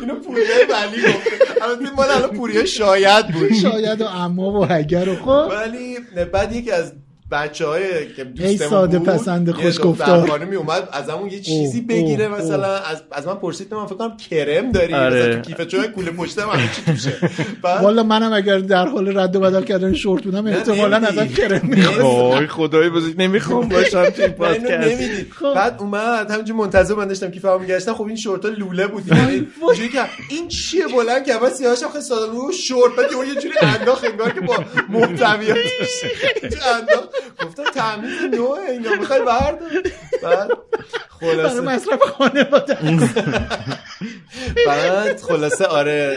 اینو پوریای ولی گفت البته مال الان پوریا شاید بود
شاید و اما و اگر و خب
ولی بعد یکی از بچه های که دوستمون
ای ساده
بود،
پسند
یه
خوش
دختر
گفتار.
خانمی اومد از همون یه چیزی
اوه،
بگیره
اوه،
مثلا از, از من پرسید من فکر کنم کرم داری
آره.
مثلا تو کیف چای کوله پشتم همه چی توشه بعد
والا منم اگر در حال رد و بدل کردن شورت بودم احتمالاً
نمی‌دی.
ازت کرم می‌خوام.
وای خدای بزرگ نمیخوام باشم تو این
من اینو
پادکست خب.
نمی‌دید. بعد اومد همینجور منتظر من داشتم کیفمو میگشتم خب این شورت لوله بود یعنی اینجوری که این چیه بلند که بس سیاهش هم خیلی ساده بود شورت بعد یهو یه جوری انداخت انگار که با محتویاتش اینجوری انداخت گفتم تمیز نوعه اینا میخوای بردار بعد
برای
خلاصه
مصرف خانواده
بعد خلاصه آره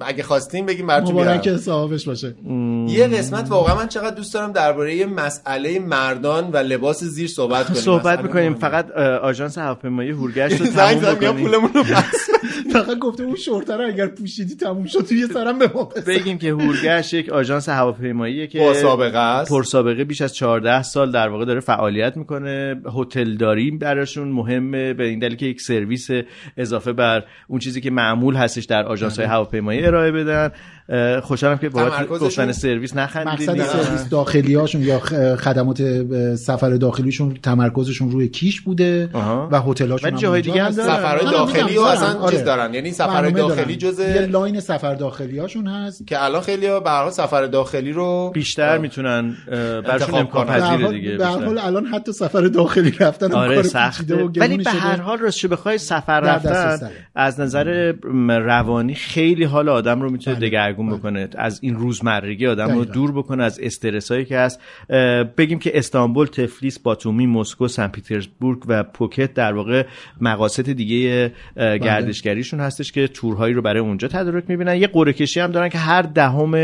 اه، اگه خواستیم بگیم براتون بیارم
مبارک صاحبش باشه
یه قسمت واقعا من چقدر دوست دارم درباره یه مسئله مردان و لباس زیر صحبت کنیم
صحبت
مسئله
میکنیم
مهمه.
فقط اه، آژانس هواپیمایی هورگشت رو
زنگ
تموم
زدم میگم
بکنیم
پولمون رو پس
فقط گفته اون شورت رو اگر پوشیدی تموم شد توی سرم به ما بزن.
بگیم که هورگشت یک آژانس هواپیماییه که
با سابقه است
پر سابقه بیش از 14 سال در واقع داره فعالیت میکنه هتل داریم براشون مهمه به این دلیل که یک سرویس اضافه بر اون چیزی که معمول هستش در آژانس های هواپیمایی ارائه بدن اه، خوشحالم که بابت
بله. تمرکزشون-
گفتن سرویس
مقصد
نخندیدین
سرویس داخلی هاشون یا خ- خدمات اه، سفر داخلیشون تمرکزشون روی کیش بوده
آها.
و هتل هاشون
ولی جاهای دیگه هم دارن.
سفرهای
نه، نه،
داخلی
می‌دونم،
و
دارن.
اصلا
آره.
چیز دارن یعنی سفرهای
برنامه
داخلی
دارن. یه
جز
لاین سفر داخلی هاشون هست
که الان خیلی ها به هر حال سفر داخلی رو
بیشتر میتونن اه، براشون
انتخاب
امکان
کنن.
به هر
پذیره
حال-
دیگه
به هر
بیشتر.
حال الان حتی سفر داخلی رفتن هم
آره
کار
سخته
پیچیده و
ولی
گرونی
به
شده.
هر حال راستش بخوای سفر
در دسترس
رفتن
داره.
از نظر م، روانی خیلی حال آدم رو میتونه
بله،
دگرگون بکنه از این روزمرگی آدم رو
دقیقاً.
دور بکنه از استرس هایی که هست اه، بگیم که استانبول تفلیس باتومی مسکو سن پیترزبورگ و پوکت در واقع مقاصد دیگه
بله.
اه، گردشگریشون هستش که تورهایی رو برای اونجا تدارک میبینن یه قرعه کشی هم دارن که هر دهم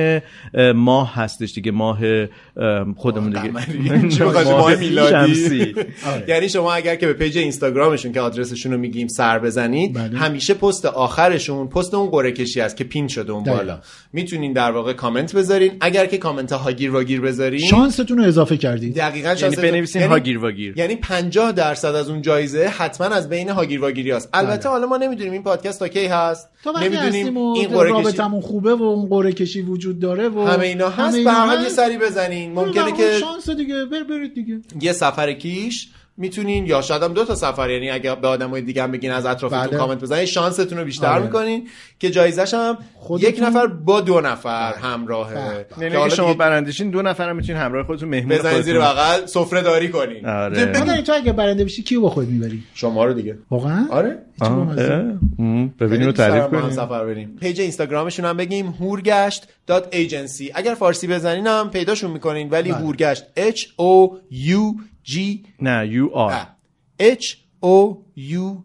اه، ماه هستش دیگه ماه اه، خودمون دیگه
چی بخواد، ماه میلادی؟
شمسی. آره.
یعنی شما اگر که به پیج اینستاگرامشون که آدرسشون رو میگیم سر بزنید
بله.
همیشه پست آخرشون پست اون قرعه کشی است که پین شده اون
دقیقاً.
بالا میتونین در واقع کامنت بذارین اگر که کامنت هاگیر واگیر بذارین
شانستون رو اضافه کردید
دقیقاً
یعنی
شانس
بنویسین
یعنی-
هاگیر واگیر
یعنی 50 درصد از اون جایزه حتما از بین هاگیر واگیری هست
بله.
البته حالا ما نمیدونیم این پادکست تا کی هست
تا وقتی هستیم
نمیدونیم
و
این قرعه کشی
رابطمون خوبه و اون قرعه کشی وجود داره و
همه اینا هست
همه
به هر
اینا
حال یه
هست.
سری بزنین ممکنه
برو
که
شانس دیگه بر برید دیگه
یه سفر کیش میتونین یا شاید هم دو تا سفر یعنی اگه به آدمای دیگه هم بگین از اطرافتون
بله.
کامنت بزنین شانستون رو بیشتر
آره.
میکنین که جایزش هم یک نفر با دو نفر همراهه که
یعنی
حالا
اگه شما
دیگه
برندشین دو نفرم میتونین همراه خودتون مهمون
بزنین زیر
خودتون.
بغل سفره داری کنین
آره.
مادر تو اگه برنده بشی کیو با خود میبری
شما رو دیگه
واقعا
آره
آه، اه، مم، ببینیم و تعریف
سر ما هم
کنیم
سفر بریم پیج اینستاگرامشون هم بگیم هورگشت دات ایجنسی اگر فارسی بزنین هم پیداشون میکنین ولی هورگشت H O U G
نه یو آر
آره. H O U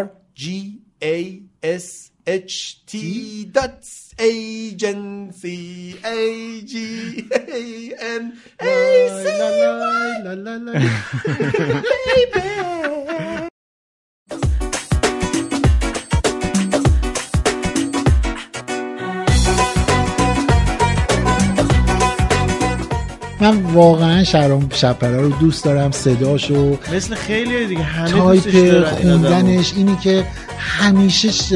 R G A S H T dot agency A G A N A C
لا لا لا من واقعا شهرام شبپره رو دوست دارم صداشو
مثل خیلی دیگه همه دوستش
تایپ
دارن این آدمو.
خوندنش اینی که همیشه ش-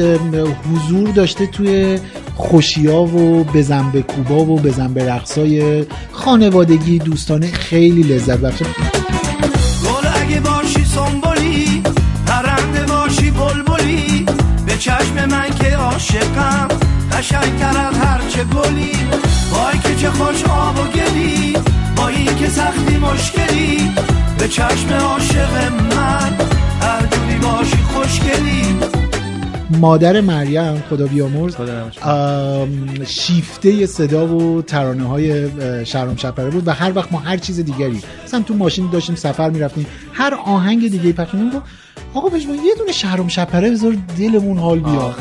حضور داشته توی خوشیا و بزن به کوبا و بزن به رقصای خانوادگی دوستانه خیلی لذت بخشه
گل اگه باشی سنبولی پرنده باشی بلبلی به چشم من که عاشقم قشنگ از هرچه گلی وای که چه خوش آب و گلی با این که سختی مشکلی به چشم عاشق من هر جوری باشی خوشگلی
مادر مریم خدا بیامرز آم، شیفته صدا و ترانه های شهرام شپره بود و هر وقت ما هر چیز دیگری مثلا تو ماشین داشتیم سفر میرفتیم هر آهنگ دیگه پخش می‌کرد، آقا پشمان یه دونه شهرام شپره بذار دلمون حال بیاد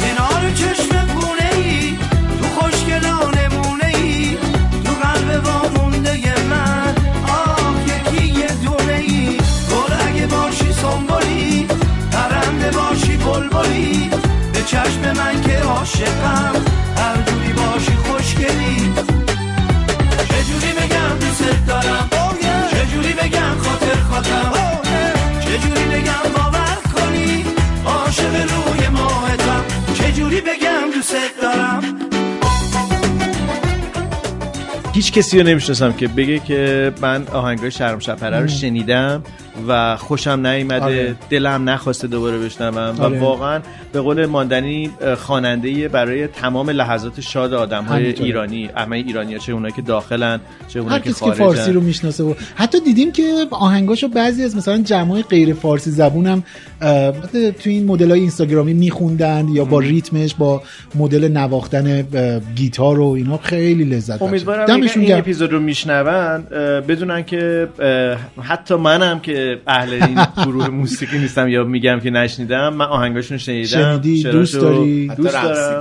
کنار چشم گونه ای تو خوشگلانه مونه ای تو قلب وامونده من آه یکی یه دونه ای گل اگه باشی سنبولی پرنده باشی بلبلی به چشم من که عاشقم هر جوری باشی خوشگلی چجوری بگم دوست دارم چجوری بگم خاطر خاطرم چجوری بگم باور کنی عاشق روی ماهتم چجوری بگم دوست دارم
هیچ کسی رو نمیشناسم که بگه که من آهنگای شرم شپره
مم.
رو شنیدم و خوشم نیومده
آره.
دلم نخواسته دوباره بشنوم
آره.
و واقعا به قول ماندنی خواننده برای تمام لحظات شاد آدم های
همینطوره.
ایرانی همه ایرانی چه اونایی که داخلن چه
هر
اونایی که
کسی که
خارجن
فارسی رو میشناسه و حتی دیدیم که آهنگاشو بعضی از مثلا جمعای غیر فارسی زبونم اه، تو این مدل های اینستاگرامی میخوندن یا با ریتمش با مدل نواختن اه، گیتار و اینا خیلی لذت بخشه.
امیدوارم اگر
دمشون
این
گرم
اپیزود رو میشنون اه، بدونن که اه، حتی منم که اهل این گروه موسیقی نیستم یا میگم که نشنیدم من آهنگاشون شنیدم
شنیدی،
شعراشو
دوست داری؟
حتی
دوست دارم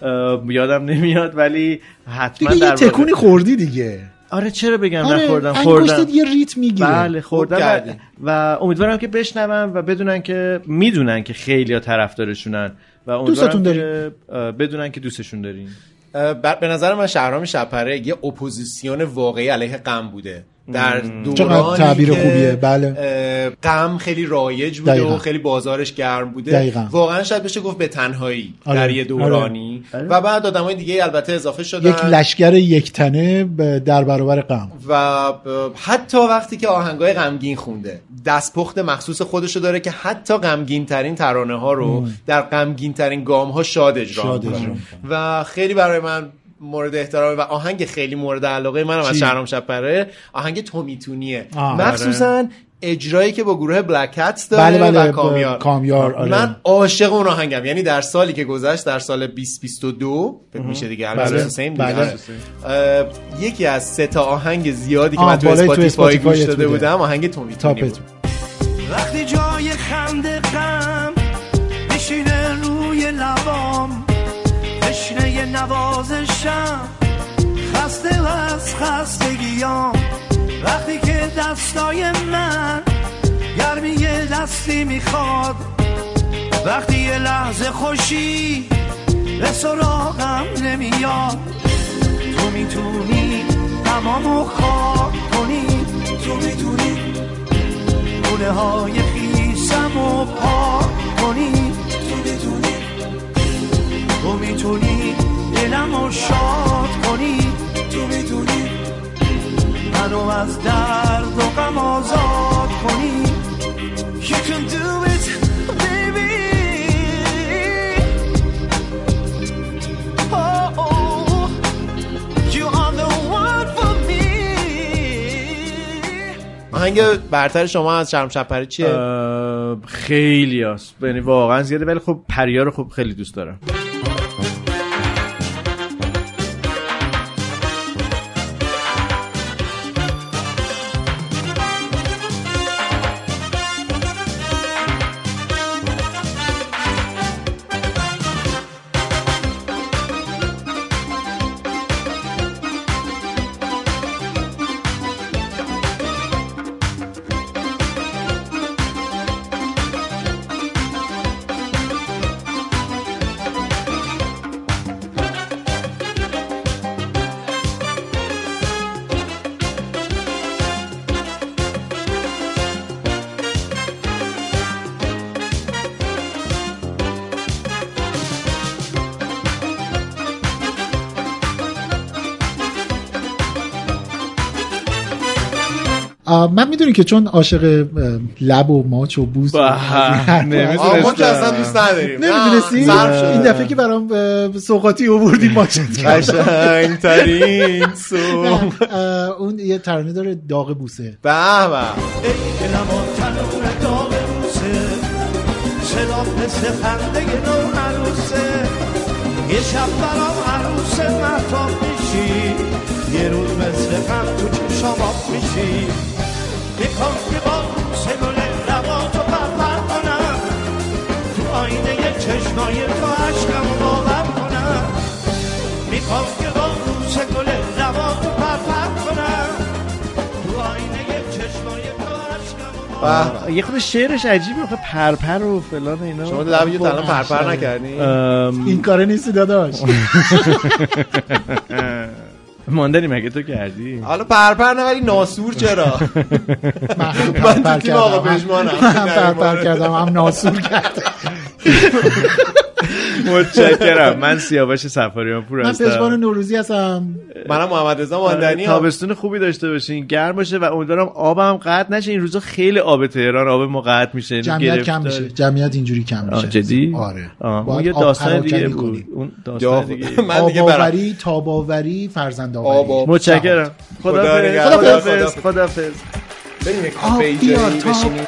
رقصیدم.
اه، یادم نمیاد ولی حتما
دیگه یه
در واقع-
تکونی خوردی دیگه
آره چرا بگم
آره،
نخوردم خوردم
انگشتت یه ریت میگیره
بله خوردم
خوب
و,
کردی.
و امیدوارم که بشنون و بدونن که میدونن که خیلی طرفدارشونن و
دوستتون
امیدوارم که اه، بدونن که دوستشون دارین
بر- به نظر من شهرام شپره یه اپوزیسیون واقعی علیه غم بوده در دورانی
چقدر تعبیر
که،
خوبیه، بله.
اه، غم خیلی رایج بوده
دقیقاً.
و خیلی بازارش گرم بوده
دقیقاً.
واقعا شاید بشه گفت به تنهایی
آره،
در یه دورانی
آره.
و بعد آدمای دیگه البته اضافه شدن
یک
بله.
لشکر یک تنه به- در برابر غم
و ب- حتی وقتی که آهنگای غمگین خونده دستپخت مخصوص خودشو داره که حتی غمگین ترین ترانه ها رو در غمگین ترین گام ها شاد اجرا
شاد اجرا
می‌کنه. و خیلی برای من مورد احترام و آهنگ خیلی مورد علاقه منم از
چی؟
شهرام شپره آهنگ تو میتونیه
آه.
مخصوصا اجرایی که با گروه بلک هتس داره
بله، بله،
و کامیار
ب- کامیار، آره.
من عاشق اون آهنگم یعنی در سالی که گذشت در سال 2022 فکر میشه دیگه الان
بله،
سیم دیگه
بله.
آره. اه، یکی از سه تا آهنگ زیادی که
آه،
من تو
بالای تو
اسپاتیفای
اسپاتیفایت
گوش داده
بوده.
بودم آهنگ تو میتونی بود
تاپت
وقتی جای خنده غم میشینه روی لبام نوازشم خسته از خستگیام وقتی که دستای من گرمی دستی میخواد وقتی یه لحظه خوشی به سراغم نمیاد تو میتونی تمامو خواب کنی تو میتونی گونه های خیسم و پاک کنی تو میتونی تو میتونی دلم رو شاد کنی تو میتونی منو از درد و غم آزاد کنی You can do it baby Oh, oh. You are the one for me
آهنگ برتر شما از شرم شب پری چیه
اه، خیلی هست یعنی واقعا زیاده ولی خب پریا رو خب خیلی دوست دارم
آه، من میدونی که چون عاشق اه، لب و ماچ و بوس و
به،
از این
بله،
حرفا-
نمی‌دونستم.
آه، ما که اصلا دوست نداریم
نمیدونستی
ظرف شد.
این دفعه که برام اه، سوقاتی آوردی ماچت
قشنگترین سو به
اون یه ترانه داره داغ بوسه
به
دلم و تنور داغ روزه صدا مثل خنده نو عروسه یه شب برام عروس محتاب میشی یه روز مثل غم تو چشم آب میشی میخوام که با سگل روا تو پرپر کنم تو آینه چشمای تو عشقم رو باور کنم میخوام که با سگل روا تو پرپر کنم تو آینه چشمای تو عشقم رو
به
یه خود شعرش عجیبه آخه پرپر و فلان اینا
شما لبیو تا الان پرپر نکردی
ام،
این کاره نیستی داداش
ماندنی مگه تو کردی
حالا پرپر نه ولی ناسور چرا من تو
پرپر
تیم آقا
کردم
پژمانم
هم پرپر کردم هم ناسور کردم
متشکرم من سیاوش سفاریان پور
من پژمان
هستم
نوروزی
یعنی
هستم
منم محمد رضا ماندنی هم.
آره، تابستون خوبی داشته باشین گرم باشه و امیدوارم آبم قطع نشه این روزا خیلی آب تهران آب ما قطع میشه یعنی
جمعیت کم
گرفتاری.
میشه جمعیت اینجوری کم
آه،
میشه
جدی
آره
آه، اون
باید
یه
آب
داستان
پراکنی
دیگه
کنی.
بود اون
جا
داستان
خود.
دیگه
من دیگه برم
آباوری تاباوری فرزند
آبا.
آوری
متشکرم
خدا
خدافظ
نگهدار. خداحافظ.
خدافظ خدافظ
بریم یه
آب
کافه
بیار،
جایی
تا-
بشینیم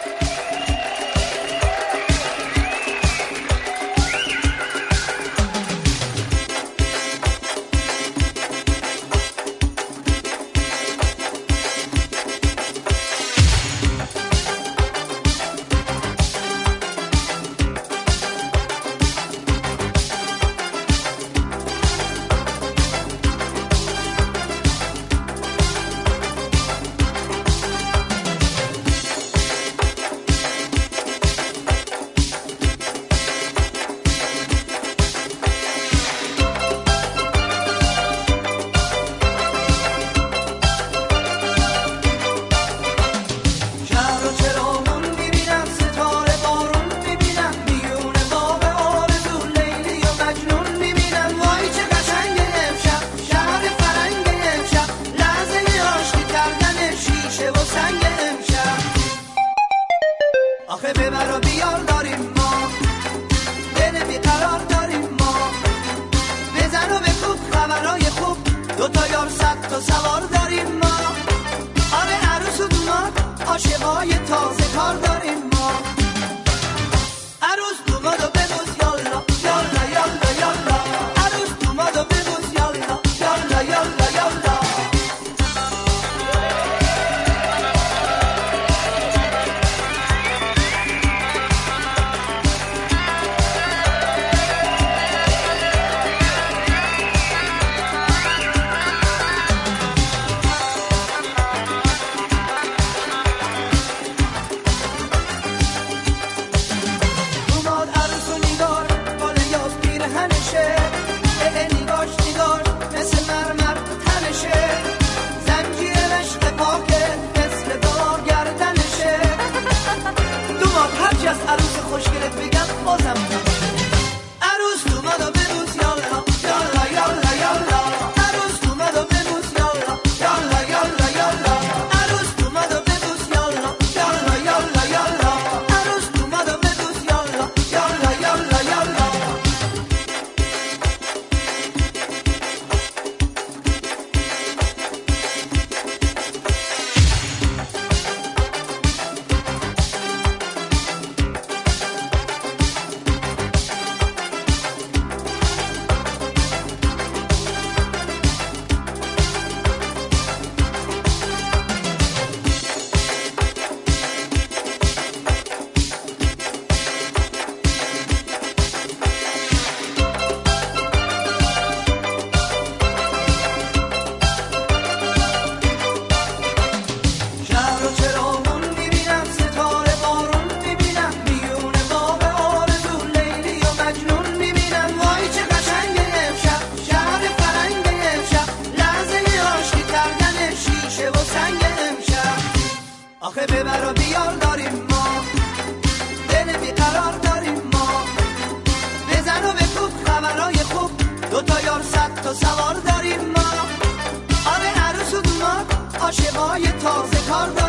شهر و چراغون میبینم ستاره بارون میبینم میونه باب آرزو لیلی و مجنون میبینم وای چه قشنگ امشب شهر فرنگ امشب لحظه عاشقی کردن شیشه و سنگ امشب آخه ببر و بیار داریم ما دل بیقرار داریم ما بزن و بکوب خبرهای خوب دو تا یار صد تا سوار داریم ما آره عروس و دوماد عاشقای تازه کار داریم ما عروس دومادو ببوس یالا یالا یالا یالا عروس دومادو ببوس یالا یالا یالا یالا
تازه کار دارم